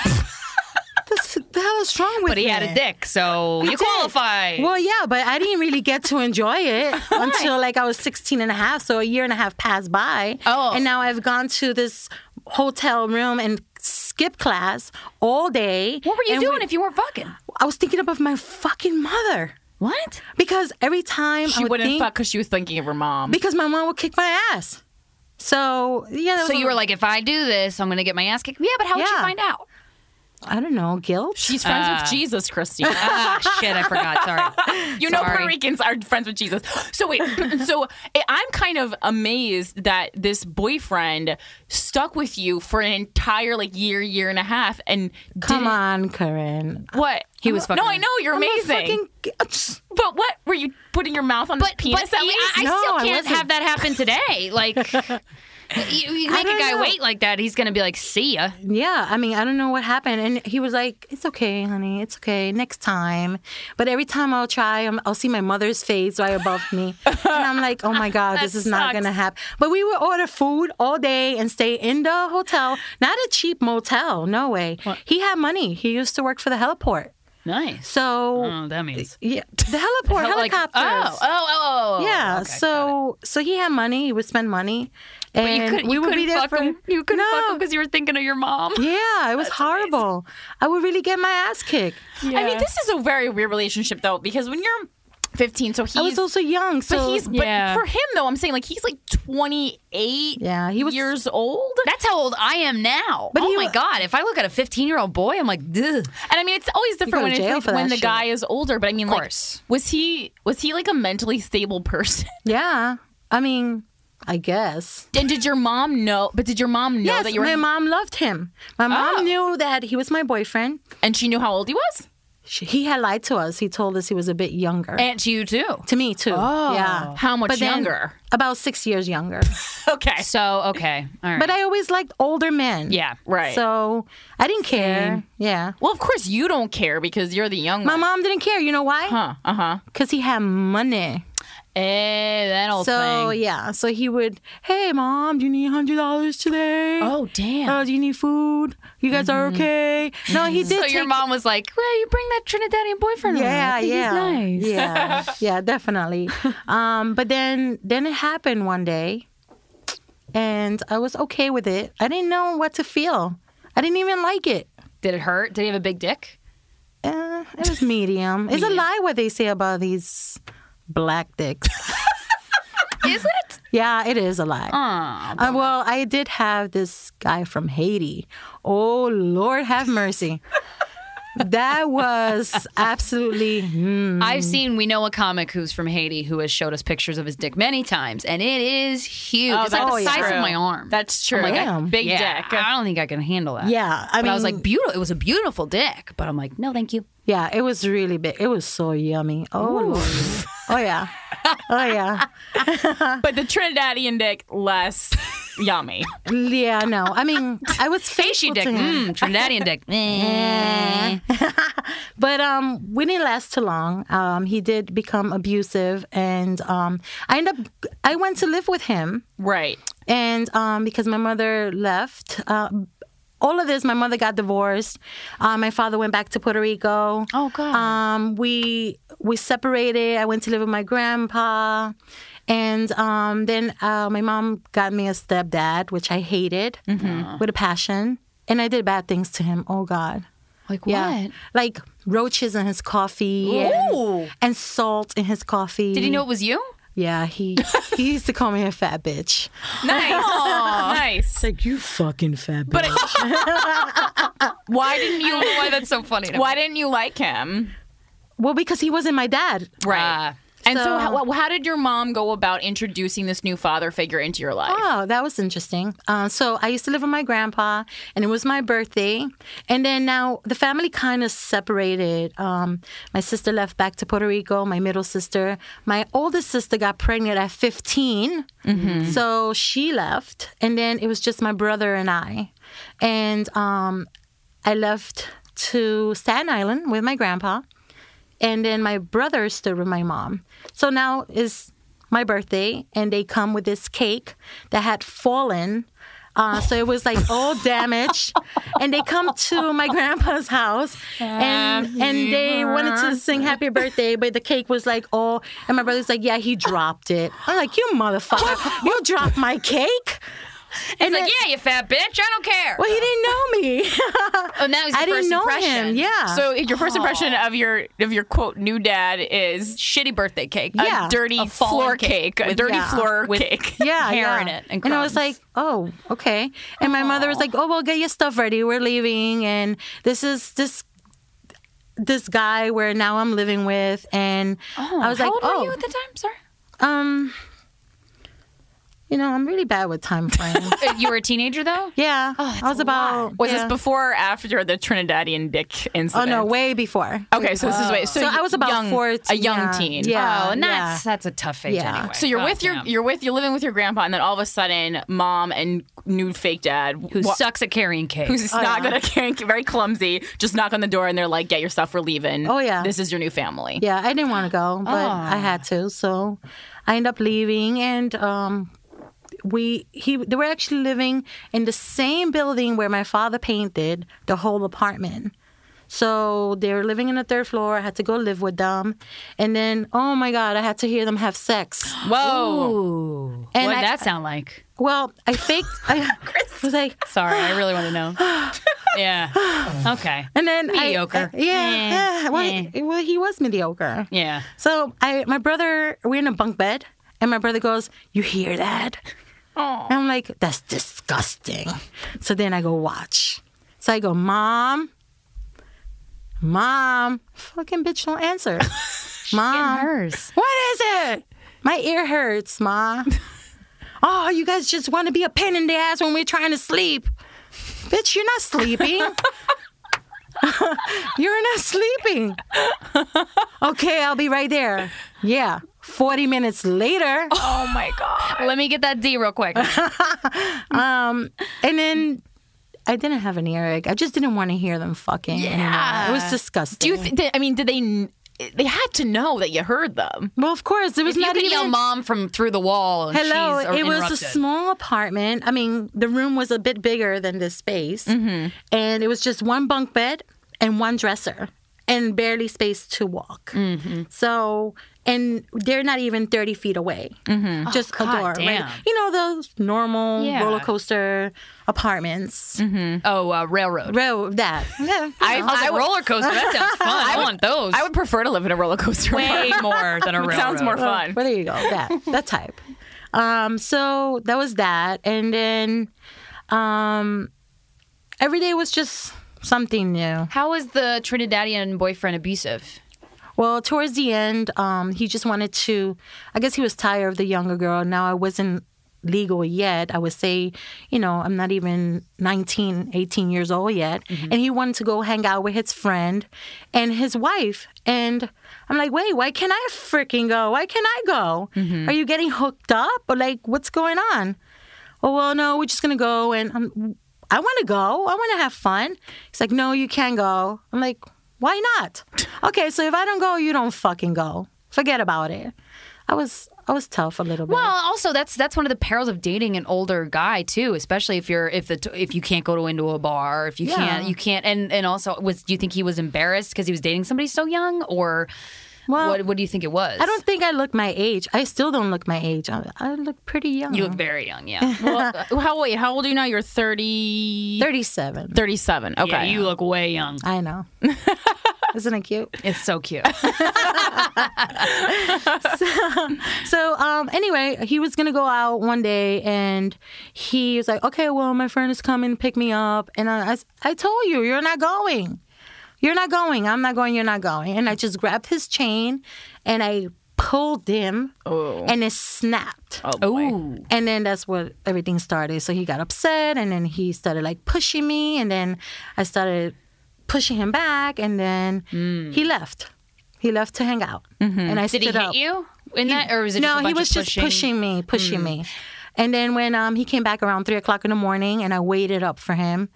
Speaker 4: That's, the hell is wrong with
Speaker 2: but he had a
Speaker 4: me?
Speaker 2: dick, so you
Speaker 4: did.
Speaker 2: qualify.
Speaker 4: Well, yeah, but I didn't really get to enjoy it until like I was 16 and a half. So a year and a half passed by.
Speaker 2: Oh.
Speaker 4: And now I've gone to this hotel room and skip class all day.
Speaker 2: what were you
Speaker 4: And
Speaker 2: doing
Speaker 4: when-
Speaker 2: if you weren't fucking?
Speaker 4: I was thinking about my fucking mother
Speaker 2: What?
Speaker 4: because every time I
Speaker 1: she
Speaker 4: would
Speaker 1: wouldn't
Speaker 4: think,
Speaker 1: fuck because she was thinking of her mom.
Speaker 4: because my mom would kick my ass. So yeah. that
Speaker 2: So
Speaker 4: was a-
Speaker 2: you were like, if I do this, I'm gonna get my ass kicked. Yeah, but how would you
Speaker 4: Yeah.
Speaker 2: find out?
Speaker 4: I don't know, guilt.
Speaker 1: She's friends with Jesus, Christina.
Speaker 2: Ah, shit, I forgot. Sorry.
Speaker 1: You know,
Speaker 2: Sorry.
Speaker 1: Puerto Ricans are friends with Jesus. So wait, so I- I'm kind of amazed that this boyfriend stuck with you for an entire like year, year and a half, and
Speaker 4: Come
Speaker 1: didn't-
Speaker 4: on, Karen.
Speaker 1: what
Speaker 2: He was
Speaker 1: No,
Speaker 2: fucking-
Speaker 1: I know you're
Speaker 4: I'm a
Speaker 1: amazing,
Speaker 4: fucking-
Speaker 1: but what were you putting your mouth on his
Speaker 2: But,
Speaker 1: penis?
Speaker 2: but
Speaker 1: at
Speaker 2: yeah,
Speaker 1: least?
Speaker 2: I, I
Speaker 4: No,
Speaker 2: still
Speaker 4: I
Speaker 2: can't
Speaker 4: wasn't.
Speaker 2: have that happen today. Like, you, you make a
Speaker 4: don't
Speaker 2: guy
Speaker 4: know.
Speaker 2: wait like that, he's gonna be like, "See ya."
Speaker 4: Yeah, I mean, I don't know what happened, and he was like, "It's okay, honey. It's okay. Next time." But every time I'll try, i I'll see my mother's face right above me, and I'm like, "Oh my god, this is
Speaker 1: sucks.
Speaker 4: not gonna happen." But we would order food all day and stay in the hotel, not a cheap motel. No way. He had money. He used to work for the heliport,
Speaker 2: Nice.
Speaker 4: so
Speaker 2: Oh, that means
Speaker 4: yeah, the heliport
Speaker 2: Hel- like-
Speaker 4: helicopters.
Speaker 2: oh, oh, oh, oh.
Speaker 4: Yeah,
Speaker 2: Okay, got it.
Speaker 4: so so he had money. He would spend money,
Speaker 2: But
Speaker 4: and
Speaker 2: you couldn't,
Speaker 4: we
Speaker 2: you
Speaker 4: would be
Speaker 2: couldn't
Speaker 4: there
Speaker 2: fuck
Speaker 4: for
Speaker 2: him. You couldn't
Speaker 4: no.
Speaker 2: fuck him because you were thinking of your mom.
Speaker 4: Yeah, it was horrible. I would really get my ass kicked.
Speaker 1: I mean, this is a very weird relationship though, because when you're 15, so he's
Speaker 4: I was also young, so
Speaker 1: but he's
Speaker 2: Yeah.
Speaker 1: but for him though, I'm saying like he's like 28
Speaker 4: Yeah, he was-
Speaker 1: years old.
Speaker 2: That's how old I am now.
Speaker 4: But
Speaker 2: oh
Speaker 4: he
Speaker 2: my
Speaker 4: wa-
Speaker 2: god! If I look at a 15 year old boy, I'm like, Ugh.
Speaker 1: And I mean, it's always different
Speaker 4: go
Speaker 1: when
Speaker 4: to
Speaker 1: it's
Speaker 4: jail
Speaker 1: like,
Speaker 4: for
Speaker 1: when
Speaker 4: that
Speaker 1: the
Speaker 4: shit.
Speaker 1: guy is older. But I mean, like,
Speaker 2: course.
Speaker 1: was he was he like a mentally stable person?
Speaker 4: yeah. I mean, I guess.
Speaker 1: And did your mom know? But did your mom know
Speaker 4: yes,
Speaker 1: that you were?
Speaker 4: my mom loved him. My mom
Speaker 1: Oh.
Speaker 4: knew that he was my boyfriend.
Speaker 1: and she knew how old he was.
Speaker 4: She, he had lied to us. He told us he was a bit younger.
Speaker 2: And to you too.
Speaker 4: to me too. Oh, yeah.
Speaker 1: How much
Speaker 4: But then-
Speaker 1: younger?
Speaker 4: About six years younger.
Speaker 1: okay.
Speaker 2: So okay, all right.
Speaker 4: But I always liked older men.
Speaker 2: yeah,
Speaker 1: Right.
Speaker 4: So I didn't care. Yeah.
Speaker 1: well, of course you don't care because you're the young
Speaker 4: My
Speaker 1: one.
Speaker 4: mom didn't care. You know why?
Speaker 1: Huh. Uh huh.
Speaker 4: Because he had money.
Speaker 1: Eh, that old
Speaker 4: So
Speaker 1: thing.
Speaker 4: yeah. So he would, hey mom, do you need hundred dollars today?
Speaker 1: Oh damn.
Speaker 4: Oh, do you need food? You guys are okay. No, he did.
Speaker 2: Mm-hmm. So your
Speaker 4: take-
Speaker 2: mom was like, "Well, you bring that Trinidadian boyfriend. around.
Speaker 4: Yeah,
Speaker 2: I think he's nice."
Speaker 4: yeah, yeah, yeah, definitely. Um, but then, then it happened one day, and I was okay with it. I didn't know what to feel. I didn't even like it.
Speaker 2: Did it hurt? Did he have a big dick?
Speaker 4: Uh, it was medium. It's a lie what they say about these black dicks.
Speaker 2: Is it?
Speaker 4: yeah, it is a lie.
Speaker 2: Aw.
Speaker 4: Uh, well, I did have this guy from Haiti. Oh, Lord have mercy. that was absolutely. mm.
Speaker 2: I've seen. We know a comic who's from Haiti who has showed us pictures of his dick many times, and it is huge. it's like the
Speaker 1: Oh, that's
Speaker 2: size
Speaker 1: true.
Speaker 2: of my arm.
Speaker 1: That's true.
Speaker 2: I'm like, I-
Speaker 4: Damn.
Speaker 1: Big
Speaker 2: yeah,
Speaker 1: dick.
Speaker 2: I don't think I can handle that.
Speaker 4: Yeah, I
Speaker 2: but
Speaker 4: mean,
Speaker 2: I was like, beautiful. It was a beautiful dick, but I'm like, no, thank you.
Speaker 4: yeah, it was really big. It was so yummy. Oh, Lord. oh yeah, oh yeah,
Speaker 1: But the Trinidadian dick less yummy.
Speaker 4: yeah. No, I mean, I was
Speaker 2: Haitian
Speaker 4: faithful
Speaker 2: dick,
Speaker 4: to him.
Speaker 2: mm, Trinidadian dick. Eh.
Speaker 4: But um, we didn't last too long. Um, he did become abusive, and um, I ended up. I went to live with him.
Speaker 1: Right.
Speaker 4: and um, because my mother left. Uh, all of this, my mother got divorced. Uh, my father went back to Puerto Rico.
Speaker 2: Oh, God.
Speaker 4: Um, we we separated. I went to live with my grandpa, and um, then uh, my mom got me a stepdad, which I hated
Speaker 2: Mm-hmm.
Speaker 4: with a passion, and I did bad things to him. Oh God.
Speaker 2: Like
Speaker 4: Yeah,
Speaker 2: what?
Speaker 4: like roaches in his coffee
Speaker 1: Ooh.
Speaker 4: and, and salt in his coffee.
Speaker 2: Did he know it was you?
Speaker 4: Yeah, he he used to call me a fat bitch.
Speaker 1: Nice. nice.
Speaker 4: Like you fucking fat bitch.
Speaker 1: But why didn't you?
Speaker 2: Why that's so funny? to me.
Speaker 1: Why didn't you like him?
Speaker 4: Well, because he wasn't my dad.
Speaker 1: Right. and so,
Speaker 4: so-
Speaker 1: how, how did your mom go about introducing this new father figure into your life?
Speaker 4: Oh, that was interesting. Uh, so I used to live with my grandpa, and it was my birthday. And then now the family kind of separated. Um, my sister left back to Puerto Rico, my middle sister. My oldest sister got pregnant at 15. So she left. And then it was just my brother and I. And um, I left to Staten Island with my grandpa. and then my brother stood with my mom. So now is my birthday, and they come with this cake that had fallen. Uh, so it was like all damaged, and they come to my grandpa's house, and and they wanted to sing happy birthday, but the cake was like all, and my brother's like, yeah, he dropped it. I'm like, you motherfucker, you dropped my cake.
Speaker 2: He's like, yeah, you fat bitch. I don't care.
Speaker 4: Well, he didn't know me.
Speaker 2: Oh, now he's the
Speaker 4: I
Speaker 2: first
Speaker 4: didn't know
Speaker 2: impression.
Speaker 4: him. Yeah.
Speaker 1: So your first impression of your of your quote new dad is
Speaker 2: Shitty birthday cake.
Speaker 1: a
Speaker 4: Yeah.
Speaker 1: dirty
Speaker 2: A fallen
Speaker 1: floor
Speaker 2: cake
Speaker 1: cake, a
Speaker 2: with-
Speaker 1: dirty
Speaker 4: yeah.
Speaker 1: floor cake.
Speaker 4: yeah,
Speaker 2: hair
Speaker 4: yeah.
Speaker 2: in it and
Speaker 4: I was like,
Speaker 2: crumbs.
Speaker 4: oh, okay. And my mother was like, oh, well, get your stuff ready. We're leaving, and this is this this guy where now I'm living with, and I was
Speaker 2: How
Speaker 4: like,
Speaker 2: old
Speaker 4: oh,
Speaker 2: were you at the time? Sorry.
Speaker 4: um, you know, I'm really bad with time frame.
Speaker 2: Uh, you were a teenager though.
Speaker 4: yeah,
Speaker 2: Oh,
Speaker 4: I was about
Speaker 1: Was
Speaker 4: yeah.
Speaker 1: this before or after the Trinidadian dick
Speaker 4: Oh
Speaker 1: incident?
Speaker 4: no, way before.
Speaker 1: Okay, so this is way. So,
Speaker 4: So I was about
Speaker 1: young,
Speaker 4: 14,
Speaker 1: a young
Speaker 4: yeah.
Speaker 1: teen.
Speaker 4: Yeah,
Speaker 2: oh, and
Speaker 4: yeah.
Speaker 2: that's that's a tough age
Speaker 4: Yeah.
Speaker 2: anyway.
Speaker 1: So you're
Speaker 2: God
Speaker 1: with your
Speaker 2: damn.
Speaker 1: you're with you're living with your grandpa, and then all of a sudden, mom and new fake dad
Speaker 2: who
Speaker 1: wa-
Speaker 2: sucks at carrying cake.
Speaker 1: who's
Speaker 4: oh,
Speaker 1: not gonna very clumsy, just knock on the door, and they're like, "Get your stuff, we're leaving."
Speaker 4: Oh, yeah.
Speaker 1: this is your new family.
Speaker 4: Yeah, I didn't want to go, but I had to. So I ended up leaving and um we he they were actually living in the same building where my father painted the whole apartment. So they were living in the third floor. I had to go live with them. And then oh my god, I had to hear them have sex.
Speaker 1: Whoa.
Speaker 2: Ooh,
Speaker 4: And
Speaker 2: what
Speaker 4: I-
Speaker 2: did that sound like?
Speaker 4: Well, I faked I was like
Speaker 2: Sorry, I really want to know. yeah. Okay.
Speaker 4: and then I-
Speaker 2: Mediocre.
Speaker 4: I- yeah.
Speaker 2: Eh,
Speaker 4: well,
Speaker 2: eh.
Speaker 4: He, well, he was mediocre.
Speaker 2: Yeah.
Speaker 4: So I, my brother, we're in a bunk bed, and my brother goes, "You hear that?" And I'm like, "That's disgusting." So then I go watch. So I go, "Mom, mom, fucking bitch, don't answer, mom."
Speaker 2: Hers.
Speaker 4: What is it? My ear hurts, Ma. oh, you guys just want to be a pain in the ass when we're trying to sleep. Bitch, you're not sleeping. you're not sleeping. Okay, I'll be right there. Yeah. 40 minutes later.
Speaker 1: Oh my god.
Speaker 2: Let me get that D real quick.
Speaker 4: And then I didn't have an earache. I just didn't want to hear them fucking. anymore. It was disgusting.
Speaker 1: Do you? Th- I mean, did they? kn- They had to know that you heard them.
Speaker 4: well, of course, it was
Speaker 2: you
Speaker 4: not
Speaker 2: can
Speaker 4: even.
Speaker 2: yell mom from through the wall. And
Speaker 4: Hello,
Speaker 2: she's
Speaker 4: it was a
Speaker 2: interrupted.
Speaker 4: small apartment. I mean, the room was a bit bigger than this space.
Speaker 2: Mm-hmm.
Speaker 4: And it was just one bunk bed and one dresser and barely space to walk.
Speaker 2: Mm-hmm.
Speaker 4: So, and they're not even 30 feet away.
Speaker 2: Mm-hmm.
Speaker 4: Just a door.
Speaker 2: Oh, damn.
Speaker 4: Right? You know, those normal
Speaker 2: Yeah.
Speaker 4: roller coaster apartments.
Speaker 2: Oh, uh, railroad.
Speaker 4: Row, that. Yeah.
Speaker 2: I, was like, roller coaster. That sounds fun. I, want those.
Speaker 1: I would prefer to live in a roller coaster.
Speaker 2: way more than a railroad.
Speaker 1: Sounds more fun.
Speaker 4: Well, there you go. That that type. Um, so that was that, and then um, every day was just something new.
Speaker 2: How was the Trinidadian boyfriend abusive?
Speaker 4: Well, towards the end, um, he just wanted to. I guess he was tired of the younger girl. Now I wasn't legal yet. I would say, you know, I'm not even 19, 18 years old yet. And he wanted to go hang out with his friend and his wife. And I'm like, wait, why can't I freaking go? Why can't I go? Are you getting hooked up? Or like, what's going on? oh well no we're just gonna go and um, i want to go i want to have fun he's like no you can go i'm like why not okay so if i don't go you don't fucking go forget about it i was i was tough a little bit
Speaker 2: Well, also that's that's one of the perils of dating an older guy too, especially if you're if the if you can't go to into a bar, if you can't you can't, and and also was do you think he was embarrassed because he was dating somebody so young, or
Speaker 4: Well,
Speaker 2: what what do you think it was?
Speaker 4: i don't think i look my age i still don't look my age i, I look pretty young
Speaker 2: You look very young, yeah.
Speaker 1: Well, Uh, how wait? How old are you now? You're thirty.
Speaker 4: 37
Speaker 1: Thirty-seven. Okay.
Speaker 2: Yeah, you look way young.
Speaker 4: i know isn't it cute
Speaker 2: It's so cute.
Speaker 4: Oh, so um anyway he was gonna go out one day and he was like okay well my friend is coming to pick me up and I, I s- I told you you're not going you're not going i'm not going you're not going and i just grabbed his chain and i pulled him
Speaker 2: Oh.
Speaker 4: and it snapped
Speaker 1: Oh boy.
Speaker 2: Ooh.
Speaker 4: and then that's what everything started. So he got upset, and then he started like pushing me, and then I started pushing him back, and then he left. He left to hang out, and I
Speaker 2: Mm. Mm-hmm. Did he
Speaker 4: stood
Speaker 2: hit
Speaker 4: up.
Speaker 2: you in that, or was it
Speaker 4: no,
Speaker 2: just a bunch
Speaker 4: he was
Speaker 2: of
Speaker 4: just
Speaker 2: pushing?
Speaker 4: pushing me, pushing me. And then when um, he came back around three o'clock in the morning, and I waited up for him.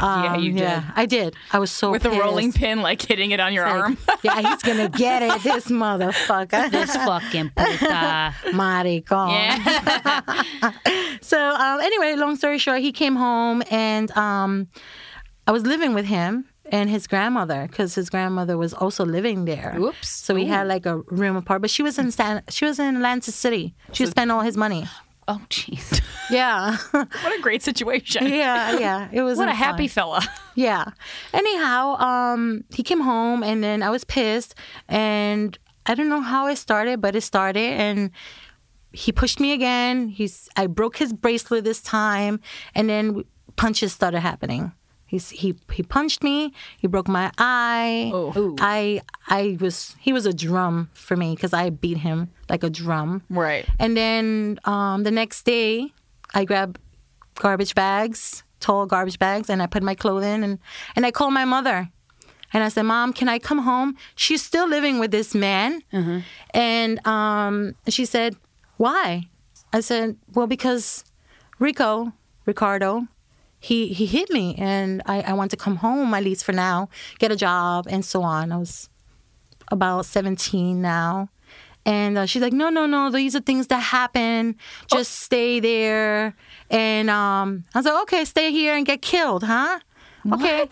Speaker 4: Um, yeah,
Speaker 2: you
Speaker 4: I did. I was so
Speaker 1: With a rolling
Speaker 4: pissed.
Speaker 1: pin, like hitting it on your
Speaker 4: Like,
Speaker 1: arm.
Speaker 4: yeah, he's gonna get it, this motherfucker.
Speaker 2: This fucking puta.
Speaker 4: Maricon. so um, anyway, long story short, he came home and um, I was living with him and his grandmother because his grandmother was also living there.
Speaker 2: Oops.
Speaker 4: So we had like a room apart, but she was in Stan- she was in Atlantic City. She would spent all his money.
Speaker 2: oh, jeez.
Speaker 4: Yeah,
Speaker 1: what a great situation.
Speaker 4: yeah, yeah. It was
Speaker 2: What a
Speaker 4: fun.
Speaker 2: happy fella.
Speaker 4: Yeah. Anyhow, um, he came home and then I was pissed and I don't know how it started, but it started and he pushed me again. He's I broke his bracelet this time and then punches started happening. He's, he he punched me. He broke my eye.
Speaker 2: Oh.
Speaker 1: Ooh.
Speaker 4: I I was he was a drum for me because I beat him like a drum.
Speaker 1: Right.
Speaker 4: And then um, the next day, I grab garbage bags, tall garbage bags, and I put my clothing and and I call my mother, and I said, "Mom, can I come home?" She's still living with this man, and um, she said, "Why?" I said, "Well, because Rico, Ricardo." He, he hit me and I, I want to come home at least for now, get a job and so on. I was about 17 now. And uh, she's like, no, no, no, these are things that happen.
Speaker 2: Oh.
Speaker 4: Just stay there. And um, I was like, okay, stay here and get killed, huh? Okay.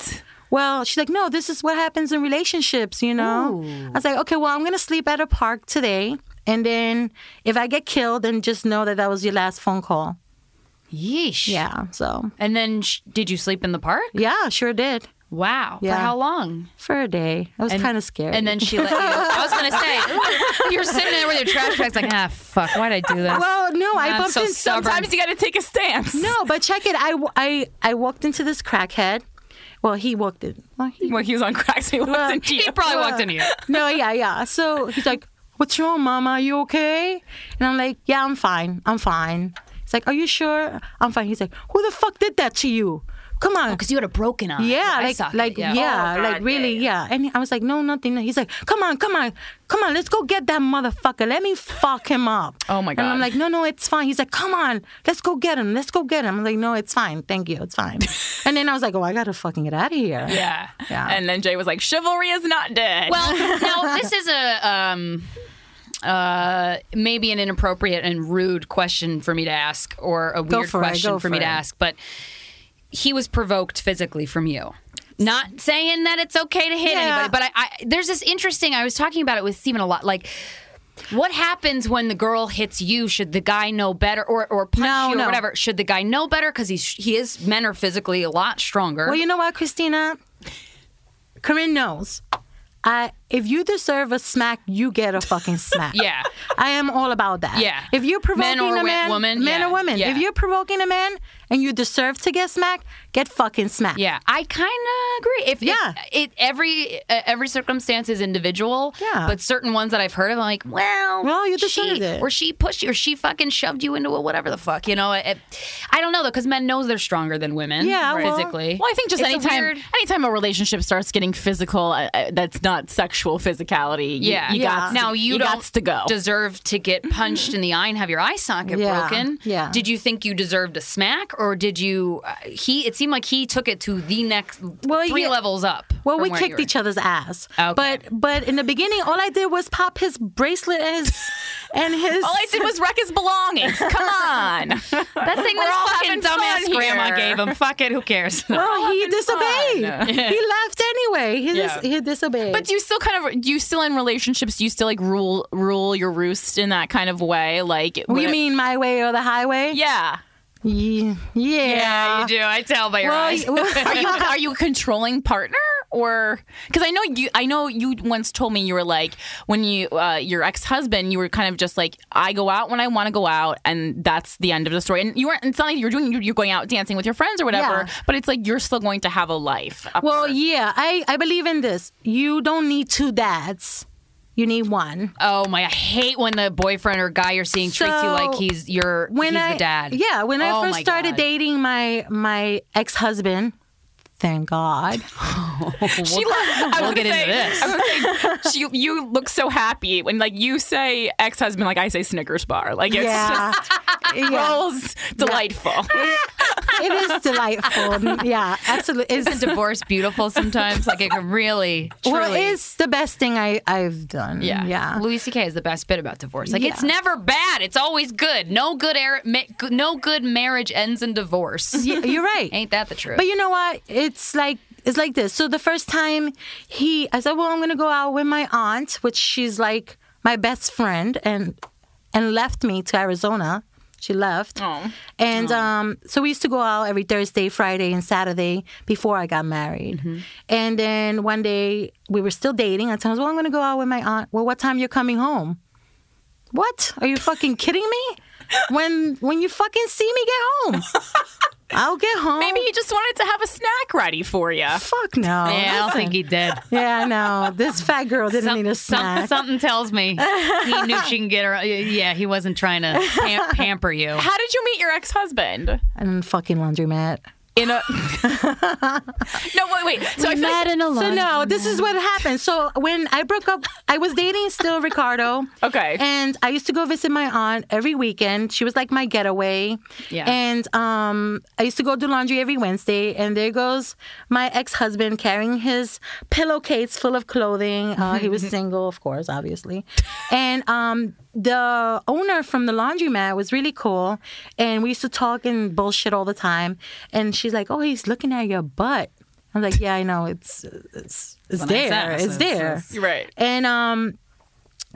Speaker 4: Well, she's like, no, this is what happens in relationships, you know? I was like, okay, well, I'm going to sleep at a park today. And then if I get killed, then just know that that was your last phone call.
Speaker 2: Yeesh.
Speaker 4: Yeah. So,
Speaker 2: And then sh- did you sleep in the park?
Speaker 4: yeah, sure did.
Speaker 2: Wow.
Speaker 4: Yeah.
Speaker 2: For how long?
Speaker 4: For a day. I was kind of scared.
Speaker 2: And then she let you. I was gonna say, you're sitting there with your trash bags, like, ah, fuck, why'd I do this?
Speaker 4: well, no, I
Speaker 2: I'm
Speaker 4: bumped
Speaker 2: so
Speaker 4: into
Speaker 2: stubborn.
Speaker 1: Sometimes you got to take a stance.
Speaker 4: No, but check it. I, w- I- I walked into this crackhead. Well, he walked in. Well, he,
Speaker 1: Well, he was on crack, so he
Speaker 4: Well,
Speaker 1: wasn't you.
Speaker 2: Uh, he probably walked into you.
Speaker 4: no, yeah, yeah. So he's like, "What's wrong, Mama? Are you okay?" And I'm like, "Yeah, I'm fine. I'm fine." It's like, are you sure? I'm fine. He's like, who the fuck did that to you? Come on.
Speaker 2: Because Oh, you had a broken eye.
Speaker 4: yeah,
Speaker 2: I
Speaker 4: like,
Speaker 2: suck at it,
Speaker 4: like, yeah,
Speaker 1: Oh,
Speaker 4: like really, yeah. And I was like, no, nothing. He's like, come on, come on, come on, let's go get that motherfucker. Let me fuck him up.
Speaker 1: Oh, my
Speaker 4: And
Speaker 1: God.
Speaker 4: I'm like, no, no, it's fine. He's like, come on, let's go get him, let's go get him. I'm like, no, it's fine, thank you, it's fine. and then I was like, oh, I gotta fucking get out of here.
Speaker 1: Yeah.
Speaker 4: Yeah.
Speaker 1: And then Jay was like, chivalry is not dead.
Speaker 2: Well, now this is a um, uh, maybe an inappropriate and rude question for me to ask, or a weird
Speaker 4: for it,
Speaker 2: question
Speaker 4: go
Speaker 2: for me
Speaker 4: for
Speaker 2: to
Speaker 4: it.
Speaker 2: ask. But he was provoked physically from you. Not saying that it's okay to hit
Speaker 4: Yeah.
Speaker 2: anybody, but I, I there's this interesting. I was talking about it with Steven a lot, like. What happens when the girl hits you? Should the guy know better, or or punch
Speaker 4: No,
Speaker 2: you, or
Speaker 4: no.
Speaker 2: whatever? Should the guy know better because he's he is men are physically a lot stronger.
Speaker 4: Well, you know what, Christina? Corinne knows. I, if you deserve a smack, you get a fucking smack.
Speaker 2: Yeah.
Speaker 4: I am all about that.
Speaker 2: Yeah.
Speaker 4: If you're
Speaker 2: Men
Speaker 4: provoking
Speaker 2: or
Speaker 4: a
Speaker 2: wo-
Speaker 4: man,
Speaker 2: woman,
Speaker 4: man
Speaker 2: yeah,
Speaker 4: or woman,
Speaker 2: yeah.
Speaker 4: if you're provoking a man and you deserve to get smacked, get fucking smacked.
Speaker 2: Yeah, I kind of agree. If
Speaker 4: Yeah.
Speaker 2: it, it every uh, every circumstance is individual.
Speaker 4: Yeah.
Speaker 2: but certain ones that I've heard of, I'm like, well,
Speaker 4: Well, you
Speaker 2: she,
Speaker 4: deserved it.
Speaker 2: or she pushed you, or she fucking shoved you into a whatever the fuck, you know. It, I don't know though, because men knows they're stronger than women.
Speaker 4: Yeah, well-
Speaker 2: physically.
Speaker 1: Well, I think just
Speaker 2: It's a
Speaker 1: anytime
Speaker 2: weird-
Speaker 1: anytime a relationship starts getting physical, uh, uh, that's not sexual physicality. You-
Speaker 2: yeah,
Speaker 1: you
Speaker 4: Yeah.
Speaker 1: gots-
Speaker 2: Now you, don't
Speaker 1: gots to go.
Speaker 2: deserve to get punched in the eye and have your eye socket
Speaker 4: Mm-hmm. Yeah,
Speaker 2: broken.
Speaker 4: yeah.
Speaker 2: Did you think you deserved a smack, or did you? Uh, he. It seemed like he took it to the next
Speaker 4: Well,
Speaker 2: three
Speaker 4: yeah.
Speaker 2: levels up.
Speaker 4: Well,
Speaker 2: from
Speaker 4: we
Speaker 2: where you
Speaker 4: kicked
Speaker 2: were.
Speaker 4: each other's ass.
Speaker 2: Okay.
Speaker 4: But but in the beginning, all I did was pop his bracelet and his and his.
Speaker 1: All I did was wreck his belongings. Come on.
Speaker 2: That thing
Speaker 1: We're
Speaker 2: this
Speaker 1: all having
Speaker 2: fucking
Speaker 1: fun
Speaker 2: dumbass grandma
Speaker 1: here.
Speaker 2: gave him. Fuck it, who cares?
Speaker 4: Well, he
Speaker 1: having
Speaker 4: disobeyed.
Speaker 1: fun.
Speaker 4: he left anyway. He, dis-
Speaker 1: Yeah.
Speaker 4: he disobeyed.
Speaker 1: But do you still kind of do you still in relationships? Do you still like rule rule your roost in that kind of way? Like
Speaker 4: Well,
Speaker 1: when
Speaker 4: you
Speaker 1: it-
Speaker 4: mean my way or the highway?
Speaker 1: Yeah.
Speaker 4: Ye- Yeah.
Speaker 2: you do. I tell by your
Speaker 4: Well,
Speaker 2: eyes.
Speaker 4: well,
Speaker 1: Uh, Are you are you a controlling partner or because I know you I know you once told me you were like when you uh, your ex husband you were kind of just like I go out when I want to go out and that's the end of the story and you weren't it's not like you're doing you're going out dancing with your friends or whatever
Speaker 4: Yeah.
Speaker 1: but it's like you're still going to have a life.
Speaker 4: Well, yeah, I, I believe in this. You don't need two dads. You need one.
Speaker 2: oh my! I hate when the boyfriend or guy you're seeing treats you
Speaker 4: So,
Speaker 2: like he's your
Speaker 4: When
Speaker 2: he's
Speaker 4: I
Speaker 2: the dad.
Speaker 4: Yeah, when I
Speaker 2: Oh,
Speaker 4: first
Speaker 2: my
Speaker 4: started
Speaker 2: God.
Speaker 4: dating my my ex husband, thank God.
Speaker 1: She lo- I was
Speaker 2: we'll
Speaker 1: gonna
Speaker 2: get into
Speaker 1: say-
Speaker 2: this.
Speaker 1: I was gonna say, she, you look so happy when like you say ex husband, like I say Snickers bar. Like it's
Speaker 4: yeah.
Speaker 1: just
Speaker 4: yeah.
Speaker 1: rolls delightful.
Speaker 4: It is delightful. Yeah, absolutely. It's,
Speaker 2: Isn't divorce beautiful sometimes? Like it can really, truly.
Speaker 4: well, it's the best thing I, I've done.
Speaker 2: yeah.
Speaker 4: Yeah.
Speaker 2: Louis C.K. is the best bit about divorce. Like it's
Speaker 4: Yeah.
Speaker 2: never bad. It's always good. No good air, ma- good- no good marriage ends in divorce.
Speaker 4: Y- You're right.
Speaker 2: Ain't that the truth?
Speaker 4: But you know what? It's like it's like this. So the first time he, I said, "Well, I'm gonna go out with my aunt, which she's like my best friend," and and left me to Arizona. She left, and um, so we used to go out every Thursday, Friday, and Saturday before I got married. And then one day we were still dating. I told her, "Well, I'm gonna go out with my aunt." Well, what time you're coming home? What? Are you fucking kidding me? When when you fucking see me get home, I'll get home.
Speaker 1: Maybe he just wanted to have a snack ready for you.
Speaker 4: Fuck no.
Speaker 2: yeah, I don't
Speaker 4: Listen.
Speaker 2: think he did.
Speaker 4: Yeah, no. This fat girl didn't need a
Speaker 2: Some-
Speaker 4: snack.
Speaker 2: something tells me he knew she can get her. Yeah, he wasn't trying to pam- pamper you.
Speaker 1: How did you meet your ex husband?
Speaker 4: And fucking laundromat.
Speaker 1: In a no, wait, wait. So I feel like,
Speaker 2: in a
Speaker 4: So no, this is what happened. So when I broke up, I was dating still Ricardo.
Speaker 1: Okay.
Speaker 4: And I used to go visit my aunt every weekend. She was like my getaway.
Speaker 2: Yeah.
Speaker 4: And um, I used to go do laundry every Wednesday. And there goes my ex-husband carrying his pillowcase full of clothing. Uh, he was single, of course, obviously. And um, the owner from the laundromat was really cool. And we used to talk and bullshit all the time. And she's like, "Oh, he's looking at your butt." I'm like, "Yeah, I know. It's it's it's
Speaker 2: nice
Speaker 4: there.
Speaker 2: ass.
Speaker 4: It's
Speaker 2: It's-
Speaker 4: there."
Speaker 2: it's-
Speaker 1: you're right.
Speaker 4: And um,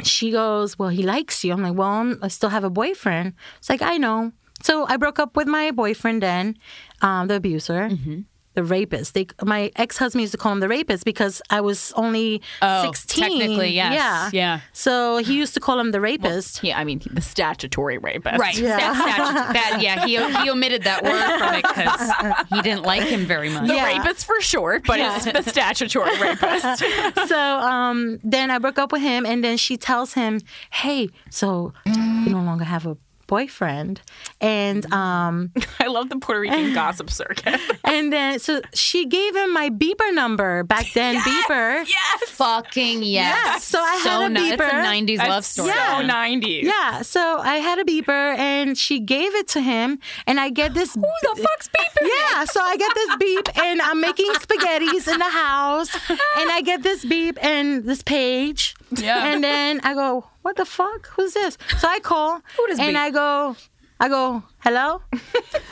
Speaker 4: she goes, "Well, he likes you." I'm like, "Well, I'm- I still have a boyfriend." It's like, "I know." So I broke up with my boyfriend then, um, the abuser.
Speaker 2: Mm-hmm.
Speaker 4: The rapist. They, my ex-husband used to call him the rapist because I was only
Speaker 2: Oh,
Speaker 4: sixteen.
Speaker 2: technically, yes.
Speaker 4: Yeah.
Speaker 2: Yeah.
Speaker 4: So he used to call him the rapist.
Speaker 1: Yeah, I mean the statutory rapist.
Speaker 2: Right.
Speaker 4: Yeah.
Speaker 2: That's actually, that, yeah, he, he omitted that word from it because he didn't like him very much.
Speaker 1: The
Speaker 4: Yeah.
Speaker 1: rapist for short, but it's the statutory rapist.
Speaker 4: so um, then I broke up with him, and then she tells him, "Hey, so you no longer have a boyfriend, and um,
Speaker 1: I love the Puerto Rican gossip circuit.
Speaker 4: and then so she gave him my Bieber number back then. Bieber,
Speaker 1: yes.
Speaker 2: Fucking yes.
Speaker 4: Yeah, so I had a
Speaker 2: ni- It's a
Speaker 4: Bieber.
Speaker 2: 90s love
Speaker 1: That's
Speaker 2: story.
Speaker 1: so
Speaker 4: Yeah.
Speaker 1: 90s.
Speaker 4: Yeah, so I had a beeper and she gave it to him and I get this Who the fuck's beeping? Yeah, so I get this beep and I'm making spaghettis in the house and I get this beep and this page.
Speaker 1: Yeah.
Speaker 4: And then I go, What the fuck? Who's this? So I call and I go I go, Hello?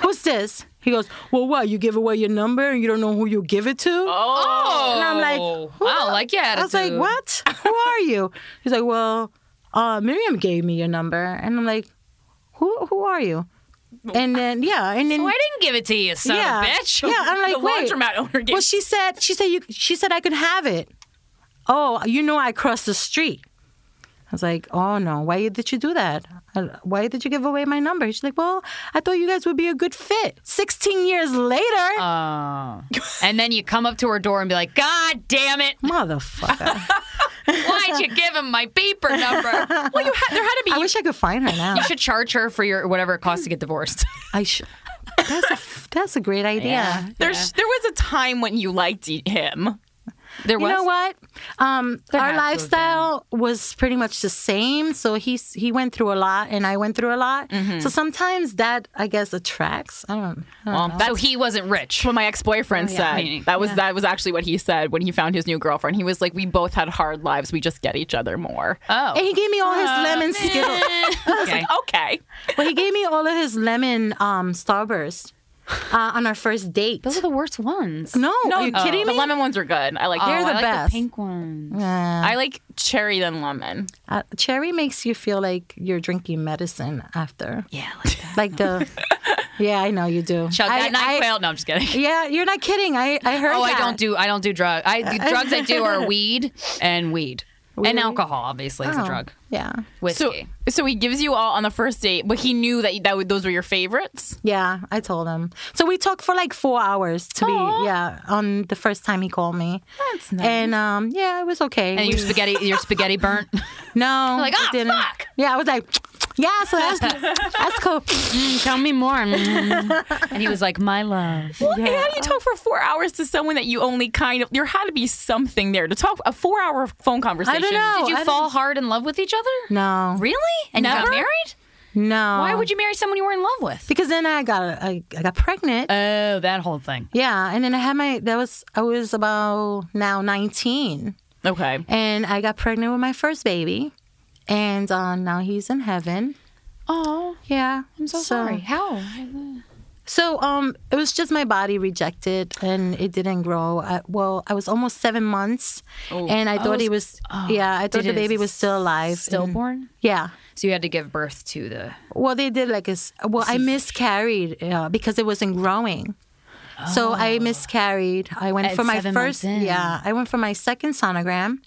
Speaker 4: Who's this? He goes, Well what, you give away your number and you don't know who you give it to?
Speaker 1: Oh.
Speaker 4: And I'm like, who
Speaker 2: I don't
Speaker 4: the-
Speaker 2: like your
Speaker 4: I was like,
Speaker 2: attitude.
Speaker 4: what? Who are you? He's like, well, uh, Miriam gave me your number, and I'm like, who? Who are you? And then yeah, and then
Speaker 2: Well, I didn't give it to you, son
Speaker 4: yeah,
Speaker 2: of a bitch.
Speaker 4: yeah. I'm like,
Speaker 1: the
Speaker 4: wait.
Speaker 1: laundromat owner gave
Speaker 4: Well, she said, she said, you, she said I could have it. Oh, you know, I crossed the street. I was like, oh no, why you- did you do that? I- Why did you give away my number? She's like, well, I thought you guys would be a good fit. 16 years later,
Speaker 2: Uh. And then you come up to her door and be like, God damn it.
Speaker 4: motherfucker.
Speaker 2: Why'd you give him my beeper number?
Speaker 1: Well, you had, there had to be.
Speaker 4: I wish I could find her now.
Speaker 2: You should charge her for your whatever it costs to get divorced.
Speaker 4: I should. That's a that's a great idea.
Speaker 1: There's there was a time when you liked e- him.
Speaker 2: There
Speaker 4: You
Speaker 2: was.
Speaker 4: know what? Um,
Speaker 2: had
Speaker 4: our
Speaker 2: to have
Speaker 4: lifestyle was pretty much the same. So he's he went through a lot, and I went through a lot.
Speaker 2: Mm-hmm.
Speaker 4: So sometimes that I guess attracts. I don't. I don't know.
Speaker 2: so he wasn't rich.
Speaker 1: What my ex boyfriend
Speaker 2: yeah.
Speaker 1: said.
Speaker 2: Meaning-
Speaker 1: that was that was actually what he said when he found his new girlfriend. He was like, "We both had hard lives. We just get each other more."
Speaker 4: and
Speaker 2: Oh.
Speaker 4: he gave me all his lemon Skittles.
Speaker 2: Okay.
Speaker 4: oh,
Speaker 1: okay.
Speaker 4: well, he gave me all of his lemon um, Starburst uh, on our first date.
Speaker 2: Those are the worst ones.
Speaker 4: no,
Speaker 1: No,
Speaker 4: Oh, are you kidding
Speaker 1: the
Speaker 4: me?
Speaker 1: lemon ones are good. I like.
Speaker 2: Oh,
Speaker 1: them.
Speaker 4: They're the
Speaker 2: I like
Speaker 4: best.
Speaker 2: the pink ones.
Speaker 4: Uh,
Speaker 1: I like cherry than lemon.
Speaker 4: uh, cherry makes you feel like you're drinking medicine after.
Speaker 2: Yeah, I like that.
Speaker 4: Like the. yeah, I know you do.
Speaker 2: Chug
Speaker 4: I-
Speaker 2: that night
Speaker 4: I-
Speaker 2: quail. No, I'm just kidding.
Speaker 4: Yeah, you're not kidding. I, I heard
Speaker 2: Oh, I
Speaker 4: that.
Speaker 2: don't do I don't do drugs. I the drugs I do are weed and weed. And alcohol obviously is a drug.
Speaker 4: Yeah.
Speaker 2: Whiskey.
Speaker 1: So, so he gives you all on the first date, but he knew that that would, those were your favorites.
Speaker 4: Yeah, I told him. So we talked for like four hours to be yeah on the first time he called me. That's nice. And um yeah, it was okay.
Speaker 2: and
Speaker 4: We-
Speaker 2: your spaghetti your spaghetti burnt.
Speaker 4: no,
Speaker 2: like,
Speaker 4: it
Speaker 2: "Ah,
Speaker 4: didn't.
Speaker 2: fuck."
Speaker 4: Yeah, I was like, yeah, so that's that's cool.
Speaker 2: Mm, Tell me more. Mm. and he was like, My love.
Speaker 1: Well, and how do you talk for four hours to someone that you only kind of there had to be something there to talk a four hour phone conversation?
Speaker 4: know.
Speaker 2: Did you
Speaker 4: I
Speaker 2: fall hard in love with each other?
Speaker 4: No,
Speaker 2: Really? And you
Speaker 1: Never?
Speaker 2: got married?
Speaker 4: no.
Speaker 2: Why would you marry someone you were in love with?
Speaker 4: Because then I got I, I got pregnant.
Speaker 2: Oh, that whole thing.
Speaker 4: yeah, and then I had my that was I was about now nineteen,
Speaker 1: Okay.
Speaker 4: and I got pregnant with my first baby, and uh, now he's in heaven.
Speaker 2: Oh,
Speaker 4: Yeah,
Speaker 2: I'm so, sorry. How?
Speaker 4: So um, it was just my body rejected, and it didn't grow. I, well, I was almost seven months,
Speaker 2: Oh.
Speaker 4: and I thought he was. yeah, I thought
Speaker 2: Did
Speaker 4: the
Speaker 2: it
Speaker 4: baby was still alive. and-
Speaker 2: Stillborn?
Speaker 4: yeah.
Speaker 2: So you had to give birth to the
Speaker 4: Well, they did like a. s- Well, I miscarried uh, because it wasn't growing. So I miscarried. I went
Speaker 2: Oh. At
Speaker 4: for my
Speaker 2: seven
Speaker 4: first.
Speaker 2: months in.
Speaker 4: Yeah, I went for my second sonogram,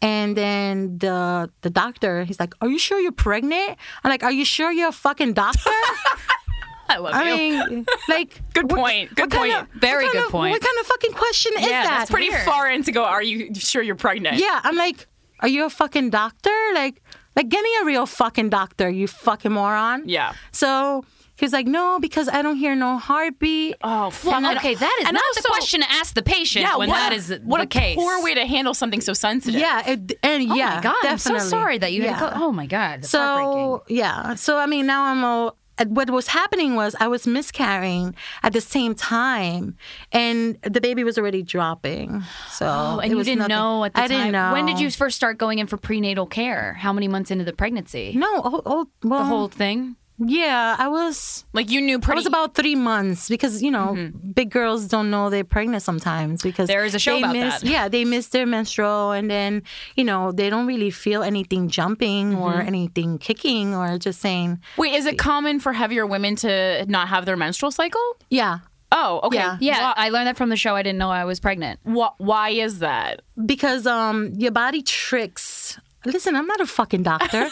Speaker 4: and then the the doctor he's like, "Are you sure you're pregnant?" I'm like, "Are you sure you're a fucking doctor?"
Speaker 2: I love
Speaker 4: I
Speaker 2: you.
Speaker 4: mean, like,
Speaker 1: Good point. Good
Speaker 4: what
Speaker 1: point.
Speaker 4: kind of-
Speaker 2: Very
Speaker 4: what kind
Speaker 2: good
Speaker 4: of-
Speaker 2: point.
Speaker 4: What kind of fucking question is
Speaker 2: Yeah,
Speaker 4: that?
Speaker 2: that's
Speaker 1: pretty
Speaker 2: Weird.
Speaker 1: far in to go. Are you sure you're pregnant?
Speaker 4: Yeah, I'm like, are you a fucking doctor? Like, like, get me a real fucking doctor, you fucking moron.
Speaker 1: Yeah.
Speaker 4: So he's like, no, because I don't hear no heartbeat.
Speaker 1: Oh, fuck.
Speaker 2: Well, okay, that is
Speaker 1: and
Speaker 2: not the
Speaker 1: also-
Speaker 2: question to ask the patient
Speaker 1: Yeah,
Speaker 2: when
Speaker 1: what
Speaker 2: that
Speaker 1: a-
Speaker 2: is
Speaker 1: what
Speaker 2: the
Speaker 1: a
Speaker 2: case.
Speaker 1: poor way to handle something so sensitive.
Speaker 4: yeah, it, and
Speaker 2: oh
Speaker 4: yeah,
Speaker 2: my god, I'm so
Speaker 4: definitely.
Speaker 2: sorry that you had to
Speaker 4: Yeah.
Speaker 2: go. Oh my god, that's heartbreaking.
Speaker 4: So yeah, so I mean, now I'm all. and What was happening was I was miscarrying at the same time, and the baby was already dropping. So
Speaker 2: Oh,
Speaker 4: it
Speaker 2: and you
Speaker 4: was
Speaker 2: didn't
Speaker 4: nothing-
Speaker 2: know at the
Speaker 4: I
Speaker 2: time.
Speaker 4: didn't know
Speaker 2: When did you first start going in for prenatal care? How many months into the pregnancy?
Speaker 4: No, oh, oh well,
Speaker 2: The whole thing.
Speaker 4: yeah, I was.
Speaker 1: Like you knew
Speaker 4: I
Speaker 1: pretty.
Speaker 4: was about three months because you know big girls don't know they're pregnant sometimes because
Speaker 2: Mm-hmm. There is a show
Speaker 4: they
Speaker 2: about
Speaker 4: miss,
Speaker 2: that.
Speaker 4: Yeah, they miss their menstrual and then you know they don't really feel anything jumping or
Speaker 2: Mm-hmm.
Speaker 4: anything kicking or just saying
Speaker 1: Wait, is it common for heavier women to not have their menstrual cycle?
Speaker 4: yeah
Speaker 1: Oh, okay.
Speaker 4: Yeah.
Speaker 2: Yeah, I learned that from the show. I didn't know I was pregnant.
Speaker 1: Wh- why is that?
Speaker 4: because um your body tricks Listen, I'm not a fucking doctor.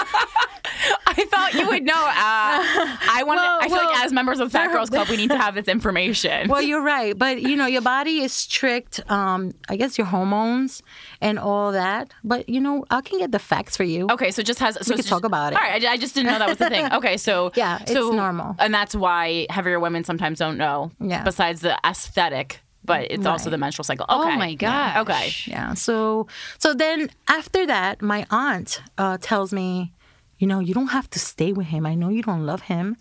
Speaker 1: I thought you would know. Uh, I want.
Speaker 4: Well,
Speaker 1: I feel like
Speaker 4: well,
Speaker 1: as members of Fat Girls Club, we need to have this information.
Speaker 4: well, you're right, but you know your body is strict. Um, I guess your hormones and all that. But you know, I can get the facts for you.
Speaker 1: Okay, so it just has. So
Speaker 4: could
Speaker 1: it's just-
Speaker 4: talk about it.
Speaker 1: All right, I, I just didn't know that was the thing. Okay, so
Speaker 4: Yeah, it's
Speaker 1: so,
Speaker 4: normal.
Speaker 1: and that's why heavier women sometimes don't know.
Speaker 4: Yeah.
Speaker 1: Besides the aesthetic, but it's also the menstrual cycle. Okay.
Speaker 2: Oh my gosh.
Speaker 1: Yeah, Okay.
Speaker 4: Yeah. So so then after that, my aunt uh, tells me, you know, you don't have to stay with him. I know you don't love him.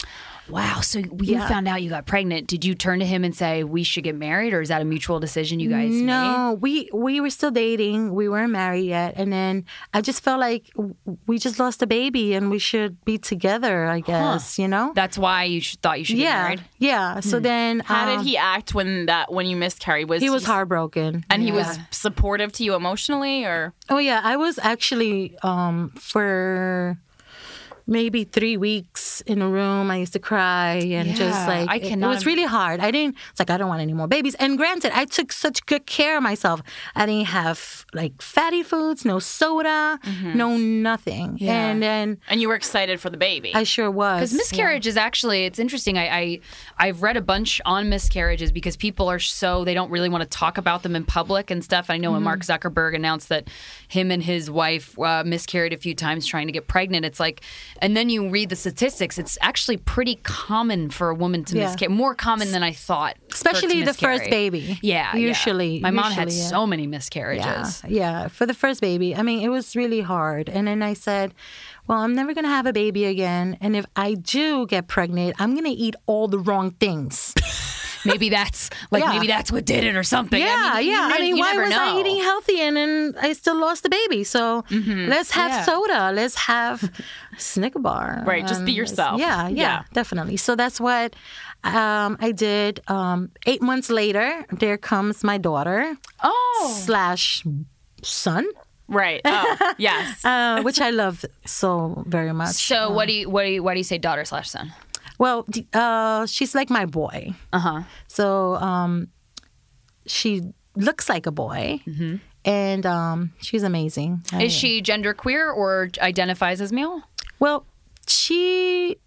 Speaker 2: Wow. So you found out you got pregnant. Did you turn to him and say, we should get married? Or is that a mutual decision you guys made?
Speaker 4: No, we we were still dating. We weren't married yet, and then I just felt like w- we just lost a baby, and we should be together. I guess you know.
Speaker 2: That's why you sh- thought you should get
Speaker 4: yeah,
Speaker 2: married?
Speaker 4: yeah. So then,
Speaker 1: Hmm. How
Speaker 4: um,
Speaker 1: did he act when that when you miscarried? Was
Speaker 4: He was heartbroken,
Speaker 1: and he was supportive to you emotionally, or
Speaker 4: Oh yeah, I was actually um for maybe three weeks in a room. I used to cry and
Speaker 2: Yeah,
Speaker 4: just like
Speaker 2: I
Speaker 4: it-
Speaker 2: cannot
Speaker 4: It was really hard. I didn't. It's like I don't want any more babies. And granted, I took such good care of myself. I didn't have like fatty foods, no soda,
Speaker 2: Mm-hmm.
Speaker 4: no nothing. And then
Speaker 1: and you were excited for the baby.
Speaker 4: I sure was
Speaker 2: Because miscarriage is actually it's interesting. I, I I've read a bunch on miscarriages because people are so they don't really want to talk about them in public and stuff. I know when Mark
Speaker 4: Mm-hmm.
Speaker 2: Zuckerberg announced that him and his wife uh, miscarried a few times trying to get pregnant, it's like, and then you read the statistics. It's actually pretty common for a woman to
Speaker 4: Yeah.
Speaker 2: miscarry, more common than I thought, for it to
Speaker 4: Especially the first
Speaker 2: miscarry.
Speaker 4: baby.
Speaker 2: Yeah, yeah.
Speaker 4: Usually-
Speaker 2: my mom had
Speaker 4: usually, yeah.
Speaker 2: so many miscarriages.
Speaker 4: Yeah, yeah. For the first baby, I mean, it was really hard. And then I said, well, I'm never going to have a baby again. And if I do get pregnant, I'm going to eat all the wrong things.
Speaker 2: Maybe that's like
Speaker 4: Yeah.
Speaker 2: maybe that's what did it or something. I
Speaker 4: yeah,
Speaker 2: mean, you
Speaker 4: yeah. I
Speaker 2: ne-
Speaker 4: mean,
Speaker 2: you
Speaker 4: why
Speaker 2: never
Speaker 4: was
Speaker 2: know.
Speaker 4: I eating healthy and then I still lost the baby? So let's have
Speaker 2: Yeah.
Speaker 4: soda. Let's have Snicker bar.
Speaker 1: Right, just be
Speaker 4: and let's-
Speaker 1: yourself.
Speaker 4: Yeah, yeah,
Speaker 1: Yeah.
Speaker 4: definitely. So that's what um, I did. Um, eight months later, there comes my daughter
Speaker 1: oh,
Speaker 4: slash son.
Speaker 1: right. Oh, yes.
Speaker 4: uh, which I love so very much.
Speaker 2: So what do you what do you why do you say daughter slash son?
Speaker 4: Well, d- uh, she's like my boy.
Speaker 2: Uh huh.
Speaker 4: So um, she looks like a boy, and um, she's amazing. I-
Speaker 2: Mm-hmm. Is she gender queer or identifies as male?
Speaker 4: well, she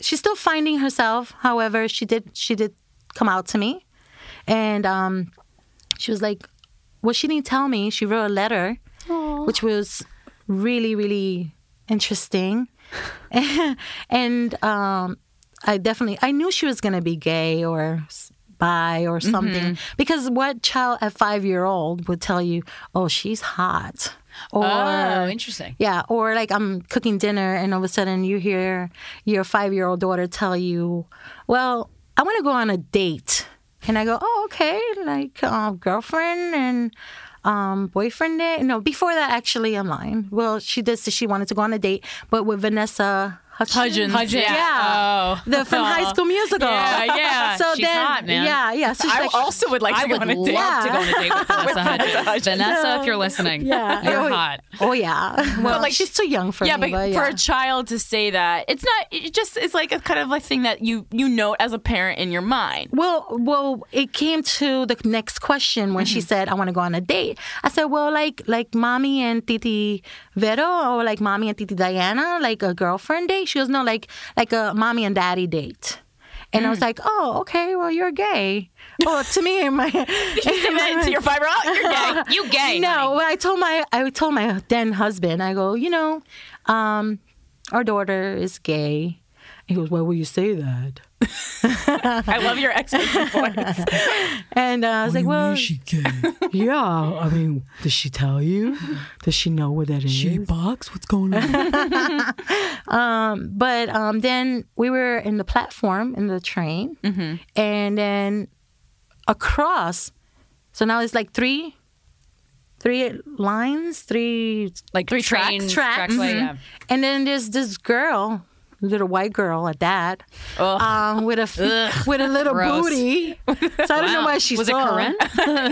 Speaker 4: she's still finding herself. However, she did she did come out to me, and um, she was like, "Well, she didn't tell me." She wrote a letter, which was really really interesting, and um, I definitely I knew she was gonna be gay or s- bi or something because what child at five year old would tell you, "Oh, she's hot." Or
Speaker 2: Oh, interesting.
Speaker 4: yeah, or like I'm cooking dinner and all of a sudden you hear your five year old daughter tell you, Well, I want to go on a date. And I go, Oh, okay, like um, girlfriend and um, boyfriend date. No, before that, actually, I'm lying. Well, she did say she wanted to go on a date, but with Vanessa Hudgens.
Speaker 1: Hudgens, yeah. Oh.
Speaker 4: The, from High School Musical.
Speaker 1: Yeah, yeah.
Speaker 4: So
Speaker 1: She's
Speaker 4: then,
Speaker 1: hot, man.
Speaker 4: yeah, yeah. So she's
Speaker 1: I
Speaker 4: like,
Speaker 1: also would like
Speaker 2: I
Speaker 1: to go
Speaker 2: would
Speaker 1: on a
Speaker 2: love
Speaker 1: date.
Speaker 4: Yeah.
Speaker 2: to go on a date with Vanessa Hudgens. Vanessa, if you're listening,
Speaker 4: Yeah.
Speaker 2: you're
Speaker 4: Oh,
Speaker 2: hot.
Speaker 4: Oh, yeah. Well, like, she's too young for
Speaker 1: yeah,
Speaker 4: me.
Speaker 1: but, for
Speaker 4: yeah.
Speaker 1: a child to say that, it's not. It just is like a kind of like thing that you you note as a parent in your mind.
Speaker 4: Well, well, it came to the next question when she said, "I want to go on a date." I said, "Well, like like mommy and Titi Vero, or like mommy and Titi Diana, like a girlfriend date." She goes, "No, like like a mommy and daddy date." And I was like, "Oh, okay. Well, you're gay." Well, to me, my
Speaker 1: And then to your fiber, oh, you're gay.
Speaker 2: You gay?
Speaker 4: no. Well, I told my I told my then husband. I go, you know, um, our daughter is gay. He goes, "Why would you say that?"
Speaker 1: I love your expression voice.
Speaker 4: And uh, I was like, "Well,
Speaker 5: Yeah, I mean, does she tell you? Does she know what that is? She box? What's going on?
Speaker 4: but um, then we were in the platform in the train,
Speaker 2: Mm-hmm.
Speaker 4: and then across. So now it's like three, three lines, three,
Speaker 2: Like three train
Speaker 4: tracks, mm-hmm.
Speaker 2: tracks, Mm-hmm. like, yeah.
Speaker 4: and then there's this girl, little white girl at that,
Speaker 2: Oh.
Speaker 4: um, with a with a little
Speaker 2: Gross.
Speaker 4: booty. So I don't know
Speaker 2: Wow.
Speaker 4: why she
Speaker 2: was
Speaker 4: saw.
Speaker 2: it Corinne?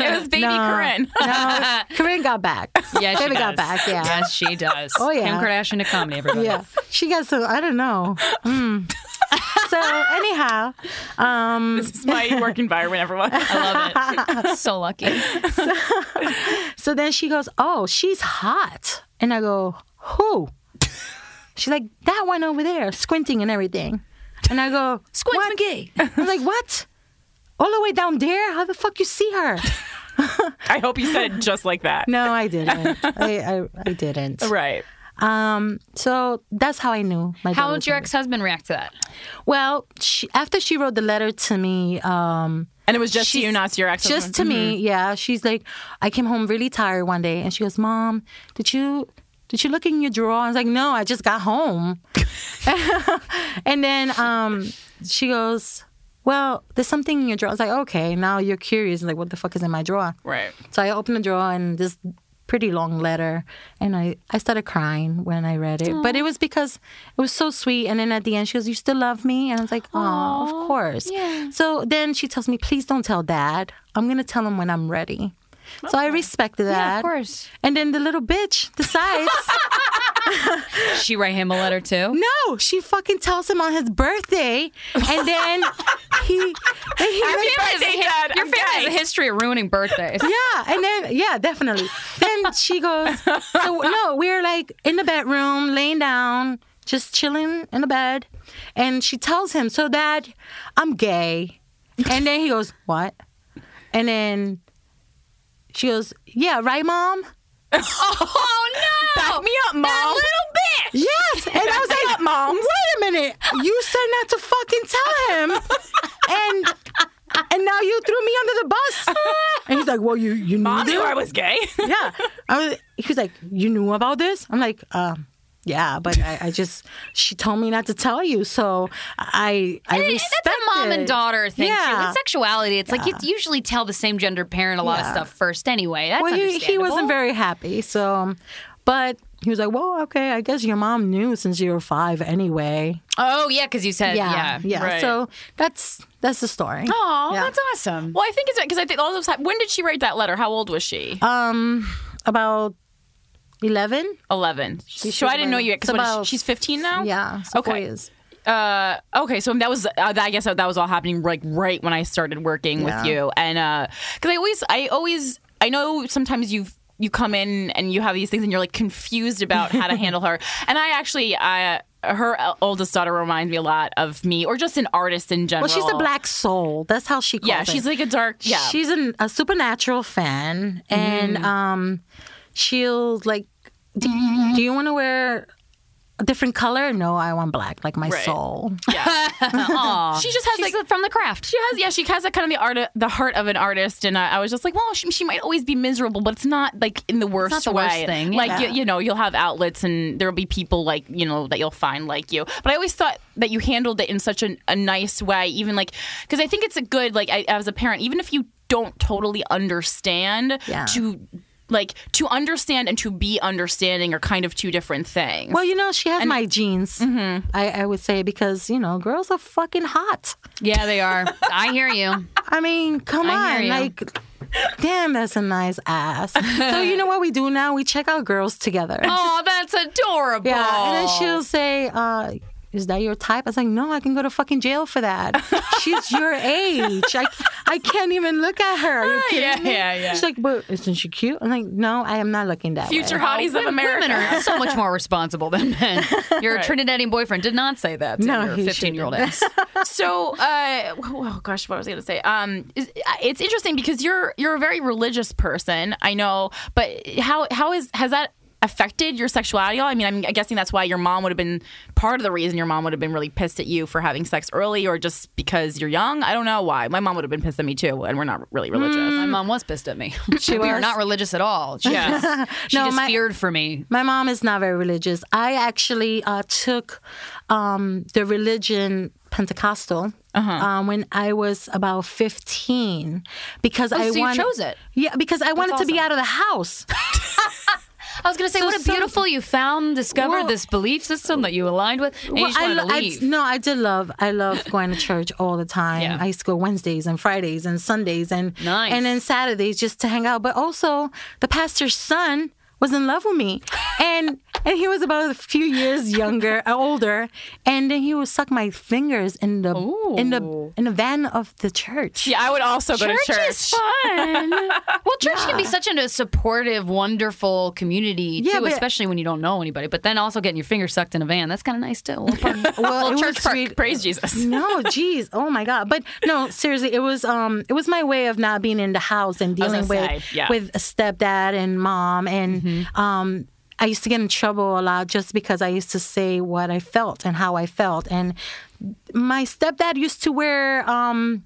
Speaker 1: It was baby
Speaker 4: No.
Speaker 1: Corinne.
Speaker 4: No, Corinne got back.
Speaker 2: Yeah, she
Speaker 4: Baby got
Speaker 2: does.
Speaker 4: back, yeah.
Speaker 2: Yes, she does.
Speaker 4: Oh, yeah.
Speaker 2: Kim Kardashian to comedy, everybody.
Speaker 4: yeah she got so i don't know Mm. so anyhow um
Speaker 1: This is my work environment, everyone.
Speaker 2: I love it. so lucky.
Speaker 4: so then she goes oh she's hot and i go who? She's like, that one over there, squinting and everything. And I go,
Speaker 6: Squint McGee.
Speaker 4: I'm like, what? All the way down there? How the fuck you see her?
Speaker 1: I hope you said it just like that.
Speaker 4: No, I didn't. I, I, I didn't.
Speaker 1: Right.
Speaker 4: Um, so that's how I knew. My
Speaker 2: How
Speaker 4: daughter
Speaker 2: would
Speaker 4: was
Speaker 2: your
Speaker 4: pregnant.
Speaker 2: ex husband react to that?
Speaker 4: Well, she, after she wrote the letter to me, um,
Speaker 1: And it was just
Speaker 4: She's-
Speaker 1: you, not your Mm-hmm. ex.
Speaker 4: just to me, yeah, she's like, I came home really tired one day, and she goes, "Mom, did you?" Did you look in your drawer? I was like, no, I just got home. and then um, she goes, well, there's something in your drawer. I was like, okay, now you're curious. Like, what the fuck is in my drawer?
Speaker 1: Right.
Speaker 4: So I opened the drawer and this pretty long letter, and I, I started crying when I read it. But it was because it was so sweet. And then at the end, she goes, You still love me? And I was like, Oh, of course. So then she tells me, Please don't tell dad. I'm going to tell him when I'm ready. So I respected that.
Speaker 2: Yeah, of course.
Speaker 4: And then the little bitch decides.
Speaker 2: She write him a letter too.
Speaker 4: no, she fucking tells him on his birthday. And then he. and he
Speaker 1: birthday, Dad.
Speaker 2: Your
Speaker 1: I'm
Speaker 2: family has
Speaker 1: gay.
Speaker 2: a history of ruining birthdays.
Speaker 4: yeah, and then yeah, definitely. Then she goes. So no, we're like in the bedroom, laying down, just chilling in the bed, and she tells him, "So that I'm gay," and then he goes, "What?" And then she goes, "Yeah, right, mom."
Speaker 2: Oh no!
Speaker 1: Back me up, mom.
Speaker 2: That little bitch.
Speaker 4: Yes, and I was like, "Mom, wait a minute! You said not to fucking tell him," and and now you threw me under the bus. And he's like, "Well, you you knew
Speaker 1: Mom
Speaker 4: this?"
Speaker 1: knew I was gay.
Speaker 4: yeah. I was, he was like, You knew about this? I'm like, um, yeah, but I, I just she told me not to tell you, so I I
Speaker 2: It-
Speaker 4: respect
Speaker 2: That's a mom and
Speaker 4: it.
Speaker 2: daughter thing too.
Speaker 4: Yeah.
Speaker 2: With sexuality, it's like you usually tell the same gender parent a lot of
Speaker 4: Yeah.
Speaker 2: stuff first anyway. That's
Speaker 4: Well, he, he
Speaker 2: understandable.
Speaker 4: wasn't very happy, so um, but he was like, Well, okay, I guess your mom knew since you were five anyway.
Speaker 2: Oh yeah, because you said yeah. Oh.
Speaker 4: yeah. So that's that's the story.
Speaker 2: Aw,
Speaker 4: Yeah.
Speaker 2: that's awesome.
Speaker 1: Well, I think it's because I think all those. When did she write that letter? How old was she?
Speaker 4: Um about eleven?
Speaker 1: Eleven. So
Speaker 4: should've
Speaker 1: I didn't know
Speaker 4: been-
Speaker 1: you yet.
Speaker 4: it's
Speaker 1: Because
Speaker 4: about-
Speaker 1: she's fifteen now.
Speaker 4: Yeah. So four
Speaker 1: Okay.
Speaker 4: years.
Speaker 1: Uh, okay, so that was uh, I guess that was all happening like right when I started working
Speaker 4: Yeah.
Speaker 1: with you, and because I always, I always, I know sometimes you've you come in and you have these things and you're like confused about how to handle her, and I actually, I her oldest daughter reminds me a lot of me, or just an artist in general.
Speaker 4: Well, she's a black soul. That's how she calls
Speaker 1: Yeah,
Speaker 4: it.
Speaker 1: she's like a dark. Yeah,
Speaker 4: she's an, a supernatural fan, and
Speaker 2: Mm-hmm.
Speaker 4: um, she'll like, do, do you want to wear a different color? No, I want black, like my
Speaker 1: Right.
Speaker 4: soul.
Speaker 1: she just has
Speaker 2: She's
Speaker 1: like
Speaker 2: like, from the craft.
Speaker 1: she has yeah she has that kind of the art the heart of an artist and I, I was just like well she, she might always be miserable but it's not like in the worst
Speaker 2: the
Speaker 1: way
Speaker 2: worst thing,
Speaker 1: like
Speaker 2: yeah.
Speaker 1: you, you know you'll have outlets and there'll be people like you know that you'll find like you but I always thought that you handled it in such an, a nice way even like because I think it's a good like I, as a parent even if you don't totally understand
Speaker 4: Yeah.
Speaker 1: to like to understand and to be understanding are kind of two different things
Speaker 4: Well, you know, she has my genes.
Speaker 2: Mm-hmm.
Speaker 4: I, I would say because you know, girls are fucking hot.
Speaker 2: Yeah, they are. I hear you.
Speaker 4: I mean, come
Speaker 2: I
Speaker 4: on,
Speaker 2: hear you.
Speaker 4: like. Damn, that's a nice ass. so you know what we do now? We check out girls together.
Speaker 2: Oh, that's adorable.
Speaker 4: Yeah, and then she'll say, uh, "Is that your type?" I was like, "No, I can go to fucking jail for that. She's your age. I, I can't even look at her. Are you kidding
Speaker 1: yeah,
Speaker 4: me?"
Speaker 1: yeah, yeah.
Speaker 4: She's like, "But isn't she cute?" I'm like, "No, I am not looking that
Speaker 1: future
Speaker 4: way."
Speaker 1: hotties of America
Speaker 2: Women are so much more responsible than men. Your Trinidadian boyfriend did not say that to
Speaker 4: No,
Speaker 2: your
Speaker 4: he
Speaker 2: 15 year old ass.
Speaker 1: so uh oh gosh what was i gonna say um is- it's interesting because you're you're a very religious person i know but how how is has that affected your sexuality at all? i mean i'm guessing that's why your mom would have been part of the reason your mom would have been really pissed at you for having sex early or just because you're young i don't know why my mom would have been pissed at me too and we're not really religious
Speaker 2: My mom was pissed at me. She we were
Speaker 4: was?
Speaker 2: not religious at all. She just, she
Speaker 4: No,
Speaker 2: just
Speaker 4: my-
Speaker 2: feared for me.
Speaker 4: My mom is not very religious. I actually uh, took um, the religion Pentecostal um, when I was about 15 because I
Speaker 2: so you
Speaker 4: wanted,
Speaker 2: chose it.
Speaker 4: Yeah, because I wanted to be out of the house.
Speaker 2: I was going to say, what a
Speaker 4: some-
Speaker 2: beautiful you found, discovered
Speaker 4: Well-
Speaker 2: this belief system that you aligned with, and you just
Speaker 4: I,
Speaker 2: wanted
Speaker 4: lo-
Speaker 2: to
Speaker 4: I-
Speaker 2: leave.
Speaker 4: no, I did love. I love going to church all the time.
Speaker 2: Yeah.
Speaker 4: I used to go Wednesdays and Fridays and Sundays and
Speaker 2: Nice.
Speaker 4: and then Saturdays just to hang out. But also, the pastor's son was in love with me, and and he was about a few years younger, uh, older, and then he would suck my fingers in the in the in the van of the church.
Speaker 1: Yeah, I would also go to church.
Speaker 2: is fun. well, church can be such a supportive, wonderful community
Speaker 4: Yeah,
Speaker 2: too,
Speaker 4: but-
Speaker 2: especially when you don't know anybody. But then also getting your finger sucked in a van—that's kind of nice too. Little party.
Speaker 4: Well, it was
Speaker 1: Church park.
Speaker 4: sweet.
Speaker 1: Praise Jesus.
Speaker 4: no, geez, oh my god! But no, seriously, it was um, it was my way of not being in the house and
Speaker 1: was
Speaker 4: dealing
Speaker 1: gonna
Speaker 4: with
Speaker 1: say, yeah.
Speaker 4: with stepdad and mom, and
Speaker 2: Mm-hmm.
Speaker 4: um, I used to get in trouble a lot just because I used to say what I felt and how I felt, and my stepdad used to wear um.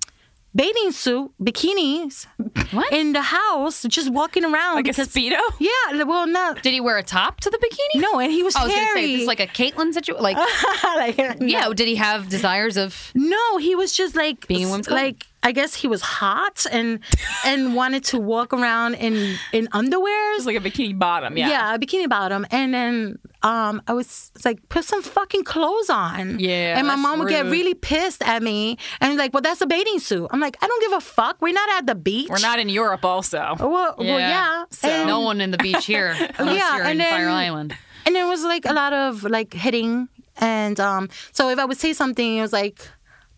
Speaker 4: Bathing suit, bikinis,
Speaker 2: What?
Speaker 4: in the house, just walking around.
Speaker 1: Like a
Speaker 4: because-
Speaker 1: Speedo?
Speaker 4: Yeah, well, not
Speaker 2: Did he wear a top to the bikini?
Speaker 4: no, and he was
Speaker 2: I was gonna say,
Speaker 4: hairy.
Speaker 2: is this like a Caitlyn situation? Like,
Speaker 4: like,
Speaker 2: yeah, did he have desires of?
Speaker 4: No, he was just like
Speaker 2: Being in women's club?
Speaker 4: Like I guess he was hot and and wanted to walk around in in
Speaker 1: It's
Speaker 4: underwears.
Speaker 1: like a bikini bottom. Yeah.
Speaker 4: Yeah, a bikini bottom, and then um, I was like, "Put some fucking clothes on."
Speaker 1: Yeah,
Speaker 4: and my
Speaker 1: that's
Speaker 4: mom would get
Speaker 1: rude.
Speaker 4: really pissed at me, and like, "Well, that's a bathing suit." I'm like, "I don't give a fuck. We're not at the beach.
Speaker 1: We're not in Europe, also.
Speaker 4: Well, yeah. Well, yeah. And-
Speaker 2: no one in the beach here. Unless
Speaker 4: Yeah,
Speaker 2: you're
Speaker 4: and
Speaker 2: in
Speaker 4: then-
Speaker 2: Fire Island.
Speaker 4: and there was like a lot of like hitting and um so if i would say something it was like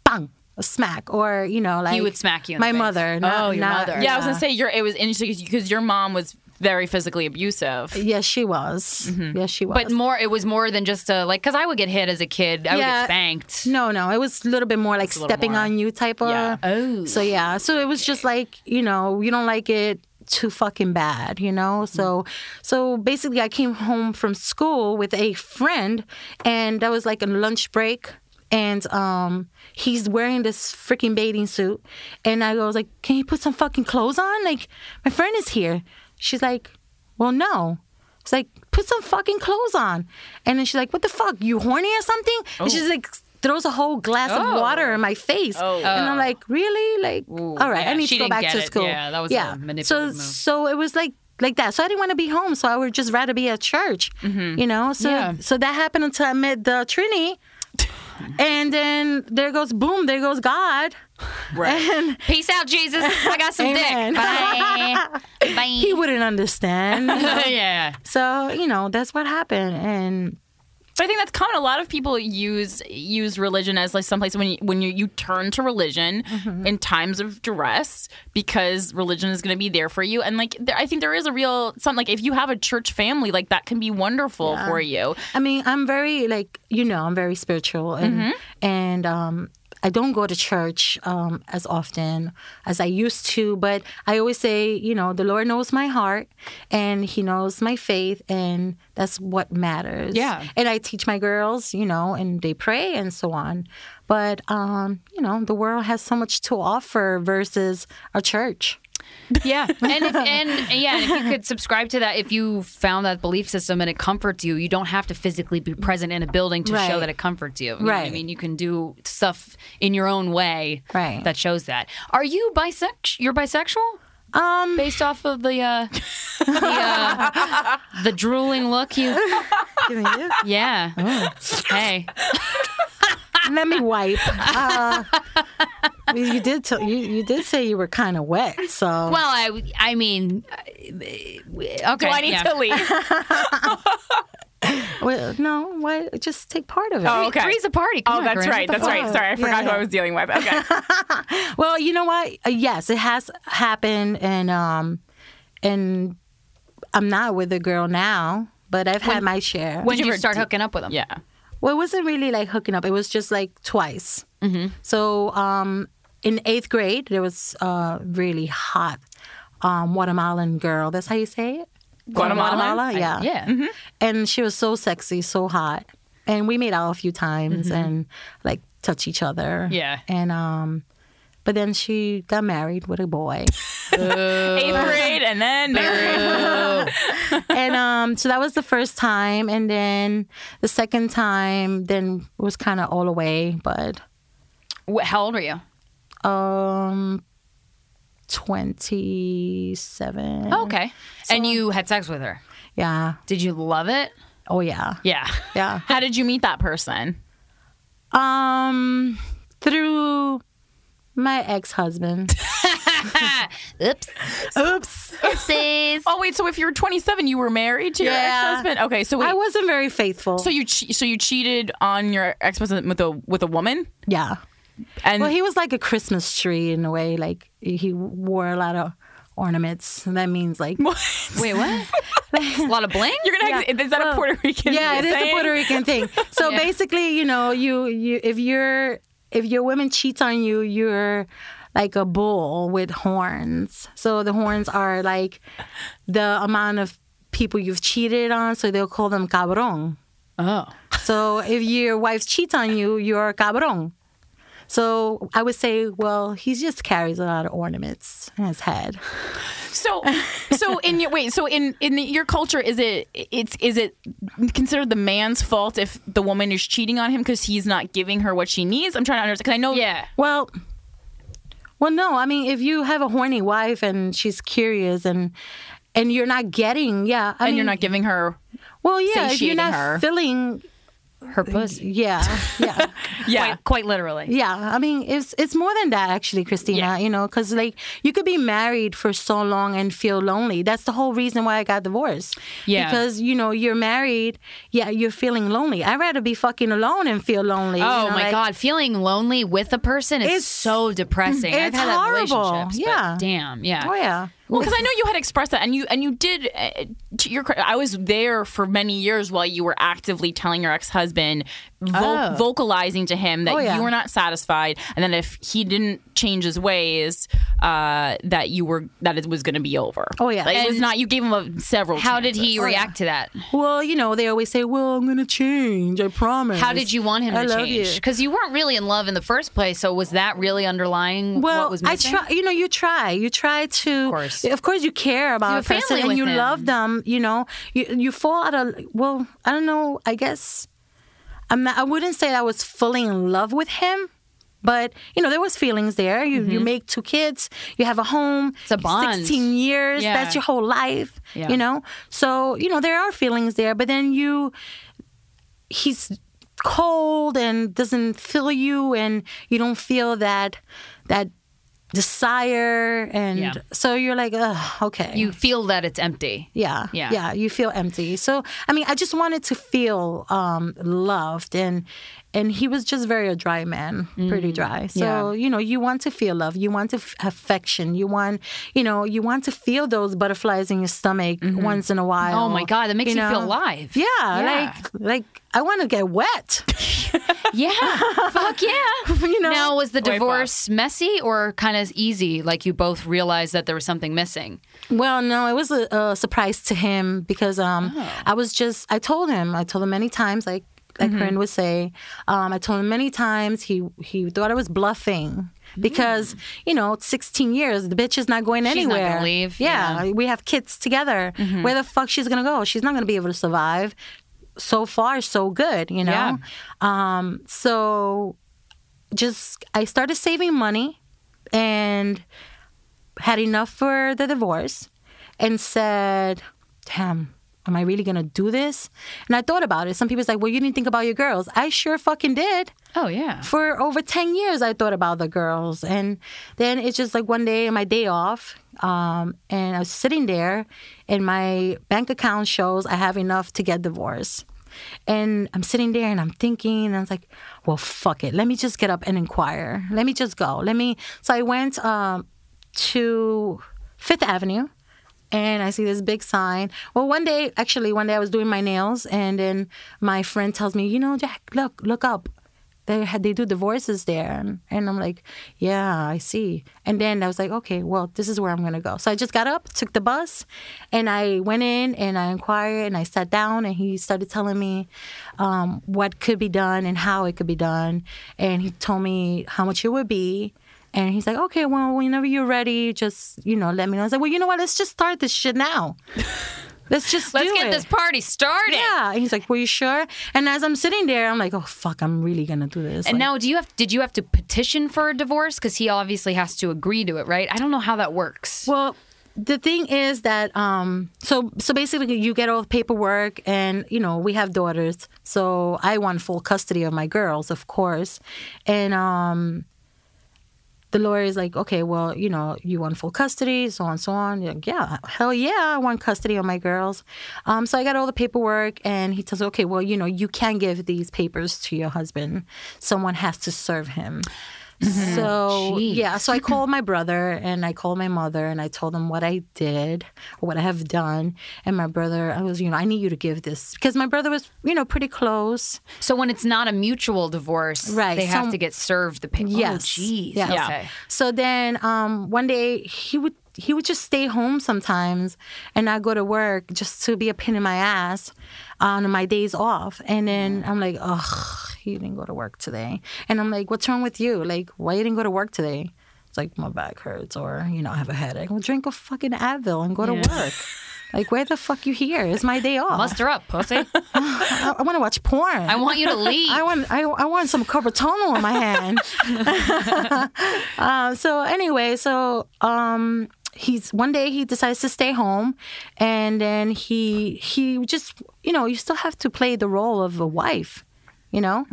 Speaker 4: bang a smack or you know like
Speaker 2: would smack you in the
Speaker 4: my
Speaker 2: face.
Speaker 4: mother not,
Speaker 2: Oh, your
Speaker 4: not-
Speaker 2: mother.
Speaker 1: Yeah, I was gonna say your it was interesting because your mom was very physically abusive.
Speaker 4: yes she was yes she was
Speaker 2: Mm-hmm. But more, it was more than just a like, because I would get hit as a kid. I would get
Speaker 4: Yeah.
Speaker 2: spanked.
Speaker 4: no no it was a little bit more
Speaker 1: a
Speaker 4: like
Speaker 1: little
Speaker 4: stepping
Speaker 1: more-
Speaker 4: on you type of
Speaker 1: Yeah.
Speaker 2: Oh.
Speaker 4: so yeah so it was just like you know you don't like it too fucking bad you know so so basically i came home from school with a friend and that was like a lunch break and um he's wearing this freaking bathing suit and i was like can you put some fucking clothes on like my friend is here she's like well no it's like put some fucking clothes on and then she's like what the fuck you horny or something and
Speaker 2: Oh.
Speaker 4: she's like throws a whole glass of water in my face and i'm like really like all right
Speaker 2: Oh.
Speaker 4: i
Speaker 2: yeah,
Speaker 4: need
Speaker 2: she
Speaker 4: to go
Speaker 2: didn't
Speaker 4: back
Speaker 2: get
Speaker 4: to
Speaker 2: it.
Speaker 4: school
Speaker 2: Yeah, that was a
Speaker 4: so
Speaker 2: manipulative move.
Speaker 4: so it was like like that so i didn't want to be home so i would just rather be at church you know so
Speaker 2: Mm-hmm. Yeah.
Speaker 4: so that happened until i met the trini and then there goes boom there goes god and
Speaker 2: Peace out, Jesus. I got some
Speaker 4: Amen.
Speaker 2: dick. Bye. Bye.
Speaker 4: he wouldn't understand
Speaker 2: yeah.
Speaker 4: so you know that's what happened and
Speaker 1: But I think that's common. A lot of people use use religion as like someplace when you, when you, you turn to religion
Speaker 4: Mm-hmm.
Speaker 1: in times of duress because religion is going to be there for you. And like there, I think there is a real something like if you have a church family, like that can be wonderful for you.
Speaker 4: I mean, I'm very like you know, I'm very spiritual, and and um, I don't go to church um, as often as I used to. But I always say, you know, the Lord knows my heart, and He knows my faith, and that's what matters.
Speaker 2: Yeah.
Speaker 4: And I teach my girls, you know, and they pray and so on. But um, you know, the world has so much to offer versus a church.
Speaker 2: Yeah. And if, and yeah, and if you could subscribe to that, if you found that belief system and it comforts you, you don't have to physically be present in a building to show
Speaker 4: Right.
Speaker 2: that it comforts you. You know what I
Speaker 4: Right.
Speaker 2: mean, you can do stuff in your own way.
Speaker 4: Right.
Speaker 2: That shows that. Are you bisexual? You're bisexual.
Speaker 4: Um,
Speaker 2: Based off of the uh, the, uh, the drooling look you, yeah.
Speaker 1: Oh.
Speaker 2: Hey,
Speaker 4: let me wipe. Uh, you did tell you you did say you were kind of wet, so
Speaker 2: well, I, I mean, uh, okay.
Speaker 1: Do I need
Speaker 2: yeah.
Speaker 1: to leave?
Speaker 4: Well, no, why? Just take part of it.
Speaker 1: Oh, okay.
Speaker 2: Three's a party. Come
Speaker 1: Oh,
Speaker 2: on,
Speaker 1: that's
Speaker 2: Corinne.
Speaker 1: right.
Speaker 2: What
Speaker 1: That's
Speaker 2: the
Speaker 1: right.
Speaker 4: fuck?
Speaker 1: Sorry, I forgot
Speaker 4: Yeah.
Speaker 1: who I was dealing with. Okay.
Speaker 4: Well, you know what? Uh, Yes, it has happened, and um, and I'm not with a girl now, but I've had my share.
Speaker 2: When
Speaker 1: Did you
Speaker 2: did you
Speaker 1: ever
Speaker 2: start
Speaker 1: d-
Speaker 2: hooking up with them?
Speaker 1: yeah.
Speaker 4: well, it wasn't really like hooking up. It was just like twice. Mm-hmm. So, um, in eighth grade, there was a really hot um, Guatemalan girl. That's how you say it.
Speaker 1: Guatemala?
Speaker 4: Guatemala, yeah,
Speaker 2: Yeah.
Speaker 1: Mm-hmm.
Speaker 4: and she was so sexy, so hot. And we made out a few times
Speaker 1: Mm-hmm.
Speaker 4: and like touch each other.
Speaker 2: Yeah.
Speaker 4: And um but then she got married with a boy.
Speaker 1: Eighth grade and then married.
Speaker 4: and um so that was the first time and then the second time then it was kind of all away, but
Speaker 2: Wh- How old were you?
Speaker 4: um 27.
Speaker 2: Oh, okay. and you had sex with her.
Speaker 4: Yeah.
Speaker 2: Did you love it?
Speaker 4: Oh yeah.
Speaker 2: Yeah.
Speaker 4: Yeah.
Speaker 1: How did you meet that person?
Speaker 4: Um through my ex-husband.
Speaker 2: Oops.
Speaker 4: Oops.
Speaker 2: Oopsies.
Speaker 1: Oh wait, so if you were 27, you were married to your
Speaker 4: Yeah.
Speaker 1: ex-husband? Okay, so wait,
Speaker 4: I wasn't very faithful.
Speaker 1: so you che- so you cheated on your ex-husband with a with a woman,
Speaker 4: yeah.
Speaker 1: and
Speaker 4: Well, he was like a Christmas tree in a way. Like he wore a lot of ornaments. And that means like
Speaker 2: Wait, what? a lot of bling?
Speaker 1: you're gonna have, is that a Puerto Rican?
Speaker 4: yeah, it is
Speaker 1: saying?
Speaker 4: a Puerto Rican thing. So basically, you know, you you if your if your woman cheats on you, you're like a bull with horns. So the horns are like the amount of people you've cheated on. So they'll call them cabrón.
Speaker 5: Oh.
Speaker 4: So if your wife cheats on you, you're a cabrón. So I would say, well, he just carries a lot of ornaments in his head.
Speaker 1: So, so in your wait, so in in your culture, is it it's is it considered the man's fault if the woman is cheating on him because he's not giving her what she needs? I'm trying to understand because I know
Speaker 2: Yeah.
Speaker 4: Well, well, no. I mean, if you have a horny wife and she's curious and and you're not getting, yeah,
Speaker 1: and
Speaker 4: I mean,
Speaker 1: you're not giving her.
Speaker 4: well, yeah, if you're
Speaker 1: satiating
Speaker 4: not
Speaker 1: her.
Speaker 4: filling,
Speaker 2: Her pussy.
Speaker 4: yeah, yeah,
Speaker 1: Yeah,
Speaker 2: Quite, quite literally.
Speaker 4: yeah. I mean, it's it's more than that, actually, Christina. You know, because like you could be married for so long and feel lonely. That's the whole reason why I got divorced.
Speaker 2: Yeah.
Speaker 4: because you know you're married, yeah, you're feeling lonely. I'd rather be fucking alone and feel lonely. you
Speaker 2: Oh
Speaker 4: know,
Speaker 2: my
Speaker 4: like-
Speaker 2: God, feeling lonely with a person is
Speaker 4: It's-
Speaker 2: so depressing. I've
Speaker 4: it's
Speaker 2: had
Speaker 4: horrible.
Speaker 2: that relationships, but
Speaker 4: Yeah.
Speaker 2: damn, yeah.
Speaker 4: Oh yeah.
Speaker 1: Well, because I know you had expressed that, and you and you did. Uh, to your, cre- I was there for many years while you were actively telling your ex husband, vo-
Speaker 2: Oh.
Speaker 1: vocalizing to him that
Speaker 4: Oh, yeah.
Speaker 1: you were not satisfied, and that if he didn't change his ways, uh, that you were that it was going to be over.
Speaker 4: Oh, yeah.
Speaker 1: Like, it was
Speaker 4: And-
Speaker 1: not. You gave him a, several.
Speaker 2: How did
Speaker 1: chances.
Speaker 2: he react to that?
Speaker 4: Well, you know, they always say, "Well, I'm gonna change. I promise."
Speaker 2: How did you want him
Speaker 4: I
Speaker 2: to
Speaker 4: love
Speaker 2: change?
Speaker 4: you.
Speaker 2: Because you. weren't really in love in the first place, so was that really underlying
Speaker 4: Well,
Speaker 2: what was
Speaker 4: I
Speaker 2: missing?
Speaker 4: try. You know, you try. You try to. Of
Speaker 2: course.
Speaker 4: of course, you care
Speaker 2: have
Speaker 4: about a
Speaker 2: a family
Speaker 4: person and
Speaker 2: with
Speaker 4: you
Speaker 2: him.
Speaker 4: love them. You know, you you fall out of. Well, I don't know. I guess I'm not. I wouldn't say I was fully in love with him. But you know there was feelings there. You you make two kids. You have a home. It's
Speaker 2: Mm-hmm. a bond.
Speaker 4: Sixteen years.
Speaker 2: Yeah.
Speaker 4: That's your whole life.
Speaker 2: Yeah.
Speaker 4: You know. So you know there are feelings there. But then you he's cold and doesn't fill you and you don't feel that that desire and
Speaker 2: Yeah.
Speaker 4: so you're like Ugh, okay
Speaker 2: you feel that it's empty.
Speaker 4: yeah
Speaker 2: Yeah.
Speaker 4: yeah you feel empty so i mean i just wanted to feel um loved and and he was just very a dry man pretty dry
Speaker 2: Mm.
Speaker 4: so
Speaker 2: yeah.
Speaker 4: you know you want to feel love you want to f- affection you want you know you want to feel those butterflies in your stomach once in a while
Speaker 2: Oh my God, that makes you, feel
Speaker 4: know?
Speaker 2: alive.
Speaker 4: yeah,
Speaker 2: Yeah.
Speaker 4: like like i want to get wet
Speaker 2: Yeah. Fuck yeah.
Speaker 4: you know
Speaker 2: Now, was the divorce messy or kind of easy? Like you both realized that there was something missing?
Speaker 4: Well, no, it was a, a surprise to him because um,
Speaker 2: Oh.
Speaker 4: I was just I told him I told him many times like like
Speaker 2: Mm-hmm.
Speaker 4: Corinne would say um, I told him many times he he thought I was bluffing because you know it's 16 years the bitch is not going
Speaker 2: Mm. She's not gonna
Speaker 4: anywhere
Speaker 2: leave,
Speaker 4: yeah,
Speaker 2: yeah. Mm-hmm.
Speaker 4: we have kids together where the fuck she's gonna go she's not gonna be able to survive so far so good you know
Speaker 2: Yeah.
Speaker 4: um so just I started saving money and had enough for the divorce and said, damn, am I really gonna do this? And I thought about it. Some people's like, well, you didn't think about your girls. I sure fucking did.
Speaker 2: Oh, yeah.
Speaker 4: For over 10 years, I thought about the girls. And then it's just like one day, my day off, um, and I was sitting there, and my bank account shows I have enough to get divorced. And I'm sitting there and I'm thinking, and I was like, well, fuck it. Let me just get up and inquire. Let me just go. Let me. So I went um, to Fifth Avenue and I see this big sign. Well, one day, actually, one day I was doing my nails, and then my friend tells me, you know, Jack, look, look up. They had they do divorces there, and, and I'm like, yeah, I see. And then I was like, okay, well, this is where I'm gonna go. So I just got up, took the bus, and I went in and I inquired and I sat down, and he started telling me um, what could be done and how it could be done, and he told me how much it would be. And he's like, okay, well, whenever you're ready, just you know, let me know. I was like, well, you know what? Let's just start this shit now. Let's just
Speaker 2: Let's
Speaker 4: do
Speaker 2: get
Speaker 4: it.
Speaker 2: this party started.
Speaker 4: Yeah. And he's like, were you sure? And as I'm sitting there, I'm like, oh fuck, I'm really gonna do this.
Speaker 2: And
Speaker 4: Like,
Speaker 2: now, do you have? Did you have to petition for a divorce? Because he obviously has to agree to it, right? I don't know how that works.
Speaker 4: well, the thing is that um, so so basically, you get all the paperwork, and you know, we have daughters, so I want full custody of my girls, of course, and um. the lawyer is like, okay, well, you know, you want full custody, so on, so on. You're like, yeah, hell yeah, I want custody on my girls. Um, so I got all the paperwork, and he tells, her, okay, well, you know, you can give these papers to your husband. Someone has to serve him. So yeah, so I called my brother and I called my mother and I told them what I did, what I have done, and my brother. I was, you know, I need you to give this because my brother was, you know, pretty close.
Speaker 2: So when it's not a mutual divorce,
Speaker 4: Right,
Speaker 2: they have
Speaker 4: some-
Speaker 2: to get served the paper.
Speaker 4: Yes.
Speaker 2: Oh, jeez.
Speaker 4: Yes.
Speaker 2: Okay.
Speaker 4: Yeah. So then um, one day he would he would just stay home sometimes and I go to work just to be a pain in my ass on my days off. And then I'm like, ugh, he didn't go to work today. And I'm like, what's wrong with you? Like, why you didn't go to work today? It's like my back hurts or, you know, I have a headache. Well, drink a fucking Advil and go to work. Like, where the fuck you here? It's my day off.
Speaker 2: Muster up, pussy.
Speaker 4: I, I want to watch porn.
Speaker 2: I want you to leave.
Speaker 4: I want I, I want some Cupertino in my hand. um, so anyway, so um, he's one day he decides to stay home, and then he he just you know you still have to play the role of a wife. You know,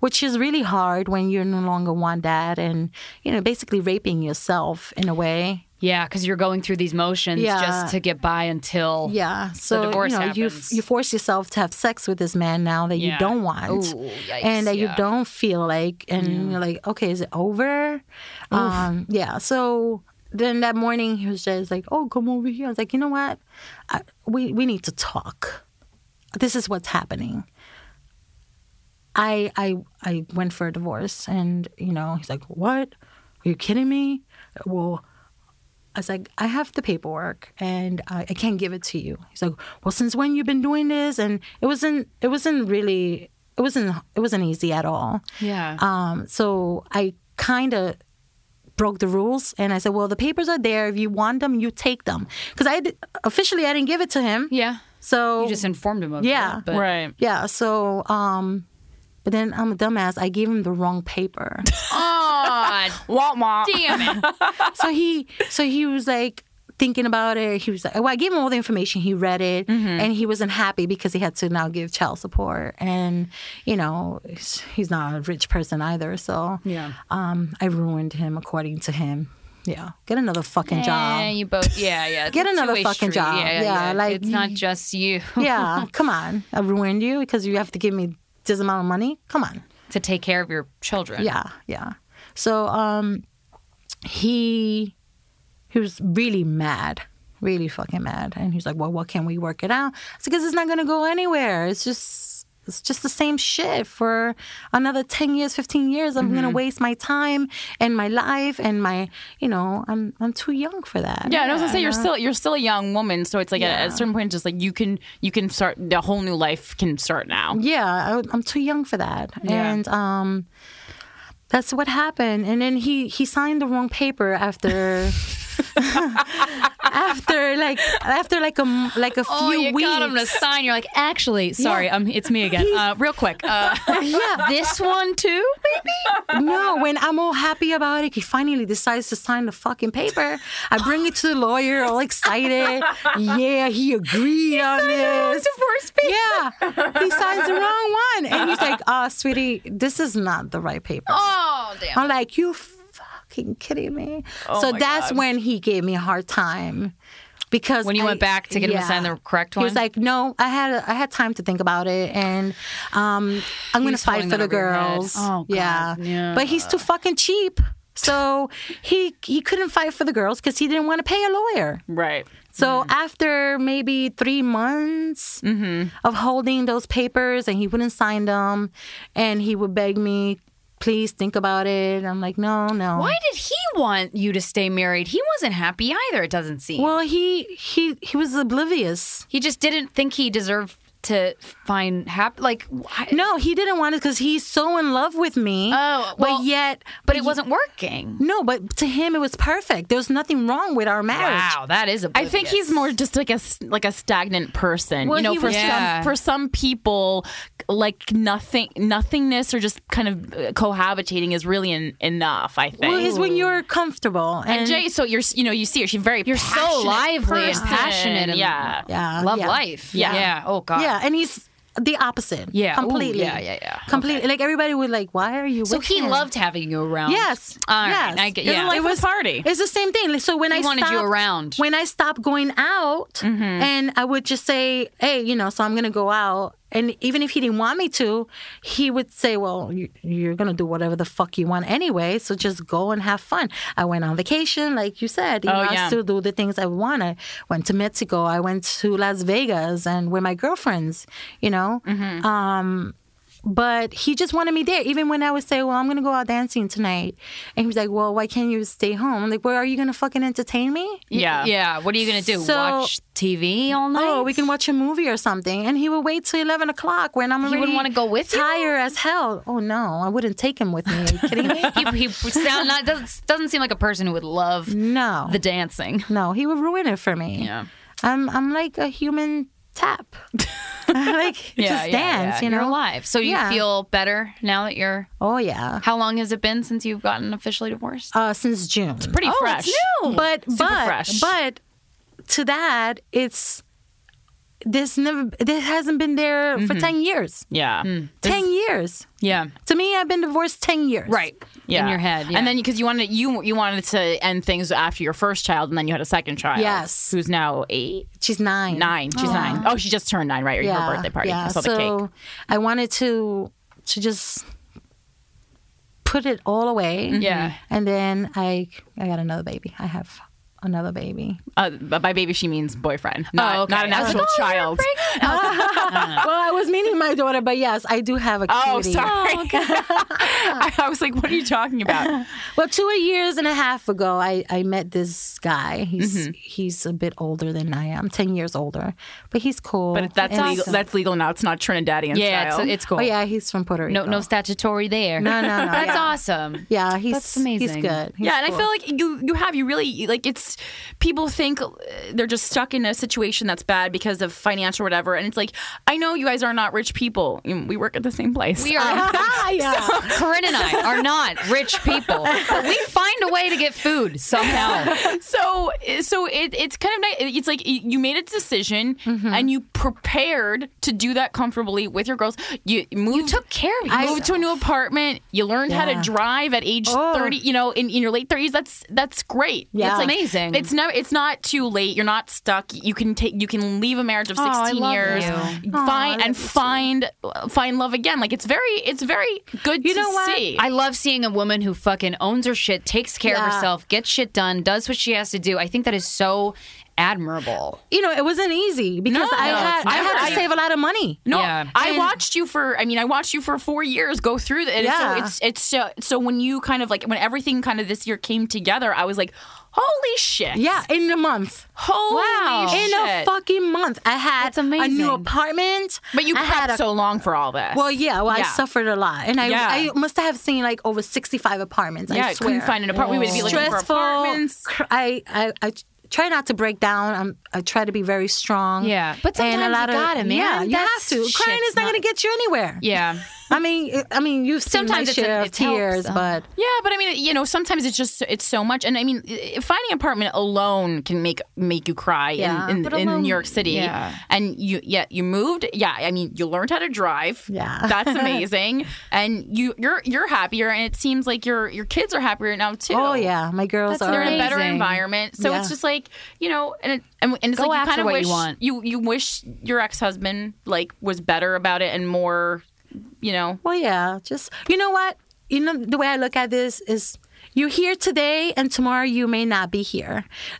Speaker 4: which is really hard when you no longer want that, and you know, basically raping yourself in a way.
Speaker 2: yeah, because you're going through these motions
Speaker 4: Yeah.
Speaker 2: just to get by until.
Speaker 4: Yeah. So
Speaker 2: divorce
Speaker 4: you know, you
Speaker 2: happens.
Speaker 4: you force yourself to have sex with this man now that
Speaker 2: Yeah.
Speaker 4: you don't want,
Speaker 2: Ooh, yikes,
Speaker 4: and that
Speaker 2: yeah.
Speaker 4: you don't feel like, and you're like, okay, is it over? Um, yeah. So then that morning he was just like, oh, come over here. I was like, you know what? I, we we need to talk. This is what's happening. I I I went for a divorce, and you know he's like, "What? Are you kidding me?" Well, I was like, "I have the paperwork, and I, I can't give it to you." He's like, "Well, since when you been doing this?" And it wasn't it wasn't really it wasn't it wasn't easy at all.
Speaker 2: Yeah.
Speaker 4: Um, so I kind of broke the rules, and I said, "Well, the papers are there. If you want them, you take them." Because I d- officially I didn't give it to him.
Speaker 2: yeah.
Speaker 4: So
Speaker 2: You just informed him of
Speaker 4: Yeah.
Speaker 2: that, but
Speaker 1: Right.
Speaker 4: yeah, so um but then I'm a dumbass. I gave him the wrong paper.
Speaker 2: Aw,
Speaker 1: Womp womp.
Speaker 2: damn it.
Speaker 4: so he so he was like thinking about it. He was like well, I gave him all the information. He read it
Speaker 2: Mm-hmm.
Speaker 4: and he wasn't happy because he had to now give child support and you know, he's he's not a rich person either, so
Speaker 2: Yeah.
Speaker 4: Um I ruined him according to him. Yeah. Get another fucking
Speaker 2: Yeah,
Speaker 4: job.
Speaker 2: you both. Yeah, yeah. It's
Speaker 4: Get
Speaker 2: a
Speaker 4: another
Speaker 2: two-way
Speaker 4: fucking
Speaker 2: street.
Speaker 4: job.
Speaker 2: Yeah, yeah,
Speaker 4: Yeah,
Speaker 2: yeah.
Speaker 4: like-
Speaker 2: it's not just you
Speaker 4: yeah, come on. I ruined you because you have to give me this amount of money. Come on.
Speaker 2: to take care of your children.
Speaker 4: Yeah, yeah. So um he he was really mad. Really fucking mad. And he's like, Well, what can we work it out? It's because it's not gonna go anywhere. It's just it's just the same shit for another 10 years 15 years i'm gonna waste my time and my life and my you know i'm i'm too young for that
Speaker 1: Yeah, and I was gonna say you're still you're still a young woman, so it's like at- at, a certain point, it's just like you can you can start the whole new life can start now.
Speaker 4: yeah I, i'm too young for that and um that's what happened and then he he signed the wrong paper after after like after like a m- like a few
Speaker 2: Oh, you
Speaker 4: weeks
Speaker 2: got him to sign. You're like, actually, sorry, um, it's me again. Uh, real quick. Uh,
Speaker 4: yeah
Speaker 2: this one too, maybe.
Speaker 4: no when i'm all happy about it he finally decides to sign the fucking paper i bring it to the lawyer all excited yeah he agreed on this
Speaker 2: Divorce paper.
Speaker 4: yeah he signs the wrong one and he's like oh sweetie this is not the right paper
Speaker 2: Oh damn.
Speaker 4: I'm like, you fucking kidding me?
Speaker 2: Oh
Speaker 4: so that's when he gave me a hard time because
Speaker 2: When you
Speaker 4: I-
Speaker 2: went back to get him to sign the correct
Speaker 4: He was
Speaker 2: one?
Speaker 4: like, no, I had I had time to think about it, and um, I'm gonna
Speaker 2: was
Speaker 4: fight
Speaker 2: holding
Speaker 4: for
Speaker 2: that
Speaker 4: the
Speaker 2: over your head.
Speaker 4: girls.
Speaker 2: Oh, God.
Speaker 4: Yeah.
Speaker 2: Yeah.
Speaker 4: but he's too fucking cheap. So he he couldn't fight for the girls because he didn't want to pay a lawyer.
Speaker 1: Right.
Speaker 2: Mm-hmm.
Speaker 4: So after maybe three months
Speaker 2: Mm-hmm.
Speaker 4: of holding those papers, and he wouldn't sign them, and he would beg me, "Please think about it." I'm like, "No, no."
Speaker 2: Why did he want you to stay married? He wasn't happy either. It doesn't seem.
Speaker 4: Well, he he he was oblivious.
Speaker 2: he just didn't think he deserved to find happy. Like, why?
Speaker 4: No, he didn't want it because he's so in love with me.
Speaker 2: Oh, well,
Speaker 4: but yet,
Speaker 2: but it wasn't working.
Speaker 4: No, but to him it was perfect. There was nothing wrong with our marriage.
Speaker 2: Wow, that is a.
Speaker 1: I think he's more just like a s- like a stagnant person.
Speaker 4: Well,
Speaker 1: you know,
Speaker 4: he
Speaker 1: for
Speaker 4: was-
Speaker 2: Yeah.
Speaker 1: some for some people, like nothing nothingness or just kind of uh, cohabitating is really en- enough. I think.
Speaker 4: Well, it's when you're comfortable and,
Speaker 1: and Jay, so you're s- you know you see her, she's very
Speaker 2: You're so lively and
Speaker 1: person.
Speaker 2: passionate and
Speaker 1: yeah.
Speaker 4: yeah,
Speaker 2: love
Speaker 4: yeah.
Speaker 2: life.
Speaker 1: Yeah.
Speaker 2: Yeah. Oh God.
Speaker 4: Yeah, and he's the opposite.
Speaker 2: Yeah. Ooh,
Speaker 4: Completely.
Speaker 2: yeah, yeah, yeah.
Speaker 4: Completely. Like everybody was like, why are you
Speaker 2: So
Speaker 4: with
Speaker 2: he
Speaker 4: him?
Speaker 2: loved having you around.
Speaker 4: Yes.
Speaker 2: All right.
Speaker 4: yes.
Speaker 2: I get
Speaker 1: You're the
Speaker 2: yeah.
Speaker 1: life
Speaker 4: It
Speaker 1: of the
Speaker 4: was-
Speaker 1: party.
Speaker 4: It's the same thing. Like, So when
Speaker 2: He
Speaker 4: I
Speaker 2: wanted you
Speaker 4: stopped-
Speaker 2: around.
Speaker 4: when I stopped going out,
Speaker 1: Mm-hmm.
Speaker 4: and I would just say, "Hey, you know, so I'm gonna go out." And even if he didn't want me to, he would say, "Well, you, you're gonna do whatever the fuck you want anyway, so just go and have fun." I went on vacation, like you said. You
Speaker 1: Oh,
Speaker 4: know,
Speaker 1: yeah.
Speaker 4: I still do the things I want. I went to Mexico. I went to Las Vegas, and with my girlfriends, you know.
Speaker 1: Mm-hmm.
Speaker 4: Um, but he just wanted me there. Even when I would say, "Well, I'm gonna go out dancing tonight," and he was like, "Well, why can't you stay home?" I'm like, "Where are you gonna fucking entertain me?"
Speaker 1: yeah.
Speaker 2: Yeah. What are you gonna do?
Speaker 4: So-
Speaker 2: Watch TV all night?
Speaker 4: Oh, we can watch a movie or something. And he would wait till 11 o'clock when I'm
Speaker 2: He
Speaker 4: already
Speaker 2: wouldn't wanna go with you?
Speaker 4: tired as hell. Oh, no. I wouldn't take him with me. Are you kidding me?
Speaker 2: he, he sound not doesn't doesn't seem like a person who would love
Speaker 4: No.
Speaker 2: the dancing.
Speaker 4: no, he would ruin it for me.
Speaker 2: Yeah.
Speaker 4: I'm, I'm like a human tap. like, just dance, you know?
Speaker 2: You're alive. So you
Speaker 4: Yeah.
Speaker 2: feel better now that you're
Speaker 4: Oh, yeah.
Speaker 2: how long has it been since you've gotten officially divorced?
Speaker 4: Uh, since June.
Speaker 1: Pretty
Speaker 2: Oh,
Speaker 1: fresh.
Speaker 2: it's new.
Speaker 4: but
Speaker 1: Super
Speaker 4: but
Speaker 1: fresh.
Speaker 4: but to that it's this never this hasn't been there
Speaker 2: Mm-hmm.
Speaker 4: for 10 years
Speaker 1: Yeah.
Speaker 4: 10 years
Speaker 2: Yeah.
Speaker 4: to me i've been divorced 10 years
Speaker 2: Right.
Speaker 1: Yeah.
Speaker 2: In your head.
Speaker 1: and then because you wanted you you wanted to end things after your first child, and then you had a second child.
Speaker 4: Yes.
Speaker 1: who's now eight,
Speaker 4: she's nine
Speaker 1: nine. She's nine. Oh, she just turned nine, right? Or her birthday party. I saw the
Speaker 4: so
Speaker 1: cake.
Speaker 4: I wanted to to just put it all away.
Speaker 1: Mm-hmm.
Speaker 2: Yeah.
Speaker 4: And then I I got another baby. I have another baby.
Speaker 1: Uh, but by baby, she means boyfriend, not,
Speaker 2: Oh, okay.
Speaker 1: not an
Speaker 2: I was
Speaker 1: actual
Speaker 2: like, "Oh, you're
Speaker 1: child.
Speaker 4: well, I was meaning my daughter, but yes, I do have a cutie.
Speaker 1: Uh-huh. Oh, sorry. I, I was like, what are you talking about?
Speaker 4: Well, two years and a half ago, I, I met this guy. He's
Speaker 1: Mm-hmm.
Speaker 4: he's a bit older than I am, ten years older, but he's cool.
Speaker 1: But that's
Speaker 4: And-
Speaker 1: legal. That's legal now. It's not Trinidadian
Speaker 2: yeah,
Speaker 1: style.
Speaker 2: it's, it's cool.
Speaker 4: Oh yeah, he's from Puerto Rico.
Speaker 2: No no statutory there.
Speaker 4: no, no, no.
Speaker 2: That's
Speaker 4: yeah.
Speaker 2: awesome.
Speaker 4: Yeah, he's
Speaker 2: That's amazing.
Speaker 4: He's good. He's
Speaker 1: yeah, and
Speaker 4: cool.
Speaker 1: I feel like you you have you really like it's people think uh, they're just stuck in a situation that's bad because of financial whatever, and it's like I know you guys are not rich people. You know, We work at the same place.
Speaker 2: We are
Speaker 4: Ah, yeah.
Speaker 2: Corinne and I are not rich people, but we find a way to get food somehow.
Speaker 1: so so it, it's kind of nice. It's like y- you made a decision
Speaker 2: Mm-hmm.
Speaker 1: and you prepared to do that comfortably with your girls. You moved. You
Speaker 2: took care of
Speaker 1: I moved to a new apartment. You learned how to
Speaker 4: Yeah.
Speaker 1: drive at age
Speaker 4: Oh.
Speaker 1: thirty. You know, in, in your late thirties, that's that's great.
Speaker 4: Yeah.
Speaker 1: it's like,
Speaker 2: Amazing.
Speaker 1: It's no, it's not too late. You're not stuck. You can take. You can leave a marriage of
Speaker 4: Oh, I
Speaker 1: sixteen
Speaker 4: love
Speaker 1: years.
Speaker 2: you.
Speaker 1: Find
Speaker 4: I
Speaker 1: and
Speaker 4: love you too.
Speaker 1: find find love again. Like it's very it's very good.
Speaker 4: You
Speaker 1: to
Speaker 4: know what?
Speaker 1: see.
Speaker 2: I love seeing a woman who fucking owns her shit, takes care of
Speaker 4: Yeah.
Speaker 2: herself, gets shit done, does what she has to do. I think that is so admirable.
Speaker 4: you know, it wasn't easy because
Speaker 1: No,
Speaker 4: I
Speaker 1: no,
Speaker 4: had
Speaker 1: it's
Speaker 4: I
Speaker 1: never
Speaker 4: had
Speaker 1: easy.
Speaker 4: to save a lot of money.
Speaker 1: No,
Speaker 2: Yeah.
Speaker 1: I
Speaker 4: And-
Speaker 1: watched you for. I mean, I watched you for four years go through that.
Speaker 4: Yeah.
Speaker 1: So it's it's so, so when you kind of like when everything kind of this year came together, I was like, holy shit!
Speaker 4: Yeah, in a month.
Speaker 1: Holy Oh, shit!
Speaker 4: In a fucking month, I had
Speaker 2: That's
Speaker 4: a
Speaker 2: amazing.
Speaker 4: new apartment.
Speaker 1: but you
Speaker 4: I had
Speaker 1: prepped
Speaker 4: a-
Speaker 1: so long for all this.
Speaker 4: Well, yeah. Well,
Speaker 1: Yeah.
Speaker 4: I suffered a lot, and I
Speaker 1: Yeah.
Speaker 4: I must have seen like over sixty five apartments.
Speaker 1: yeah,
Speaker 4: I
Speaker 1: I
Speaker 4: swear.
Speaker 1: couldn't find an apartment. We would be looking for
Speaker 4: Stressful.
Speaker 1: apartments.
Speaker 4: cr- I I. I Try not to break down. I'm, I try to be very strong.
Speaker 2: Yeah. But sometimes
Speaker 4: and a
Speaker 2: you
Speaker 4: lot of,
Speaker 2: gotta, man.
Speaker 4: Yeah, you
Speaker 2: That's-
Speaker 4: have to. Crying
Speaker 2: shit's
Speaker 4: is not,
Speaker 2: not-
Speaker 4: going to get you anywhere.
Speaker 2: Yeah.
Speaker 4: I mean, it- I mean, you've seen
Speaker 2: Sometimes
Speaker 4: my
Speaker 2: it's a-
Speaker 4: share of
Speaker 2: it helps,
Speaker 4: tears,
Speaker 2: um,
Speaker 4: but
Speaker 1: Yeah, but I mean, you know, sometimes it's just it's so much, and I mean, i- finding an apartment alone can make make you cry
Speaker 4: Yeah.
Speaker 1: in, in,
Speaker 2: But
Speaker 1: in
Speaker 2: alone-
Speaker 1: New York City.
Speaker 2: yeah.
Speaker 1: And you, yeah, you moved. Yeah, I mean, you learned how to drive.
Speaker 4: Yeah.
Speaker 1: that's amazing. and you you're you're happier, and it seems like your your kids are happier now too.
Speaker 4: oh yeah, my girls
Speaker 2: That's
Speaker 4: are.
Speaker 1: They're in a better
Speaker 2: Amazing.
Speaker 1: environment, so
Speaker 4: Yeah.
Speaker 1: it's just like you know, and it, and, and it's
Speaker 2: Go
Speaker 1: like you
Speaker 2: after
Speaker 1: kind of
Speaker 2: what you
Speaker 1: wish
Speaker 2: want.
Speaker 1: you you wish your ex husband like was better about it and more, you know,
Speaker 4: Well, Oh, yeah, just you know what? You know the way I look at this is you're here today and tomorrow you may not be here.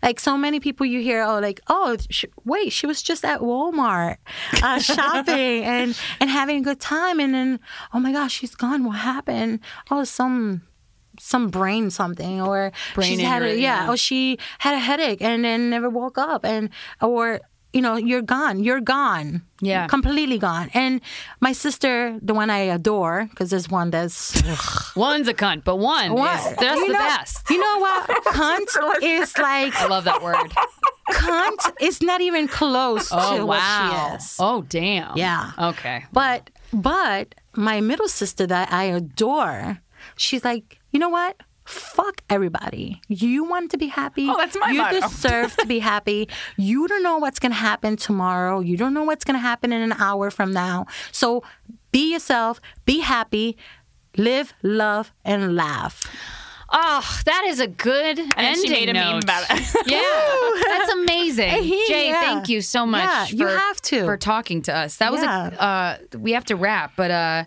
Speaker 4: Like so many people you hear, oh, like oh, sh- wait, she was just at Walmart uh, shopping and and having a good time, and then oh my gosh, she's gone. What happened? Oh, some some brain something or
Speaker 2: Brain
Speaker 4: she's had a,
Speaker 2: injury,
Speaker 4: yeah,
Speaker 2: yeah.
Speaker 4: or she had a headache and then never woke up and or you know you're gone you're gone
Speaker 2: Yeah.
Speaker 4: completely gone and my sister the one i adore because there's one that's
Speaker 2: One's a cunt, but one is
Speaker 4: What?
Speaker 2: that's
Speaker 4: You
Speaker 2: the
Speaker 4: know-
Speaker 2: best.
Speaker 4: you know what cunt is like
Speaker 2: I love that word.
Speaker 4: cunt is not even close
Speaker 2: Oh wow.
Speaker 4: to what she is
Speaker 2: Oh damn.
Speaker 4: Yeah.
Speaker 2: Okay.
Speaker 4: But but my middle sister that I adore, she's like, you know what? fuck everybody. You want to be happy.
Speaker 1: Oh, that's my
Speaker 4: You
Speaker 1: motto.
Speaker 4: deserve to be happy. You don't know what's going to happen tomorrow. You don't know what's going to happen in an hour from now. So be yourself, be happy, live, love, and laugh.
Speaker 2: Oh, that is a good and
Speaker 1: then
Speaker 2: ending
Speaker 1: she made a meme
Speaker 2: note.
Speaker 1: about it.
Speaker 2: yeah, that's amazing.
Speaker 4: Hey,
Speaker 2: Jay,
Speaker 4: yeah.
Speaker 2: thank you so much.
Speaker 4: Yeah,
Speaker 2: for,
Speaker 4: you have to.
Speaker 2: for talking to us. That was
Speaker 4: Yeah.
Speaker 2: a. Uh, we have to wrap, but uh,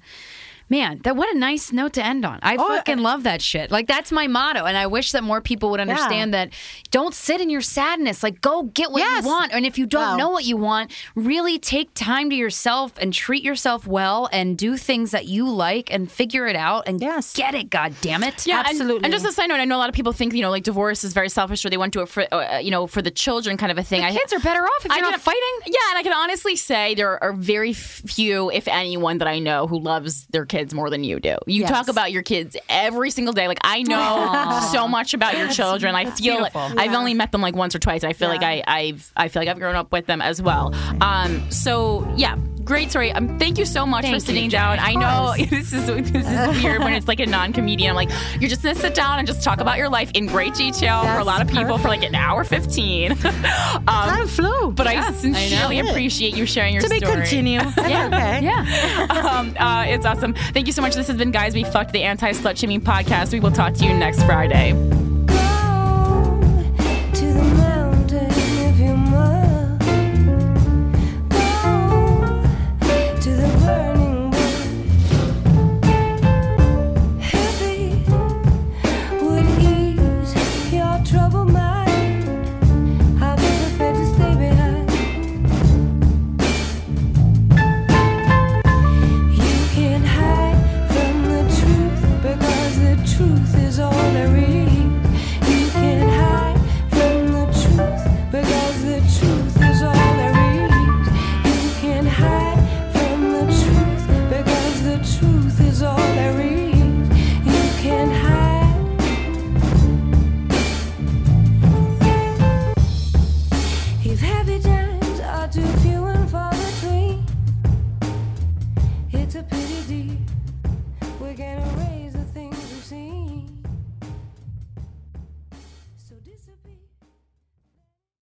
Speaker 2: man, that what a nice note to end on. I fucking love that shit. Like that's my motto, and I wish that more people would understand that. Don't sit in your sadness. Like go get what
Speaker 4: Yes.
Speaker 2: you want, and if you don't
Speaker 4: Wow.
Speaker 2: know what you want, really take time to yourself and treat yourself well, and do things that you like, and figure it out, and
Speaker 4: Yes.
Speaker 2: get it. God damn it.
Speaker 1: Yeah, and- And,
Speaker 4: Absolutely.
Speaker 1: just a side note, I know a lot of people think you know, like divorce is very selfish, or they want to do it for uh, you know for the children, kind of a thing. I,
Speaker 2: kids are better off if you're not
Speaker 1: can-
Speaker 2: fighting.
Speaker 1: Yeah, and I can honestly say there are very few, if anyone, that I know who loves their kids more than you do. You talk about your kids every single day. Like I know so much about your children. I feel like, I've only met them like once or twice. I feel like I I've I feel like I've grown up with them as well. Um, so yeah. Great story. Um, thank you so much for sitting down. I know this is this is weird when it's like a non-comedian. I'm like, you're just gonna sit down and just talk about your life in great detail for a lot of people for like an hour fifteen. um,
Speaker 4: Time flew.
Speaker 1: but I sincerely appreciate you sharing your
Speaker 4: to be
Speaker 1: story.
Speaker 4: continue. yeah. Okay.
Speaker 1: Um, uh, it's awesome. Thank you so much. This has been Guys We Fucked, the anti slut shaming podcast. We will talk to you next Friday.
Speaker 6: to the mountain if you must. Go to the burning bush. Heavy would ease your troubled mind. I'll be prepared to stay behind. You can't hide from the truth because the truth is all there is. You can't hide from the truth because the truth is all there is. You can't hide from the truth because the truth is all there is. You can't hide. If happy times are too few and far between. It's a pity deep. We're gonna raise the things we've seen. So disappear.